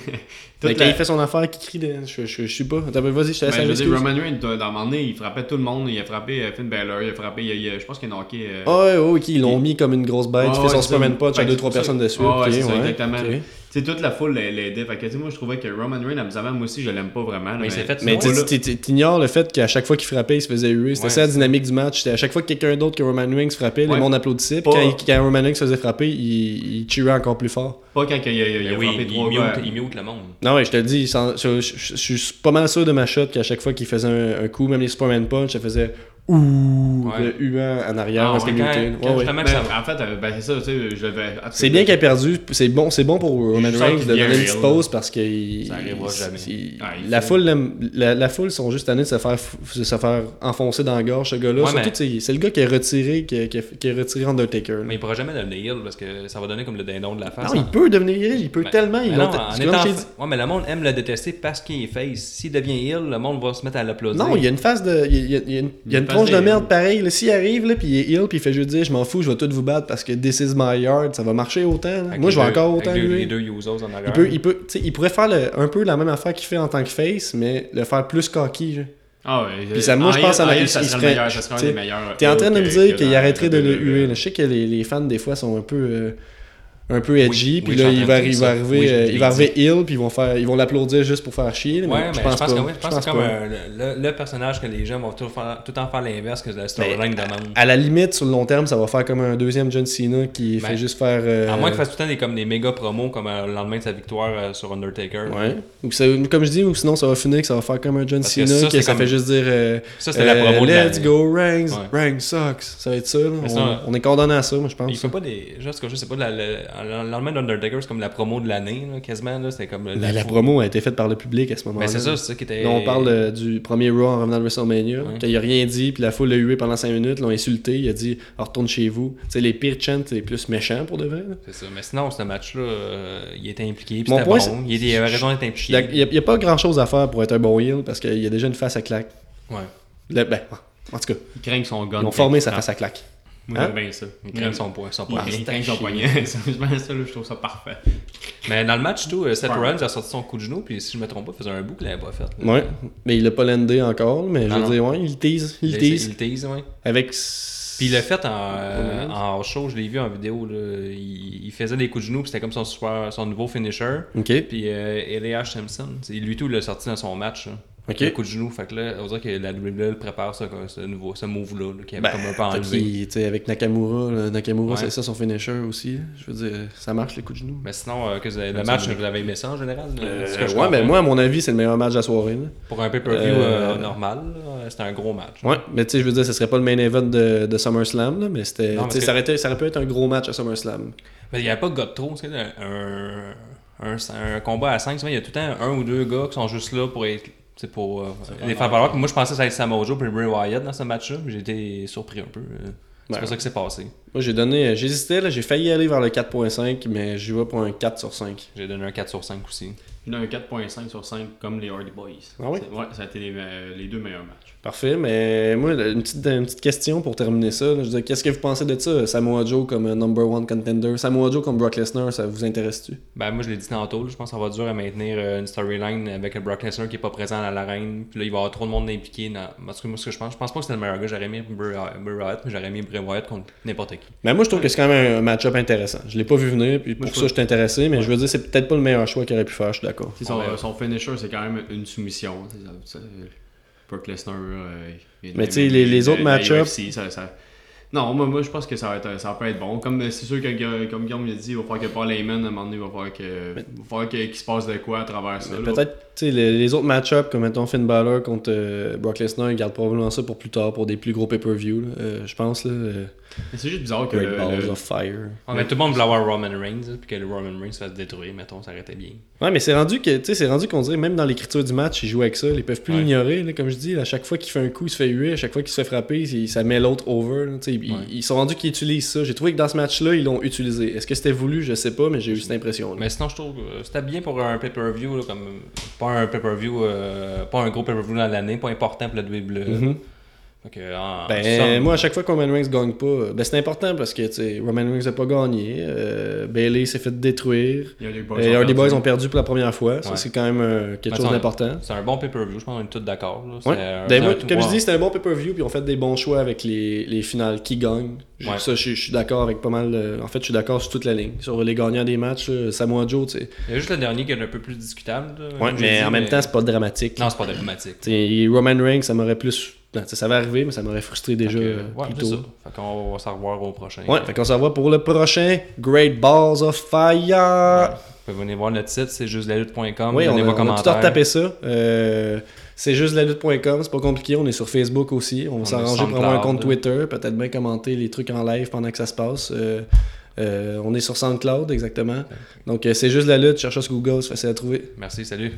[SPEAKER 1] Mais quand
[SPEAKER 3] la-
[SPEAKER 1] il fait son affaire, qui crie, de- je, je, je suis pas. Attends, vas-y, je te laisse
[SPEAKER 3] Ben, je
[SPEAKER 1] aller.
[SPEAKER 3] veux dire, Roman Reigns, dans dans un moment donné, il frappait tout le monde. Il a frappé euh, Finn Balor, il a frappé. il a- il a- je pense qu'il a knocké. euh,
[SPEAKER 1] Ah ouais, ouais, ok, ils l'ont mis comme une grosse bête.
[SPEAKER 3] Ouais,
[SPEAKER 1] il fait
[SPEAKER 3] ouais,
[SPEAKER 1] son
[SPEAKER 3] c'est
[SPEAKER 1] Superman
[SPEAKER 3] ça.
[SPEAKER 1] Punch à
[SPEAKER 3] Fait que
[SPEAKER 1] 2-3
[SPEAKER 3] c'est
[SPEAKER 1] personnes de
[SPEAKER 3] ça.
[SPEAKER 1] suite.
[SPEAKER 3] Ouais, ouais,
[SPEAKER 1] ok,
[SPEAKER 3] c'est ça,
[SPEAKER 1] ouais,
[SPEAKER 3] exactement.
[SPEAKER 1] ok.
[SPEAKER 3] Tu sais, toute la foule l'a- l'aidait. Fait que, tu sais, moi, je trouvais que Roman Reigns, amusamment, moi aussi, je l'aime pas vraiment. là,
[SPEAKER 2] Mais il s'est fait
[SPEAKER 1] Mais
[SPEAKER 2] Ouais,
[SPEAKER 1] tu-
[SPEAKER 2] là.
[SPEAKER 1] tu- tu- t'ignores le fait qu'à chaque fois qu'il frappait, il se faisait huer. C'était
[SPEAKER 2] Ouais,
[SPEAKER 1] ça la
[SPEAKER 2] c'est-
[SPEAKER 1] dynamique du match. C'était à chaque fois que quelqu'un d'autre que Roman Reigns frappait, le
[SPEAKER 3] Ouais.
[SPEAKER 1] monde applaudissait. Puis
[SPEAKER 3] Pas-
[SPEAKER 1] quand, il- quand Roman Reigns se faisait frapper, il, il cheerait encore plus fort.
[SPEAKER 3] Pas quand il a, il a- il a
[SPEAKER 2] Ben oui,
[SPEAKER 3] frappé
[SPEAKER 2] il
[SPEAKER 3] trois
[SPEAKER 2] mute,
[SPEAKER 3] gars.
[SPEAKER 2] il mute le monde.
[SPEAKER 1] Non, ouais, je te le dis, il s'en- je, je- je- je suis pas mal sûr de ma shot qu'à chaque fois qu'il faisait un, un coup, même les Superman Punch, ça faisait ouh,
[SPEAKER 2] Ouais.
[SPEAKER 1] le huant en arrière.
[SPEAKER 3] Ah,
[SPEAKER 1] parce
[SPEAKER 2] Parce que
[SPEAKER 1] qu'il
[SPEAKER 2] quand,
[SPEAKER 1] était-
[SPEAKER 2] quand
[SPEAKER 1] ouais, ouais.
[SPEAKER 2] justement que ça
[SPEAKER 3] Ben, en fait, euh, ben, c'est ça, tu sais, je l'avais. en tout
[SPEAKER 1] C'est
[SPEAKER 3] cas,
[SPEAKER 1] bien qu'il a perdu, c'est bon, c'est bon pour Roman
[SPEAKER 3] sens
[SPEAKER 1] Reigns de
[SPEAKER 3] qu'il
[SPEAKER 1] donner
[SPEAKER 3] devient
[SPEAKER 1] une petite
[SPEAKER 3] real,
[SPEAKER 1] pause parce que il-
[SPEAKER 2] Ça arrivera
[SPEAKER 1] il-
[SPEAKER 2] jamais.
[SPEAKER 1] il-
[SPEAKER 3] Ah, il
[SPEAKER 1] la
[SPEAKER 3] faut.
[SPEAKER 1] foule, l'aime- la, la foule sont juste tannés de se faire, fou- de se faire enfoncer dans la gorge ce gars-là.
[SPEAKER 2] Ouais,
[SPEAKER 1] Surtout,
[SPEAKER 2] mais-
[SPEAKER 1] c'est- c'est le gars qui est retiré, qui, a- qui a- qui est retiré Undertaker. là.
[SPEAKER 2] Mais il pourra jamais devenir heel parce que ça va donner comme le dindon de la face.
[SPEAKER 1] non, il peut devenir heel, il peut
[SPEAKER 2] Ben,
[SPEAKER 1] tellement.
[SPEAKER 2] mais
[SPEAKER 1] il l'ont-
[SPEAKER 2] non, en
[SPEAKER 1] comme
[SPEAKER 2] étant-
[SPEAKER 1] je t'ai dit-
[SPEAKER 2] Ouais, mais le monde aime le détester parce qu'il est face. S'il devient heel, le monde va se mettre à l'applaudir.
[SPEAKER 1] Non, il y a une face de. Il y a, il y a une, il y a une
[SPEAKER 3] Une face
[SPEAKER 1] tronche de
[SPEAKER 3] de-
[SPEAKER 1] merde pareil. là. S'il arrive, là, puis il est heel, puis il fait juste dire Je m'en fous, je vais tout vous battre parce que this is my yard, ça va marcher autant. là.
[SPEAKER 2] Avec
[SPEAKER 1] Moi,
[SPEAKER 2] les
[SPEAKER 1] je vais
[SPEAKER 2] deux-
[SPEAKER 1] encore
[SPEAKER 2] avec
[SPEAKER 1] autant.
[SPEAKER 2] deux-
[SPEAKER 1] lui.
[SPEAKER 2] les deux Usos en arrière.
[SPEAKER 1] Il, peut, il, peut, tu sais, il pourrait faire le- un peu la même affaire qu'il fait en tant que face, mais le faire plus cocky. genre.
[SPEAKER 3] Ah ouais.
[SPEAKER 1] Puis ça, moi, je pense à la-
[SPEAKER 3] la.
[SPEAKER 1] il-
[SPEAKER 3] Ça
[SPEAKER 1] il
[SPEAKER 3] serait
[SPEAKER 1] serait-
[SPEAKER 3] le meilleur, ça serait un
[SPEAKER 1] t'sais,
[SPEAKER 3] des meilleurs. euh,
[SPEAKER 1] T'es en train de me dire qu'il
[SPEAKER 3] dans-
[SPEAKER 1] arrêterait de le
[SPEAKER 3] dans-
[SPEAKER 1] huer. là. Je sais que les, les fans, des fois, sont un peu. euh, un peu edgy,
[SPEAKER 2] Oui,
[SPEAKER 1] puis
[SPEAKER 2] oui,
[SPEAKER 1] là,
[SPEAKER 2] j'ai
[SPEAKER 1] il va,
[SPEAKER 2] entendu
[SPEAKER 1] il va
[SPEAKER 2] ça.
[SPEAKER 1] arriver,
[SPEAKER 2] Oui, je
[SPEAKER 1] euh,
[SPEAKER 2] l'ai
[SPEAKER 1] il va
[SPEAKER 2] dit.
[SPEAKER 1] arriver ill, puis ils vont faire, ils vont l'applaudir juste pour faire chier.
[SPEAKER 2] Ouais, mais je pense, que
[SPEAKER 1] pas.
[SPEAKER 2] oui, je pense que c'est
[SPEAKER 1] pas.
[SPEAKER 2] comme euh, le, le personnage que les gens vont tout, faire- tout en faire l'inverse que la storyline demande.
[SPEAKER 1] À la limite, sur le long terme, ça va faire comme un deuxième John Cena qui
[SPEAKER 2] Ben,
[SPEAKER 1] fait juste faire. euh,
[SPEAKER 2] À moins qu'il fasse tout le temps des, comme, des méga promos comme euh, le lendemain de sa victoire euh, sur Undertaker.
[SPEAKER 1] Ouais. Ou que ça- comme je dis, ou sinon ça va finir que ça va faire comme un John
[SPEAKER 2] Parce que
[SPEAKER 1] Cena
[SPEAKER 2] ça,
[SPEAKER 1] que
[SPEAKER 2] c'est
[SPEAKER 1] ça
[SPEAKER 2] comme-
[SPEAKER 1] fait juste dire euh,
[SPEAKER 2] Ça, c'était la promo de
[SPEAKER 1] euh,
[SPEAKER 2] la-
[SPEAKER 1] Let's go Rangs,
[SPEAKER 2] Ouais.
[SPEAKER 1] Rangs sucks. Ça va être ça. là. On,
[SPEAKER 2] ça-
[SPEAKER 1] on est condamné à ça, moi je pense.
[SPEAKER 2] Il fait pas des. Genre, en tout cas, je sais pas, la- la- le lendemain d'Undertaker, c'est comme la promo de l'année, là, quasiment. Là, c'était comme.
[SPEAKER 1] Mais la promo a été faite par le public à ce moment-là.
[SPEAKER 2] Ben, c'est ça, c'est ça qui était.
[SPEAKER 1] Là, on parle euh, du premier Raw en revenant de WrestleMania.
[SPEAKER 2] Ouais.
[SPEAKER 1] qu'il Il a rien dit, puis la foule l'a hué pendant 5 minutes, l'ont insulté. Il a dit Ah, retourne chez vous. Tu sais, les pires chants, c'est les plus méchants pour de vrai. là.
[SPEAKER 2] C'est ça. Mais sinon, ce match-là, euh, il était impliqué. Puis
[SPEAKER 1] Mon
[SPEAKER 2] c'était
[SPEAKER 1] point,
[SPEAKER 2] bon. Il, était- il avait raison d'être
[SPEAKER 1] Il n'y a,
[SPEAKER 2] impliqué.
[SPEAKER 1] il y a- il y a pas grand chose à faire pour être un bon heel parce qu'il y a déjà une face à claque.
[SPEAKER 2] Ouais.
[SPEAKER 1] Le- ben, en tout cas,
[SPEAKER 3] Il craint son gun.
[SPEAKER 1] ils ont formé sa face à claque.
[SPEAKER 2] Ah.
[SPEAKER 3] Moi,
[SPEAKER 1] Hein?
[SPEAKER 3] j'aime bien ça.
[SPEAKER 2] Il craint son point. Son
[SPEAKER 3] Il
[SPEAKER 2] point.
[SPEAKER 3] craint son poignet. C'est vraiment ça, là, je trouve ça parfait.
[SPEAKER 2] Mais dans le match, tout, euh, Seth
[SPEAKER 3] Ouais.
[SPEAKER 2] Rollins a sorti son coup de genou. Puis si je me trompe pas, il faisait un bout qu'il avait pas fait. là.
[SPEAKER 1] Ouais, mais il l'a pas landé encore, mais je
[SPEAKER 2] Non,
[SPEAKER 1] veux
[SPEAKER 2] non.
[SPEAKER 1] dire, ouais, il le tease, il
[SPEAKER 2] Il
[SPEAKER 1] le
[SPEAKER 2] le
[SPEAKER 1] tease.
[SPEAKER 2] il tease, ouais.
[SPEAKER 1] Avec.
[SPEAKER 2] Puis il l'a fait en, euh,
[SPEAKER 1] Rollins.
[SPEAKER 2] en show, je l'ai vu en vidéo. là. Il, il faisait des coups de genoux, puis c'était comme son, super- son nouveau finisher.
[SPEAKER 1] Ok.
[SPEAKER 2] Puis euh, Elias Simpson, c'est- lui tout, il l'a sorti dans son match. là.
[SPEAKER 1] Ok.
[SPEAKER 2] Le coup de genou. Fait que là, on dirait que la WWE prépare ça, quoi, ce, nouveau, ce move-là, là, qui avait
[SPEAKER 1] Ben,
[SPEAKER 2] comme un peu
[SPEAKER 1] peut-être
[SPEAKER 2] enlevé.
[SPEAKER 1] qu'il- tu sais, avec Nakamura, là, Nakamura
[SPEAKER 2] Ouais.
[SPEAKER 1] c'est ça son finisher aussi. Je veux dire, ça marche les coups de genoux.
[SPEAKER 2] Mais sinon, euh, que vous avez- le match, vous l'avez aimé ça en général? là,
[SPEAKER 1] Euh,
[SPEAKER 2] ce que je
[SPEAKER 1] ouais,
[SPEAKER 2] comprends.
[SPEAKER 1] ben moi, à mon avis, c'est le meilleur match de la soirée. là.
[SPEAKER 2] Pour un pay-per-view
[SPEAKER 1] Euh,
[SPEAKER 2] euh, normal, là, c'était un gros match.
[SPEAKER 1] Ouais, mais tu sais, je veux dire, ce serait pas le main event de, de SummerSlam, là, mais c'était.
[SPEAKER 2] Non,
[SPEAKER 1] tu sais,
[SPEAKER 2] parce
[SPEAKER 1] ça, aurait été- ça aurait pu être un gros match à SummerSlam.
[SPEAKER 2] Mais il n'y avait pas de gars de trop, tu sais, un, un, un- un combat à 5, il y a tout le temps un ou deux gars qui sont juste là pour être tu sais, pour euh, les faire valoir. Puis Moi, je pensais que ça allait être Samoa Joe puis Bray Wyatt dans ce match-là, mais j'ai été surpris un peu. euh, C'est
[SPEAKER 1] Ouais.
[SPEAKER 2] pas ça que c'est passé.
[SPEAKER 1] Moi, j'ai donné. J'hésitais, là, j'ai failli aller vers le 4.5, mais j'y vais pour un 4 sur 5.
[SPEAKER 2] J'ai donné un 4 sur 5 aussi.
[SPEAKER 3] J'ai donné un 4.5 sur 5 comme les Hardy Boys.
[SPEAKER 1] Ah oui?
[SPEAKER 3] C'est- Ouais, ça a été les, euh, les deux meilleurs matchs.
[SPEAKER 1] Parfait, mais moi, là, une petite, une petite question pour terminer ça. là. Je veux dire, qu'est-ce que vous pensez de ça, Samoa Joe comme euh, number one contender Samoa Joe comme Brock Lesnar, ça vous intéresse-tu
[SPEAKER 2] Ben, moi, je l'ai dit tantôt, là, je pense que ça va être dur à maintenir euh, une storyline avec un Brock Lesnar qui est pas présent à l'arène. Puis là, il va y avoir trop de monde impliqué. Dans... Parce que moi, ce que je pense, je pense pas que c'est le meilleur gars. J'aurais mis Bray Bray Wyatt, mais j'aurais mis Bray Wyatt contre n'importe qui.
[SPEAKER 1] Mais moi, je trouve que c'est quand même un match-up intéressant. Je l'ai pas vu venir, puis pour
[SPEAKER 3] je
[SPEAKER 1] ça, je suis intéressé, mais je veux dire, c'est peut-être pas le meilleur choix qu'il aurait pu faire, je suis d'accord.
[SPEAKER 3] Tu sais, Son, euh,
[SPEAKER 2] Ouais.
[SPEAKER 3] son finisher, c'est quand même une soumission. tu sais, ça- ça- Brock Lesnar. euh, il-
[SPEAKER 1] Mais tu sais, les- les
[SPEAKER 3] de-
[SPEAKER 1] autres
[SPEAKER 3] de la
[SPEAKER 1] match-up-
[SPEAKER 3] UFC, ça- ça- Non, moi, moi, je pense que ça, va être, ça peut être bon. Comme euh, c'est sûr que Gu- comme Guillaume l'a dit, il va falloir que Paul Heyman, à un moment donné, il va falloir que- il va falloir que- qu'il se passe de quoi à travers ça. là.
[SPEAKER 1] Peut-être, tu sais, les, les autres match-up, comme mettons Finn Balor contre euh, Brock Lesnar, ils gardent probablement ça pour plus tard, pour des plus gros pay-per-view, là. Euh, je pense, là. euh,
[SPEAKER 3] Mais C'est juste bizarre que
[SPEAKER 1] Great
[SPEAKER 3] le-
[SPEAKER 1] Balls
[SPEAKER 3] euh, le-
[SPEAKER 1] of Fire.
[SPEAKER 2] Ouais, mais tout le monde voulait avoir Roman Reigns, là, puis que le Roman Reigns se fasse détruire, mettons, ça aurait été bien.
[SPEAKER 1] Ouais, mais c'est rendu que, tu sais, c'est rendu qu'on dirait, même dans l'écriture du match, ils jouent avec ça, ils peuvent plus
[SPEAKER 2] Ouais.
[SPEAKER 1] l'ignorer, là, comme je dis, à chaque fois qu'il fait un coup, il se fait huer, à chaque fois qu'il se fait frapper, il- ça met l'autre over, là, tu sais, ils,
[SPEAKER 2] Ouais.
[SPEAKER 1] ils sont rendus qu'ils utilisent ça. J'ai trouvé que dans ce match-là, ils l'ont utilisé. Est-ce que c'était voulu? Je sais pas, mais j'ai eu cette impression-là.
[SPEAKER 2] Mais sinon, je trouve que c'était bien pour un pay-per-view, là, comme pas un pay-per-view, euh, pas un gros pay-per-view dans l'année, pas important pour le WWE.
[SPEAKER 3] euh,
[SPEAKER 1] Mhm.
[SPEAKER 2] Fait que, en- en
[SPEAKER 1] Ben,
[SPEAKER 2] somme,
[SPEAKER 1] moi, à chaque fois que Roman Reigns gagne pas, euh, ben, c'est important parce que, tu sais, Roman Reigns a pas gagné, euh, Bailey s'est fait détruire,
[SPEAKER 3] il y a des boys
[SPEAKER 1] les
[SPEAKER 3] ont
[SPEAKER 1] Hardy Boys
[SPEAKER 3] perdu.
[SPEAKER 1] ont perdu pour la première fois. Ça,
[SPEAKER 2] Ouais.
[SPEAKER 1] c'est quand même euh, quelque
[SPEAKER 2] Ben,
[SPEAKER 1] chose
[SPEAKER 2] ça, on-
[SPEAKER 1] d'important.
[SPEAKER 2] c'est un bon pay-per-view, je pense qu'on est tous d'accord. là. C'est
[SPEAKER 1] Ouais.
[SPEAKER 2] un-
[SPEAKER 1] Ben,
[SPEAKER 2] c'est
[SPEAKER 1] moi,
[SPEAKER 2] un tout-
[SPEAKER 1] comme je
[SPEAKER 2] wow.
[SPEAKER 1] dis, c'était un bon pay-per-view, puis on fait des bons choix avec les, les finales qui gagnent. J'ai-
[SPEAKER 2] Ouais.
[SPEAKER 1] Ça, je je suis d'accord avec pas mal. euh, en fait, je suis d'accord sur toute la ligne. Sur les gagnants des matchs, euh, Samoa Joe, tu sais.
[SPEAKER 2] Il y a juste le dernier qui est un peu plus discutable. là,
[SPEAKER 1] Ouais,
[SPEAKER 2] comme j'ai
[SPEAKER 1] mais
[SPEAKER 2] dit,
[SPEAKER 1] en même temps, c'est pas dramatique.
[SPEAKER 2] Non, c'est pas dramatique.
[SPEAKER 1] Tu sais, Roman Reigns, ça m'aurait plus. non, tu sais, ça va arriver, mais ça m'aurait frustré déjà
[SPEAKER 2] Fait que,
[SPEAKER 1] euh,
[SPEAKER 2] ouais,
[SPEAKER 1] plus
[SPEAKER 2] c'est
[SPEAKER 1] tôt.
[SPEAKER 2] ça. Fait qu'on va s'en revoir au prochain.
[SPEAKER 1] Ouais, fait qu'on se revoit pour le prochain Great Balls of Fire.
[SPEAKER 2] euh, Vous pouvez venir voir notre site, c'est juste la lutte.com.
[SPEAKER 1] Oui, on, a-
[SPEAKER 2] vos
[SPEAKER 1] on a tout
[SPEAKER 2] commentaires.
[SPEAKER 1] retapé ça. Euh, c'est juste la lutte.com, c'est pas compliqué. On est sur Facebook aussi. On va
[SPEAKER 2] est
[SPEAKER 1] s'arranger
[SPEAKER 2] sur
[SPEAKER 1] pour avoir un compte
[SPEAKER 2] SoundCloud.
[SPEAKER 1] Twitter, peut-être bien commenter les trucs en live pendant que ça se passe. Euh, euh, on est sur SoundCloud, exactement. Donc, euh, c'est juste la lutte. Cherchez sur Google, c'est facile à trouver.
[SPEAKER 2] Merci, salut.